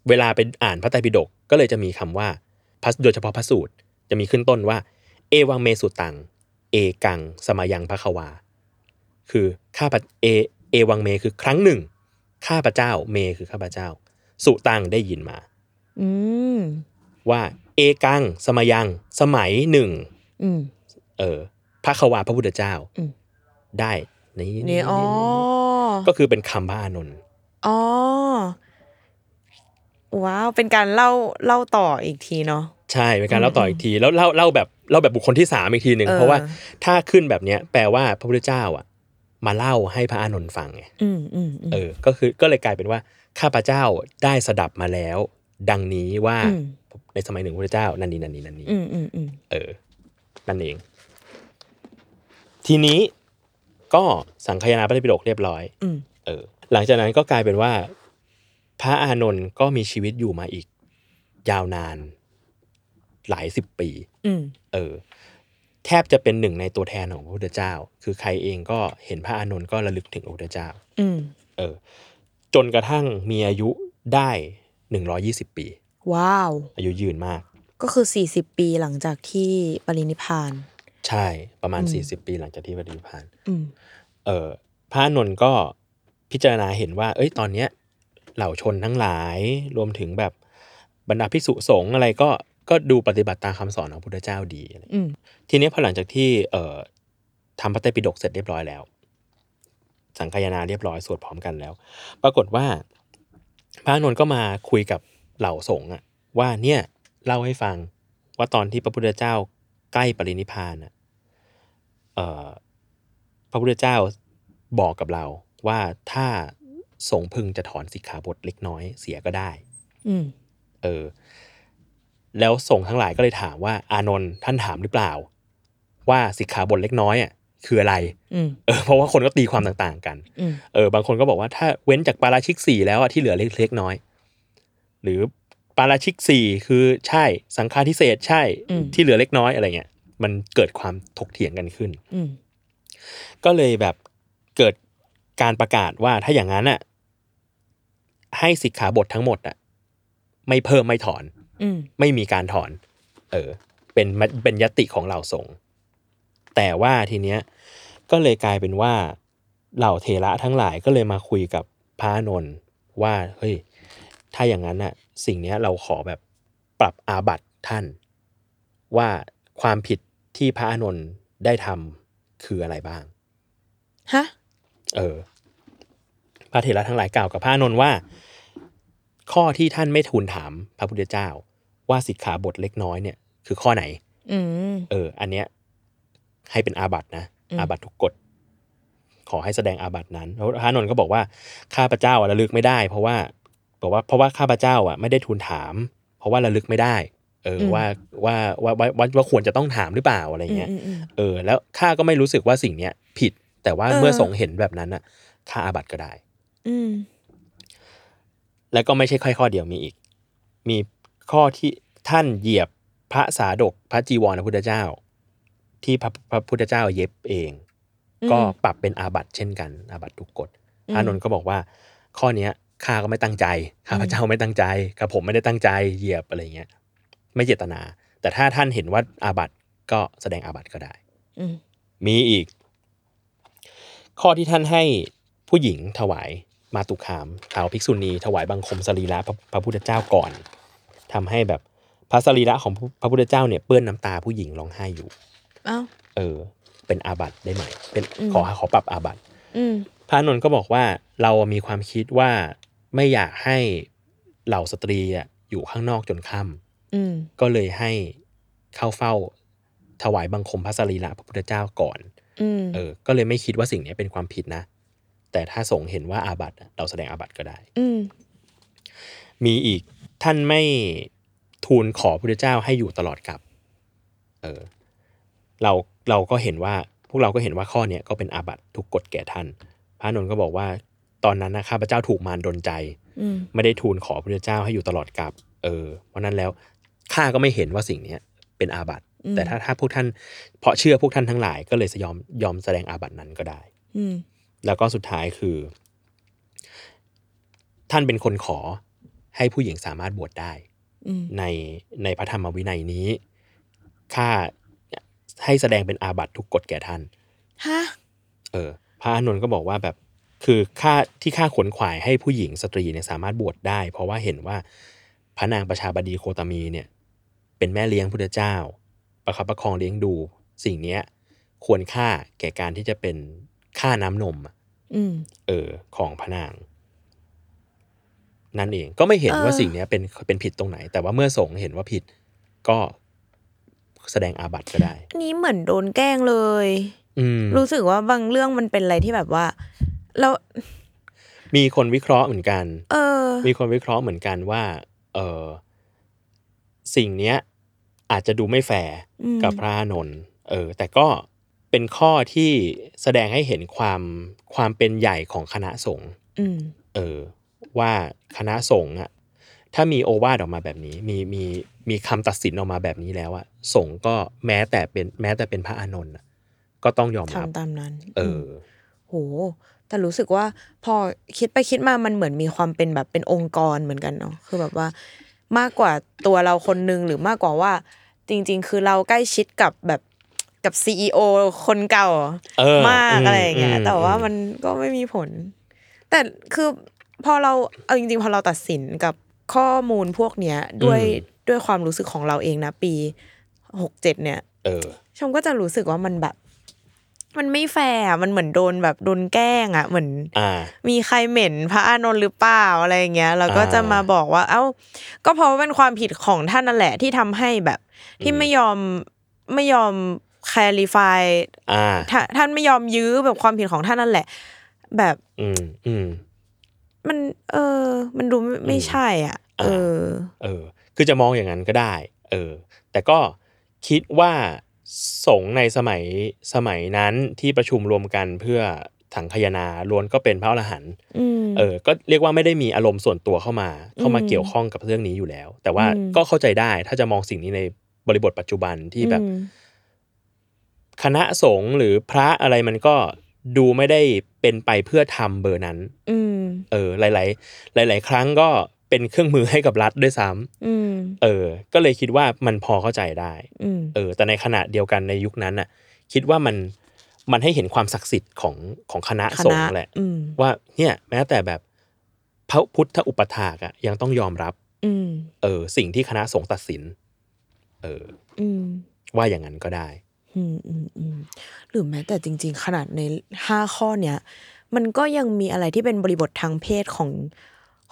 Speaker 3: เวลาไปอ่านพระไตรปิฎกก็เลยจะมีคำว่าพระโดยเฉพาะพระสูตรจะมีขึ้นต้นว่า เอวังเมสุตัง เอกัง สมายังพระควา คือข้าพเอเอวังเมคือครั้งหนึ่ง ข้าพเจ้าเมคือข้าพเจ้า สุตังได้ยินมา
Speaker 4: อืม
Speaker 3: ว่าเอกัง สมัยังสมัยหนึ่ง
Speaker 4: อืม
Speaker 3: เออพระควาพระพุทธเจ้า
Speaker 4: อืม
Speaker 3: ได้นี่
Speaker 4: นี่อ๋อ
Speaker 3: ก็คือเป็นคำพระอานนท์
Speaker 4: อ๋อ ว้าว เป็นการเล่าเล่าต่ออีกทีเนาะ
Speaker 3: ใช่เป็นการเล่าต่ออีกที แล้วเล่าเล่าแบบเล่าแบบบุคคลที่สามอีกทีหนึ่ง
Speaker 4: เออ
Speaker 3: เพราะว่าถ้าขึ้นแบบเนี้ยแปลว่าพระพุทธเจ้าอ่ะ มาเล่าให้พระอานนท์ฟังไง
Speaker 4: อืมอืมอืม
Speaker 3: เออก็คือก็เลยกลายเป็นว่าข้าพเจ้าได้สดับมาแล้ว ดังนี้ว่า
Speaker 4: อืม
Speaker 3: ในสมัยหนึ่งพระพุทธเจ้านั่นนี่นั่นนี่นั่นนี่
Speaker 4: อืมอืมอืม
Speaker 3: เออ นั่นเอง ทีนี้ก็สังคายนาพระไตรปิฎกเรียบร้อย
Speaker 4: อืม
Speaker 3: เออ หลังจากนั้นก็กลายเป็นว่า พระอานนท์ก็มีชีวิตอยู่มาอีก ยาวนาน หลายสิบปี
Speaker 4: อืม
Speaker 3: เออ แทบจะเป็นหนึ่งในตัวแทนของพระพุทธเจ้า คือใครเองก็เห็นพระอานนท์ก็ระลึกถึงพระพุทธเจ้า
Speaker 4: อืม
Speaker 3: เออ จนกระทั่งมีอายุได้หนึ่งรอยี่สิบปี
Speaker 4: ว้าว
Speaker 3: อายุยืนมาก
Speaker 4: ก็คือสี่สิบปีหลังจากที่ปรินิพพาน
Speaker 3: ใช่ ประมาณ
Speaker 4: อืม
Speaker 3: สี่สิบปีหลังจากที่ปฏินิพพาน
Speaker 4: อืม
Speaker 3: เออพระอานนท์ก็พิจารณาเห็นว่า เอ้ยตอนเนี้ยเหล่าชนทั้งหลายรวมถึงแบบบรรดาภิกษุสงฆ์อะไรก็ก็ดูปฏิบัติตามคำสอนของพุทธเจ้าดีอะไร
Speaker 4: อืม
Speaker 3: ทีนี้พอหลังจากที่เอ่อทำพระไตรปิฎกเสร็จเรียบร้อยแล้ว สังคายนาเรียบร้อยสวดพร้อมกันแล้ว ปรากฏว่า พระอานนท์ก็มาคุยกับเหล่าสงฆ์อะว่าเนี่ยเล่าให้ฟังว่าตอนที่พระพุทธเจ้าใกล้ปรินิพพานอะ เอ่อพระพุทธเจ้าบอกกับเราว่าถ้าสงฆ์พึงจะถอนสิกขาบทเล็กน้อยเสียก็ได้
Speaker 4: อืม
Speaker 3: เออ แล้วสงฆ์ทั้งหลายก็เลยถามว่าอานนท์ท่านถามหรือเปล่า ว่าสิกขาบทเล็กน้อยอ่ะคืออะไร
Speaker 4: อืม
Speaker 3: เออเพราะว่าคนก็ตีความต่างๆกัน
Speaker 4: อืม
Speaker 3: เออบางคนก็บอกว่าถ้าเว้นจากปาราชิกสี่แล้วอะที่เหลือเล็กๆน้อย หรือปาราชิกสี่คือใช่สังฆาทิเศษใช่
Speaker 4: อืม
Speaker 3: ที่เหลือเล็กน้อยอะไรเงี้ยมันเกิดความถกเถียงกันขึ้น
Speaker 4: อืม
Speaker 3: ก็เลยแบบเกิดการประกาศว่าถ้าอย่างนั้นอ่ะให้สิกขาบททั้งหมดอ่ะไม่เพิ่มไม่ถอน
Speaker 4: อืม
Speaker 3: ไม่มีการถอน เออ เป็นมะเป็นยติของเหล่าสงฆ์แต่ว่าทีเนี้ยก็เลยกลายเป็นว่าเหล่าเทระทั้งหลายก็เลยมาคุยกับพระอานนท์ว่าเฮ้ยถ้าอย่างนั้นน่ะ สิ่งเนี้ยเราขอแบบปรับอาบัติท่าน ว่าความผิดที่พระอานนท์ได้ทำคืออะไรบ้าง
Speaker 4: ฮะ
Speaker 3: เออ พระเถระทั้งหลายกล่าวกับพระอานนท์ว่า ข้อที่ท่านไม่ทูลถามพระพุทธเจ้า ว่าสิกขาบทเล็กน้อยเนี่ย คือข้อไหน
Speaker 4: อืม
Speaker 3: เออ อันเนี้ยให้เป็นอาบัตินะ
Speaker 4: อืม
Speaker 3: อาบัติทุกกฎ ขอให้แสดงอาบัตินั้นแล้วพระอานนท์ก็บอกว่าข้าพเจ้าอะระลึกไม่ได้ เพราะว่าบอกว่าเพราะว่าข้าพเจ้าอ่ะไม่ได้ทูลถาม เพราะว่าระลึกไม่ได้ เออว่าว่าว่าว่าว่าว่าควรจะต้องถามหรือเปล่าอะไร
Speaker 4: อืม
Speaker 3: เงี้ย
Speaker 4: อืมอืม
Speaker 3: เออแล้วข้าก็ไม่รู้สึกว่าสิ่งเนี้ยผิด แต่ว่า
Speaker 4: เออ
Speaker 3: เมื่อสงฆ์เห็นแบบนั้นอ่ะข้าอาบัติก็ได้
Speaker 4: อืม
Speaker 3: แล้วก็ไม่ใช่แค่ข้อเดียวมีอีก มีข้อที่ท่านเหยียบพระสาดกพระจีวรพระพุทธเจ้า ที่พระพระพุทธเจ้าเย็บเอง
Speaker 4: อืม
Speaker 3: ก็ปรับเป็นอาบัติเช่นกัน อาบัติทุกกฎพระนนท์ก็บอกว่า ข้อเนี้ยข้าก็ไม่ตั้งใจข้าพเจ้าไม่ตั้งใจกับผมไม่ได้ตั้งใจเหยียบอะไรเงี้ย ไม่เจตนา แต่ถ้าท่านเห็นว่าอาบัติก็แสดงอาบัติก็ได้
Speaker 4: อืม
Speaker 3: มีอีก ข้อที่ท่านให้ผู้หญิงถวายมาตุคามชาวภิกษุณี ถวายบังคมสรีระพระพระพุทธเจ้าก่อนทำให้แบบพระสรีระของพระพุทธเจ้าเนี่ยเปื้อนน้ำตาผู้หญิงร้องไห้อยู่
Speaker 4: เอ้าว
Speaker 3: เออ เป็นอาบัติได้ไหมเป็น
Speaker 4: อืม
Speaker 3: ขอขอปรับอาบัติ
Speaker 4: อืม
Speaker 3: พระนนท์ก็บอกว่าเรามีความคิดว่าไม่อยากให้เหล่าสตรีอะอยู่ข้างนอกจนค่
Speaker 4: อืม
Speaker 3: ำก็เลยให้เข้าเฝ้าถวายบังคมพระสรีระพระพุทธเจ้าก่อน
Speaker 4: อืม
Speaker 3: เออ ก็เลยไม่คิดว่าสิ่งเนี้ยเป็นความผิดนะ แต่ถ้าสงฆ์เห็นว่าอาบัติอะเราแสดงอาบัติก็ได้
Speaker 4: อืม
Speaker 3: มีอีกท่านไม่ทูลขอพระพุทธเจ้าให้อยู่ตลอดกับ เออ เราเราก็เห็นว่าพวกเราก็เห็นว่าข้อเนี้ยก็เป็นอาบัติทุกกฎแก่ท่าน พระนนท์ก็บอกว่า ตอนนั้นนะข้าพเจ้าถูกมารดลใจ
Speaker 4: อืม
Speaker 3: ไม่ได้ทูลขอพระพุทธเจ้าให้อยู่ตลอดกับ เออเพราะนั้นแล้วข้าก็ไม่เห็นว่าสิ่งเนี้ยเป็นอาบัติ
Speaker 4: อืม
Speaker 3: แต่ถ้าถ้าพวกท่านเพราะเชื่อพวกท่านทั้งหลาย ก็เลยยอมยอมแสดงอาบัตินั้นก็ได้
Speaker 4: อืม
Speaker 3: แล้วก็สุดท้ายคือ ท่านเป็นคนขอให้ผู้หญิงสามารถบวชได้
Speaker 4: อืม
Speaker 3: ในในพระธรรมวินัยนี้ข้าให้แสดงเป็นอาบัติทุกกฎแก่ท่าน
Speaker 4: ฮะ
Speaker 3: เออ พระอานนท์ก็บอกว่าแบบคือข้าที่ข้าขวนขวายให้ผู้หญิงสตรีเนี่ยสามารถบวชได้ เพราะว่าเห็นว่าพระนางประชาบดีโคตมีเนี่ย เป็นแม่เลี้ยงพุทธเจ้า ประคับประคองเลี้ยงดู สิ่งเนี้ย ควรค่าแก่การที่จะเป็นค่าน้ำนมอะ
Speaker 4: อืม
Speaker 3: เออของพระนาง นั่นเองก็ไม่เห็น
Speaker 4: เออ
Speaker 3: ว่าสิ่งเนี้ยเป็นเป็นผิดตรงไหน แต่ว่าเมื่อสงฆ์เห็นว่าผิด ก็แสดงอาบัติก็ได้
Speaker 4: อันนี้เหมือนโดนแกล้งเลย
Speaker 3: อืม
Speaker 4: รู้สึกว่าบางเรื่องมันเป็นอะไรที่แบบว่า แล้ว
Speaker 3: มีคนวิเคราะห์เหมือนกัน
Speaker 4: เออ
Speaker 3: มีคนวิเคราะห์เหมือนกันว่า เออสิ่งเนี้ย อาจจะดูไม่แฟร์
Speaker 4: อืม
Speaker 3: กับพระอานนท์เออ แต่ก็เป็นข้อที่แสดงให้เห็นความความเป็นใหญ่ของคณะสงฆ์
Speaker 4: อืม
Speaker 3: เออว่าคณะสงฆ์อะถ้ามีโอวาทออกมาแบบนี้ มีมีมีคำตัดสินออกมาแบบนี้แล้วอะสงฆ์ก็แม้แต่เป็นแม้แต่เป็นพระอานนท์อะก็ต้องยอมรับ
Speaker 4: ทำตามนั้น
Speaker 3: เออ
Speaker 4: มโห แต่รู้สึกว่าพอคิดไปคิดมามันเหมือนมีความเป็นแบบเป็นองค์กรเหมือนกันเนาะ คือแบบว่ามากกว่าตัวเราคนนึงหรือมากกว่าว่า จริง ๆ คือเราใกล้ชิดกับแบบกับซีอคนเก่า
Speaker 3: เออ
Speaker 4: มากอะไรอย่างเงี้ย แต่ว่ามันก็ไม่มีผล แต่คือพอเราเอาจริง ๆ พอเราตัดสินกับข้อมูลพวกเนี้ยด้วยด้วยความรู้สึกของเราเองนะปีหกเจ็ดเนี่ย
Speaker 3: เออ
Speaker 4: ชมก็จะรู้สึกว่ามันแบบ มันไม่แฟร์อะมันเหมือนโดนแบบโดนแกล้งอ่ะ เหมือน
Speaker 3: อ่า
Speaker 4: มีใครเหม็นพระอานนท์หรือเปล่าอะไรอย่างเงี้ยแล้วก็
Speaker 3: อ่า
Speaker 4: จะมาบอกว่า เอ้า ก็เพราะว่าเป็นความผิดของท่านนั่นแหละที่ทำให้แบบ ที่
Speaker 3: อืม
Speaker 4: ไม่ยอมไม่ยอมแคลิฟาย
Speaker 3: อ่า
Speaker 4: ท่านไม่ยอมยื้อแบบความผิดของท่านนั่นแหละ แบบ
Speaker 3: อืมอืม
Speaker 4: มัน เออ มันดูไม่ไม่ใช่อ่ะ
Speaker 3: อ่า
Speaker 4: เออ
Speaker 3: เออ คือจะมองอย่างนั้นก็ได้ เออ แต่ก็คิดว่าสงฆ์ในสมัยสมัยนั้นที่ประชุมรวมกันเพื่อถังคยนาล้วนก็เป็นพระอรหันต์
Speaker 4: อืม
Speaker 3: เออ ก็เรียกว่าไม่ได้มีอารมณ์ส่วนตัวเข้ามา เข้ามา
Speaker 4: อืม
Speaker 3: เกี่ยวข้องกับเรื่องนี้อยู่แล้ว แต่ว่า
Speaker 4: อืม
Speaker 3: ก็เข้าใจได้ถ้าจะมองสิ่งนี้ในบริบทปัจจุบันที่แบบ
Speaker 4: อืม
Speaker 3: คณะสงฆ์หรือพระอะไรมันก็ดูไม่ได้เป็นไปเพื่อทำเบอร์นั้น
Speaker 4: อืม
Speaker 3: เออ หลาย ๆ หลาย ๆ ครั้งก็เป็นเครื่องมือให้กับรัฐด้วยซ้ำ
Speaker 4: อืม
Speaker 3: เออ ก็เลยคิดว่ามันพอเข้าใจได้
Speaker 4: อืม
Speaker 3: เออ แต่ในขณะเดียวกันในยุคนั้นน่ะ คิดว่ามันมันให้เห็นความศักดิ์สิทธิ์ของของคณะ
Speaker 4: ค
Speaker 3: สง
Speaker 4: ณะ
Speaker 3: ฆ์แหละ
Speaker 4: อืม
Speaker 3: ว่าเนี่ยแม้แต่แบบพระพุทธอุปถากอะยังต้องยอมรับ
Speaker 4: อืม
Speaker 3: เออสิ่งที่คณะสงฆ์ตัดสิน เออ
Speaker 4: อืม
Speaker 3: ว่าอย่างนั้นก็ได้
Speaker 4: อืมอืมอืมหรือแม้แต่จริง ๆ ขนาดในห้าข้อเนี้ยมันก็ยังมีอะไรที่เป็นบริบททางเพศของ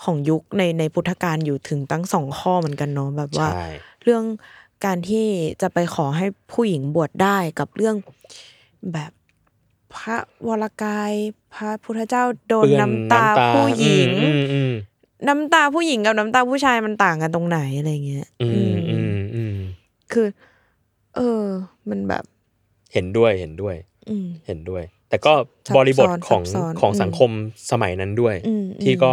Speaker 4: ของยุคในในพุทธกาลอยู่ถึงตั้งสองข้อเหมือนกันเนาะแบบว่า
Speaker 3: ใช่
Speaker 4: เรื่องการที่จะไปขอให้ผู้หญิงบวชได้กับเรื่องแบบพระวรกาย พระพุทธเจ้าโดน
Speaker 3: เปื้อน
Speaker 4: น้ำตาผู้หญิง
Speaker 3: อืมอืม
Speaker 4: น้ำตาผู้หญิงกับน้ำตาผู้ชายมันต่างกันตรงไหนอะไรเงี้ย
Speaker 3: อื
Speaker 4: อื
Speaker 3: ม
Speaker 4: ม
Speaker 3: อืมอืม
Speaker 4: คือ เออ มันแบบ
Speaker 3: เห็นด้วยเห็นด้วย
Speaker 4: อืม
Speaker 3: เห็นด้วย แต่ก็
Speaker 4: ซับซ้อน
Speaker 3: บริบทของ
Speaker 4: ซับซ้อน
Speaker 3: ของ
Speaker 4: อืม
Speaker 3: สังคมสมัยนั้นด้วย
Speaker 4: อืม
Speaker 3: ที่
Speaker 4: อืม
Speaker 3: ก็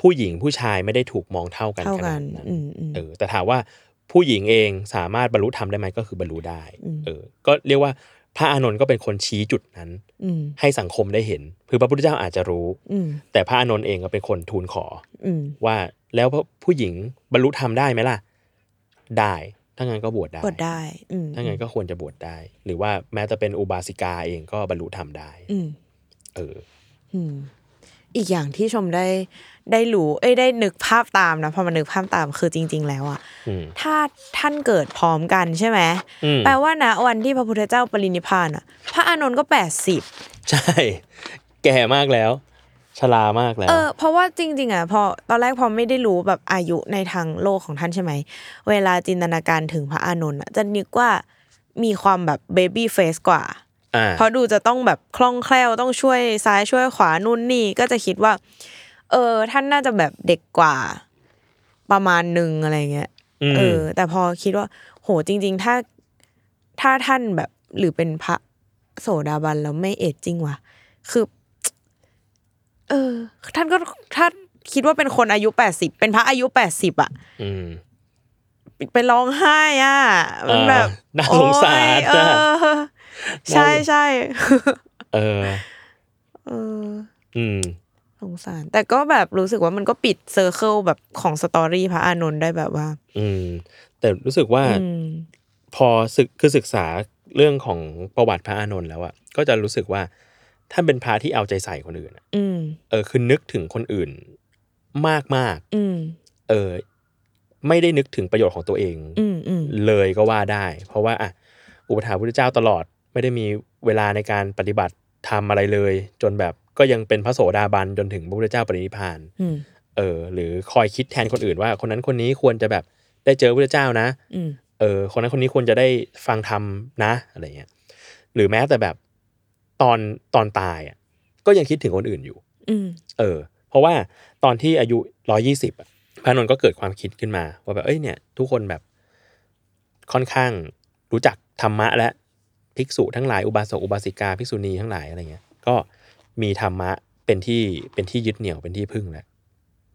Speaker 3: ผู้หญิงผู้ชายไม่ได้ถูกมองเท่ากัน
Speaker 4: เท่า
Speaker 3: ข
Speaker 4: กั
Speaker 3: นาด
Speaker 4: น
Speaker 3: นั้น
Speaker 4: อืมอืม
Speaker 3: เออแต่ถามว่าผู้หญิงเองสามารถบรรลุธรรมได้ไหมก็คือบรรลุได้
Speaker 4: อืม
Speaker 3: เออ ก็เรียกว่าพระอานนท์ก็เป็นคนชี้จุดนั้น
Speaker 4: อืม
Speaker 3: ให้สังคมได้เห็น คือพระพุทธเจ้าอาจจะรู้
Speaker 4: อืม
Speaker 3: แต่พระอานนท์เองก็เป็นคนทูลขอ
Speaker 4: อืม
Speaker 3: ว่าแล้วผู้หญิงบรรลุธรรมได้ไหมล่ะ ได้ ถ้างั้นก็บวชได้
Speaker 4: บวชได้ อืม
Speaker 3: ถ้างั้นก็ควรจะบวชได้ หรือว่าแม้จะเป็นอุบาสิกาเองก็บรรลุธรรมได้
Speaker 4: อืม
Speaker 3: เออ
Speaker 4: อืมอีกอย่างที่ชมได้ได้รู้เอ้ยได้นึกภาพตามนะพอมานึกภาพตามคือจริง ๆ แล้วอะ
Speaker 3: อืม
Speaker 4: ถ้าท่านเกิดพร้อมกันใช่ไหม
Speaker 3: อืม
Speaker 4: แปลว่านะวันที่พระพุทธเจ้าปรินิพพานอะพระอานนท์ก็แปดสิบ
Speaker 3: ใช่ แก่มากแล้ว ชรามากแล้ว
Speaker 4: เออเพราะว่าจริง ๆอะพอตอนแรกพอไม่ได้รู้แบบอายุในทางโลกของท่านใช่ไหมเวลาจินตนาการถึงพระอานนท์อะจะนึกว่ามีความแบบเบบี้เฟสกว่า
Speaker 3: อ่า
Speaker 4: เพราะดูจะต้องแบบคล่องแคล่วต้องช่วยซ้ายช่วยขวานู่นนี่ก็จะคิดว่า เออ ท่านน่าจะแบบเด็กกว่า ประมาณหนึ่งอะไรเงี้ย
Speaker 3: อืม
Speaker 4: เออ แต่พอคิดว่า โหจริง ๆ ถ้าถ้าท่านแบบ หรือเป็นพระโสดาบันแล้วไม่เอจจริงว่ะคือ เออ ท่านก็ถ้าคิดว่าเป็นคนอายุแปดสิบเป็นพระอายุแปดสิบอะ
Speaker 3: อืม
Speaker 4: ไปร้องไห้อ่ะ มันแบ
Speaker 3: เอ
Speaker 4: บ
Speaker 3: อน่าสงสาร
Speaker 4: โอ๊ยเอ
Speaker 3: จ้ะ
Speaker 4: อ ใช่ใช่
Speaker 3: เออ
Speaker 4: เออ
Speaker 3: อืม
Speaker 4: สงสาร แต่ก็แบบรู้สึกว่ามันก็ปิดเซอร์เคิลแบบของสตอรี่พระอานนท์ได้แบบว่า
Speaker 3: อืม แต่รู้สึกว่า
Speaker 4: อืม
Speaker 3: พอศึกคือศึกษาเรื่องของประวัติพระอานนท์แล้วอะก็จะรู้สึกว่าท่านเป็นพระที่เอาใจใส่คนอื่นอะ
Speaker 4: อืม
Speaker 3: เออคือนึกถึงคนอื่นมากมาก
Speaker 4: อืม
Speaker 3: ๆเออ ไม่ได้นึกถึงประโยชน์ของตัวเอง
Speaker 4: อืมอืม
Speaker 3: เลยก็ว่าได้ เพราะว่าอ่ะอุปถัมภ์พระเจ้าตลอดไม่ได้มีเวลาในการปฏิบัติทำอะไรเลย จนแบบก็ยังเป็นพระโสดาบันจนถึงพระพุทธเจ้าปรินิพพาน
Speaker 4: อืม
Speaker 3: เออ หรือคอยคิดแทนคนอื่นว่า คนนั้นคนนี้ควรจะแบบได้เจอพระพุทธเจ้านะ
Speaker 4: อืม
Speaker 3: เออคนนั้นคนนี้ควรจะได้ฟังธรรมนะอะไรเงี้ยหรือแม้แต่แบบตอนตอนตายอ่ะก็ยังคิดถึงคนอื่นอยู่
Speaker 4: อืม
Speaker 3: เออ เพราะว่าตอนที่อายุร้อยี่สิบพระนนท์ก็เกิดความคิดขึ้นมา ว่าแบบเอ้ยเนี่ย ทุกคนแบบค่อนข้างรู้จักธรรมะและภิกษุทั้งหลายอุบาสกอุบาสิกาภิกษุณีทั้งหลายอะไรเงี้ย ก็มีธรรมะเป็นที่เป็นที่ยึดเหนี่ยวเป็นที่พึ่งแล้ว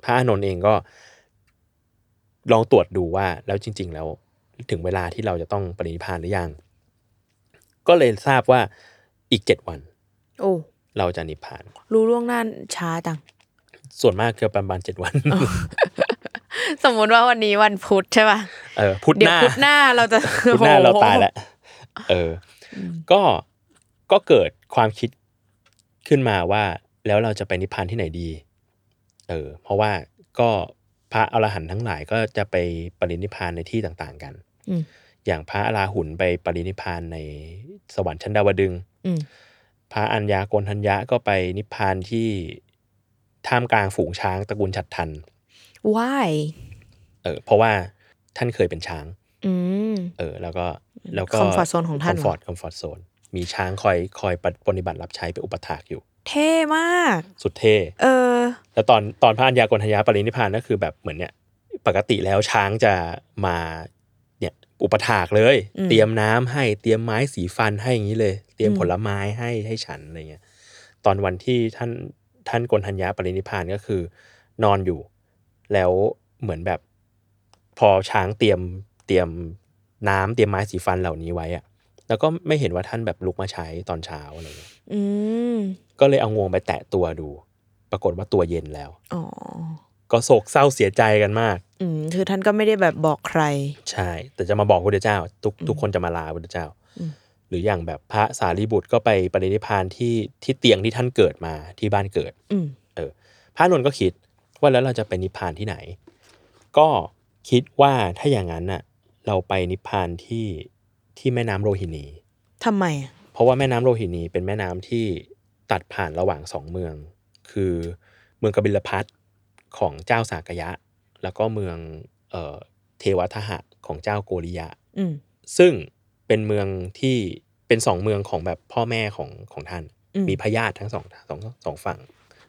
Speaker 3: พระอานนท์เองก็ ลองตรวจดูว่าแล้วจริง ๆ แล้วถึงเวลาที่เราจะต้องปรินิพพานหรือยัง ก็เลยทราบว่าอีกเจ็ดวัน
Speaker 4: โอ้
Speaker 3: เราจะนิพพาน
Speaker 4: รู้ล่วงหน้าช้าจัง
Speaker 3: ส่วนมากคือประมาณเจ็ดวัน
Speaker 4: สมมติว่าวันนี้วันพุธใช่ป่ะ
Speaker 3: เออพุธ
Speaker 4: เดี๋
Speaker 3: ห
Speaker 4: ยว
Speaker 3: น้า
Speaker 4: พุธหน้าเราจะ
Speaker 3: พุธหน้า
Speaker 4: โอ้โ
Speaker 3: เราตายแล้วเอออ ก็ก็เกิดความคิดขึ้นมาว่า แล้วเราจะไปนิพพานที่ไหนดี เออ เพราะว่าก็พระอรหันต์ทั้งหลายก็จะไปปรินิพพานในที่ต่างๆกัน
Speaker 4: อืม
Speaker 3: อย่างพระอราหุนไปปรินิพพานในสวรรค์ชั้นดาวดึงส์
Speaker 4: อืม
Speaker 3: พระอัญญาโกณทัญญะก็ไปนิพพานที่ท่ามกลางฝูงช้างตระกูลฉัตรทัน
Speaker 4: ว้าย
Speaker 3: เออ เพราะว่าท่านเคยเป็นช้าง
Speaker 4: อืม
Speaker 3: เออแล้วก็แล้วก็
Speaker 4: comfort zone ของท่าน
Speaker 3: ค
Speaker 4: เห
Speaker 3: อมฟอ
Speaker 4: รอ
Speaker 3: ร์ตคอมฟอร์ตโซนมีช้างคอยคอยปฏิบัติรับใช้เป็นอุปถากอยู่
Speaker 4: เท่มาก
Speaker 3: สุดเท่
Speaker 4: เออ
Speaker 3: แล้วตอนตอนพระอัญญากนทยาปรินิพพานก็คือแบบเหมือนเนี่ยปกติแล้วช้างจะมาเนี่ยอุปถากเลย
Speaker 4: อืม
Speaker 3: เตรียมน้ำให้เตรียมไม้สีฟันให้อย่างนี้เลย เตรียมผลไม้ให้ให้ฉันอะไรเงี้ยตอนวันที่ท่านท่านกนทัญญาปรินิพพานก็คือ นอนอยู่ แล้วเหมือนแบบพอช้างเตรียมเตรียมน้ำเตรียมไม้สีฟันเหล่านี้ไว้อะแล้วก็ไม่เห็นว่าท่านแบบลุกมาใช้ตอนเช้าอะไรเงี้ย
Speaker 4: อืม
Speaker 3: ก็เลยเอางวงไปแตะตัวดู ปรากฏว่าตัวเย็นแล้ว
Speaker 4: อ๋อ
Speaker 3: ก็โศกเศร้าเสียใจกันมาก
Speaker 4: อืมคือท่านก็ไม่ได้แบบบอกใคร
Speaker 3: ใช่ แต่จะมาบอกพุทธเจ้า ทุกทุกคนจะมาลาพุทธเจ้า
Speaker 4: อืม
Speaker 3: หรืออย่างแบบพระสารีบุตรก็ไปปรินิพพานที่ที่เตียงที่ท่านเกิดมาที่บ้านเกิด
Speaker 4: อืม
Speaker 3: พระนนท์ก็คิดว่าแล้วเราจะไปนิพพานที่ไหน ก็คิดว่าถ้าอย่างนั้นน่ะเราไปนิพพานที่ที่แม่น้ำโรฮินี
Speaker 4: ทำไมอะ
Speaker 3: เพราะว่าแม่น้ำโรฮินีเป็นแม่น้ำที่ตัดผ่านระหว่างสองเมือง คือเมืองกบิลพัทของเจ้าสากยะ แล้วก็เมืองเอ่อเทวทหะของเจ้าโกริยะ
Speaker 4: อืม
Speaker 3: ซึ่งเป็นเมืองที่เป็นสองเมืองของแบบพ่อแม่ของของท่าน
Speaker 4: อืม
Speaker 3: มีพญาติทั้งสองสองสองฝั่ง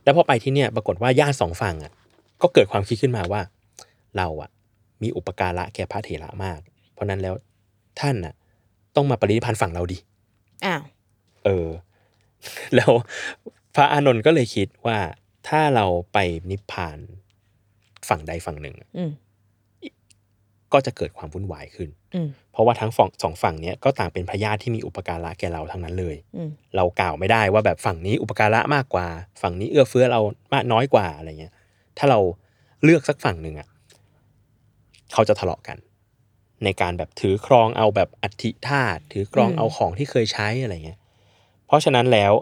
Speaker 3: แล้วพอไปที่เนี่ยปรากฏว่าญาติสองฝั่งอ่ะก็เกิดความคิดขึ้นมาว่า เราอ่ะมีอุปการะแก่พระเถระมาก เพราะนั้นแล้วท่านอ่ะต้องมาปรินิพพานฝั่งเราดิ
Speaker 4: อ้าว
Speaker 3: เออ แล้วพระอานนท์ก็เลยคิดว่าถ้าเราไปนิพพานฝั่งใดฝั่งหนึ่งอะ
Speaker 4: อืม
Speaker 3: ก็จะเกิดความวุ่นวายขึ้น
Speaker 4: อืม
Speaker 3: เพราะว่าทั้งฝั่งสองฝั่งเนี้ยก็ต่างเป็นพญาติที่มีอุปการะแก่เราทั้งนั้นเลย
Speaker 4: อืม
Speaker 3: เรากล่าวไม่ได้ว่าแบบฝั่งนี้อุปการะมากกว่า ฝั่งนี้เอื้อเฟื้อเรามากน้อยกว่าอะไรเงี้ย ถ้าเราเลือกสักฝั่งหนึ่งอ่ะเขาจะทะเลาะกัน ในการแบบถือครองเอาแบบอัฐิธาตุถือครอง
Speaker 4: อืม
Speaker 3: เอาของที่เคยใช้อะไรเงี้ย เพราะฉะนั้นแล้ว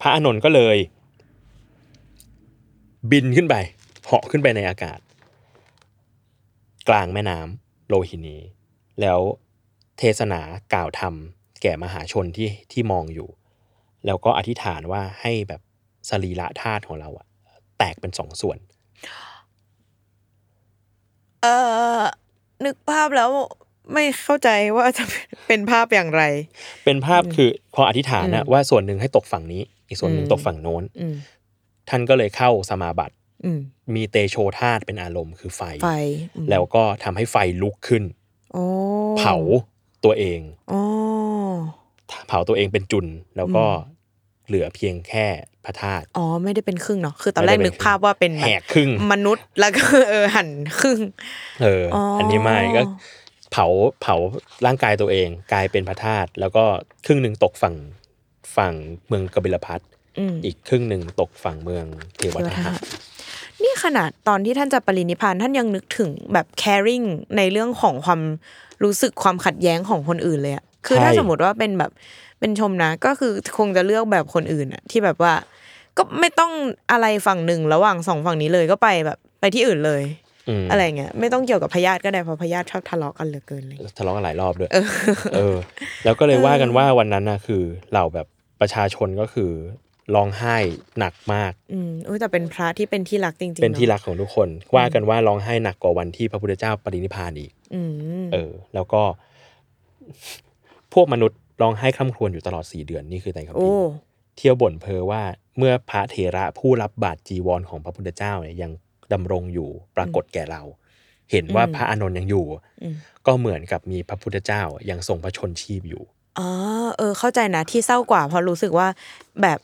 Speaker 3: พระอานนท์ก็เลย บินขึ้นไปเหาะขึ้นไปในอากาศ กลางแม่น้ำโลหินี แล้วเทศนากล่าวธรรมแก่มหาชนที่ที่มองอยู่ แล้วก็อธิษฐานว่าให้แบบสรีระธาตุของเราอะแตกเป็นสองส่วน
Speaker 4: เอ่อนึกภาพแล้วไม่เข้าใจว่าจะเป็นภาพอย่างไร
Speaker 3: เป็นภาพคือพออธิษฐานนะ
Speaker 4: อืม
Speaker 3: ว่าส่วนหนึ่งให้ตกฝั่งนี้ อีกส่วนหนึ่ง
Speaker 4: อืม
Speaker 3: ตกฝั่งโน้น
Speaker 4: อืม
Speaker 3: ท่านก็เลยเข้าสมาบัติ
Speaker 4: อืม
Speaker 3: มีเตโชธาตุเป็นอารมณ์คือไฟ
Speaker 4: ไฟอืม
Speaker 3: แล้วก็ทำให้ไฟลุกขึ้น
Speaker 4: โอ้
Speaker 3: เผาตัวเอง
Speaker 4: อ๋อ
Speaker 3: เผาตัวเองเป็นจุน แล้วก็
Speaker 4: อื
Speaker 3: เหลือเพียงแค่พระธาตุ
Speaker 4: อ๋อ ไม่ได้เป็นครึ่งเนาะ คือตอนแรกนึกภาพว่าเป็นบบ
Speaker 3: แหกครึ่ง
Speaker 4: มนุษย์แล้วก็ เออหั่นครึ่ง
Speaker 3: เอออ
Speaker 4: ออั
Speaker 3: อันนี้ไม่ก็เผาเผาร่างกายตัวเอง กลายเป็นพระธาตุแล้วก็ครึ่งหนึ่งตกฝั่งฝั่งเมืองกบิลพัท
Speaker 4: อืม
Speaker 3: อีกครึ่งหนึ่งตกฝั่งเมืองเทวทหะ
Speaker 4: นี่ขนาดตอนที่ท่านจะปรินิพพานท่านยังนึกถึงแบบ caring ในเรื่องของความรู้สึกความขัดแย้งของคนอื่นเลยอะคือถ้า
Speaker 3: ใช่
Speaker 4: สมมติว่าเป็นแบบเป็นชมนะ ก็คือคงจะเลือกแบบคนอื่นอะที่แบบว่า ก็ไม่ต้องอะไรฝั่งหนึ่งระหว่างสองฝั่งนี้เลยก็ไปแบบไปที่อื่นเลย
Speaker 3: ม
Speaker 4: อะไรเงี้ยไม่ต้องเกี่ยวกับพยาธิก็ได้เพราะพยาธิชอบทะเลาะกันเหลือเกินเลย
Speaker 3: ทะเลาะกันหลายรอบด้วย เออ แล้วก็เลยว่ากันว่าวันนั้นนะคือเหล่าแบบประชาชนก็คือร้องไห้หนักมาก
Speaker 4: อืมอุ้ยแต่เป็นพระที่เป็นที่รักจริงๆ
Speaker 3: เป็นที่
Speaker 4: อะ
Speaker 3: รักของทุกคน ว่ากันว่าร้องไห้หนักกว่าวันที่พระพุทธเจ้าปรินิพพานอีก
Speaker 4: อืม
Speaker 3: เออ แล้วก็ พวกมนุษย์ร้องไห้คร่ำครวญอยู่ตลอดสี่เดือนนี่คือไตรคัมภี
Speaker 4: โอ้
Speaker 3: ร์เที่ยวบ่นเพ้อว่าเมื่อพระเถระผู้รับบาตรจีวรของพระพุทธเจ้าเนี่ยยังดำรงอยู่ปรากฏแก่เรา เห็นว่าพระอานนท์ยังอยู่
Speaker 4: อืม
Speaker 3: ก็เหมือนกับมีพระพุทธเจ้ายังทรงพระชนชีพอยู่
Speaker 4: อ๋อเออ เข้าใจนะที่เศร้ากว่าเพราะรู้สึกว่าแบบ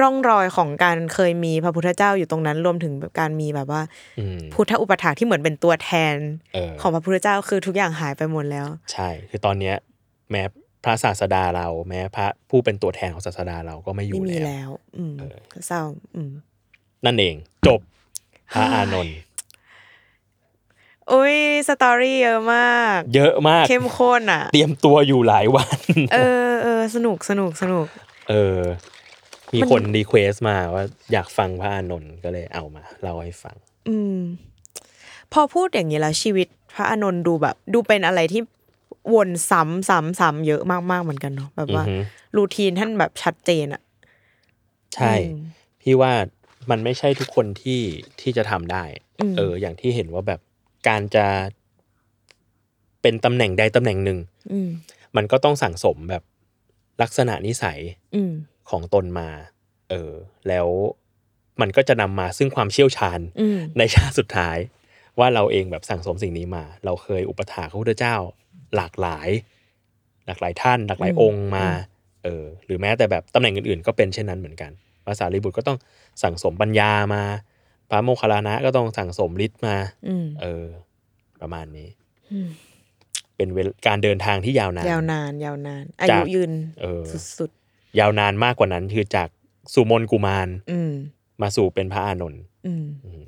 Speaker 4: ร่องรอยของการเคยมีพระพุทธเจ้าอยู่ตรงนั้นรวมถึงแบบการมีแบบว่า
Speaker 3: อืม
Speaker 4: พุทธอุปถาที่เหมือนเป็นตัวแทน
Speaker 3: เออ
Speaker 4: ของพระพุทธเจ้าคือทุกอย่างหายไปหมดแล้ว
Speaker 3: ใช่ คือตอนเนี้ยแม้พระศาสดาเรา แม้พระผู้เป็นตัวแทนของศาสดาเราก็ไม่อ
Speaker 4: ไม่
Speaker 3: ยู่
Speaker 4: มี
Speaker 3: แล้ว
Speaker 4: แล้ว อืมก็เศร้า อืม
Speaker 3: นั่นเองจบพระอานนท์
Speaker 4: อุ้ยสตอรี่เยอะมาก
Speaker 3: เยอะมาก
Speaker 4: เข้มข้นอ่ะ
Speaker 3: เตรียมตัวอยู่หลายวัน
Speaker 4: เออเออสนุกสนุกสนุก
Speaker 3: เออ มีคนรีเควสมาว่าอยากฟังพระอานนท์ก็เลยเอามาเล่าให้ฟัง
Speaker 4: อืม พอพูดอย่างนี้แล้วชีวิตพระอานนท์ดูแบบ ดูเป็นอะไรที่วนซ้ำซ้ำซ้ำเยอะมากๆเหมือนกันเนาะแบบว่า
Speaker 3: อือฮึ
Speaker 4: รูทีนท่านแบบชัดเจนอะ
Speaker 3: ใช่ พี่ว่ามันไม่ใช่ทุกคนที่ที่จะทำได้
Speaker 4: อืม
Speaker 3: เออ อย่างที่เห็นว่าแบบการจะเป็นตำแหน่งใดตำแหน่งหนึ่ง
Speaker 4: อืม
Speaker 3: มันก็ต้องสั่งสมแบบลักษณะนิสัย
Speaker 4: อืม
Speaker 3: ของตนมา เออ แล้วมันก็จะนำมาซึ่งความเชี่ยวชาญ
Speaker 4: อืม
Speaker 3: ในชาติสุดท้าย ว่าเราเองแบบสั่งสมสิ่งนี้มา เราเคยอุปถากพระพุทธเจ้า หลากหลาย หลากหลายท่าน หลากหลาย
Speaker 4: อืม
Speaker 3: องค์มา เออ หรือแม้แต่แบบตำแหน่งอื่นๆ ก็เป็นเช่นนั้นเหมือนกันภาษาลิบุตรก็ต้องสั่งสมปัญญามา พระโมคคัลลานะก็ต้องสั่งสมฤทธิ์มา
Speaker 4: อืม
Speaker 3: เออ ประมาณนี้
Speaker 4: อืม
Speaker 3: เป็นเวลการเดินทางที่ยาวนาน
Speaker 4: ยาวนาน ยาวนาน อา
Speaker 3: จา
Speaker 4: ยุ
Speaker 3: ก
Speaker 4: ยืน
Speaker 3: เออ
Speaker 4: สุด
Speaker 3: ยาวนานมากกว่านั้น คือจากสุมนกุมาร
Speaker 4: ๆอืม
Speaker 3: มาสู่เป็นพระอานนท์
Speaker 4: อืม
Speaker 3: อืม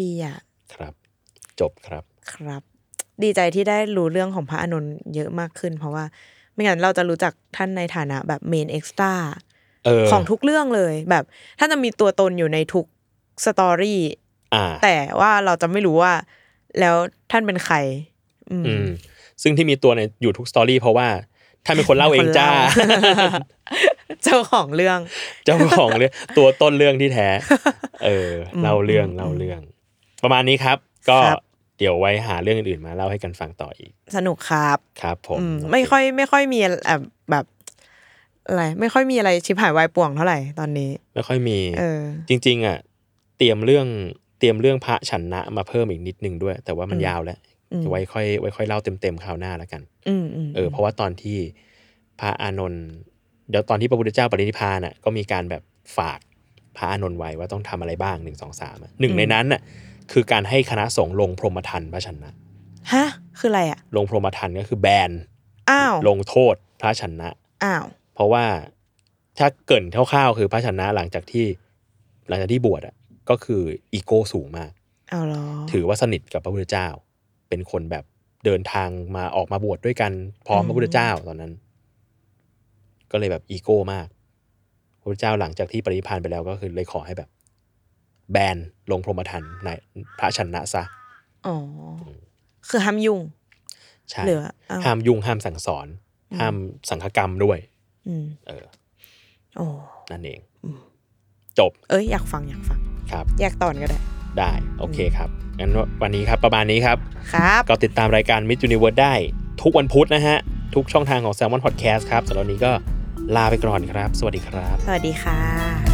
Speaker 4: ดีอะ
Speaker 3: ครับ จบครับ
Speaker 4: ครับ ดีใจที่ได้รู้เรื่องของพระอานนท์เยอะมากขึ้น เพราะว่า ไม่งั้นเราจะรู้จักท่านในฐานะแบบเมนเอ็กซ์ตร้า
Speaker 3: เออ
Speaker 4: ของทุกเรื่องเลยแบบถ้าจะมีตัวตนอยู่ในทุกสตอรี่
Speaker 3: อ่า
Speaker 4: แต่ว่าเราจะไม่รู้ว่า แล้วท่านเป็นใคร อืม
Speaker 3: อืม ซึ่งที่มีตัวในอยู่ทุกสตอรี่เพราะว่าท่านเป็นคนเล่าเองจ้า
Speaker 4: เป็นคนเล่า เจ้าของเรื่อง
Speaker 3: เจ้าของเรื่องตัวต้นเรื่องที่แท้ เออเล่าเรื่องเล่าเรื่อง ประมาณนี้ครับ ก็
Speaker 4: ครับ
Speaker 3: เดี๋ยวไว้หาเรื่องอื่นๆมาเล่าให้กันฟังต่ออีก
Speaker 4: สนุกครับ
Speaker 3: ครับ ผม
Speaker 4: อืมไม่ค่อยไม่ค่อยมีแบบแบบอะไรไม่ค่อยมีอะไรชิบหายวายป่วงเท่าไหร่ตอนนี้
Speaker 3: ไม่ค่อยมี
Speaker 4: เออ
Speaker 3: จริง ๆ อ่ะ เตรียมเรื่องเตรียมเรื่องพระฉันนะมาเพิ่มอีกนิดนึงด้วย แต่ว่ามันยาวแล้ว
Speaker 4: อืม
Speaker 3: ไว้ค่อยไว้ค่อยเล่าเต็มๆคราวหน้าแล้วกัน
Speaker 4: อืมอืม
Speaker 3: เออเพราะว่าตอนที่พระอานนท์เดี๋ยวตอนที่พระพุทธเจ้าปรินิพพานน่ะก็มีการแบบฝากพระอานนท์ไว้ว่าต้องทำอะไรบ้างหนึ่งสองสามหนึ่งในนั้นน่ะคือการให้คณะสงฆ์ลงพรหมทันพระชนนะ
Speaker 4: ฮะ คืออะไรอ่ะ
Speaker 3: ลงพรหมทันก็คือแบน
Speaker 4: อ้าว
Speaker 3: ลงโทษพระชนนะ
Speaker 4: อ้าว
Speaker 3: เพราะว่าถ้าเกรินคร่าวๆคือพระชนนะหลังจากที่หลังจากที่บวชอ่ะก็คืออีโก้สูงมาก
Speaker 4: เอาเหรอ
Speaker 3: ถือว่าสนิทกับพระพุทธเจ้า เป็นคนแบบ เดินทางมาออกมาบวชด้วยกันพร้อมพระพุทธเจ้าตอนนั้น ก็เลยแบบอีโก้มากพระพุทธเจ้าหลังจากที่ปรินิพพานไปแล้วก็คือเลยขอให้แบบ แบนลงพรหมทันในพระชนนะซะ
Speaker 4: อ๋อ คือห้ามยุ่ง
Speaker 3: ใช่
Speaker 4: เหลือเอา
Speaker 3: ห้ามยุ่งห้ามสั่งสอน ห้ามสังฆกรรมด้วย
Speaker 4: อืม
Speaker 3: เออ
Speaker 4: โอ้
Speaker 3: นั่นเอง จบ
Speaker 4: เอ้ยอยากฟังอยากฟัง
Speaker 3: ครับ
Speaker 4: แยกตอนก็ได้
Speaker 3: ได้โอเคครับงั้นวันนี้ครับประมาณนี้ครับ
Speaker 4: ครับ
Speaker 3: ก็ติดตามรายการ Mid Universe ได้ทุกวันพุธนะฮะ ทุกช่องทางของ Salmon Podcast ครับสำหรับวันนี้ก็ลาไปก่อนครับ สวัสดีครับ
Speaker 4: สวัสดีค่ะ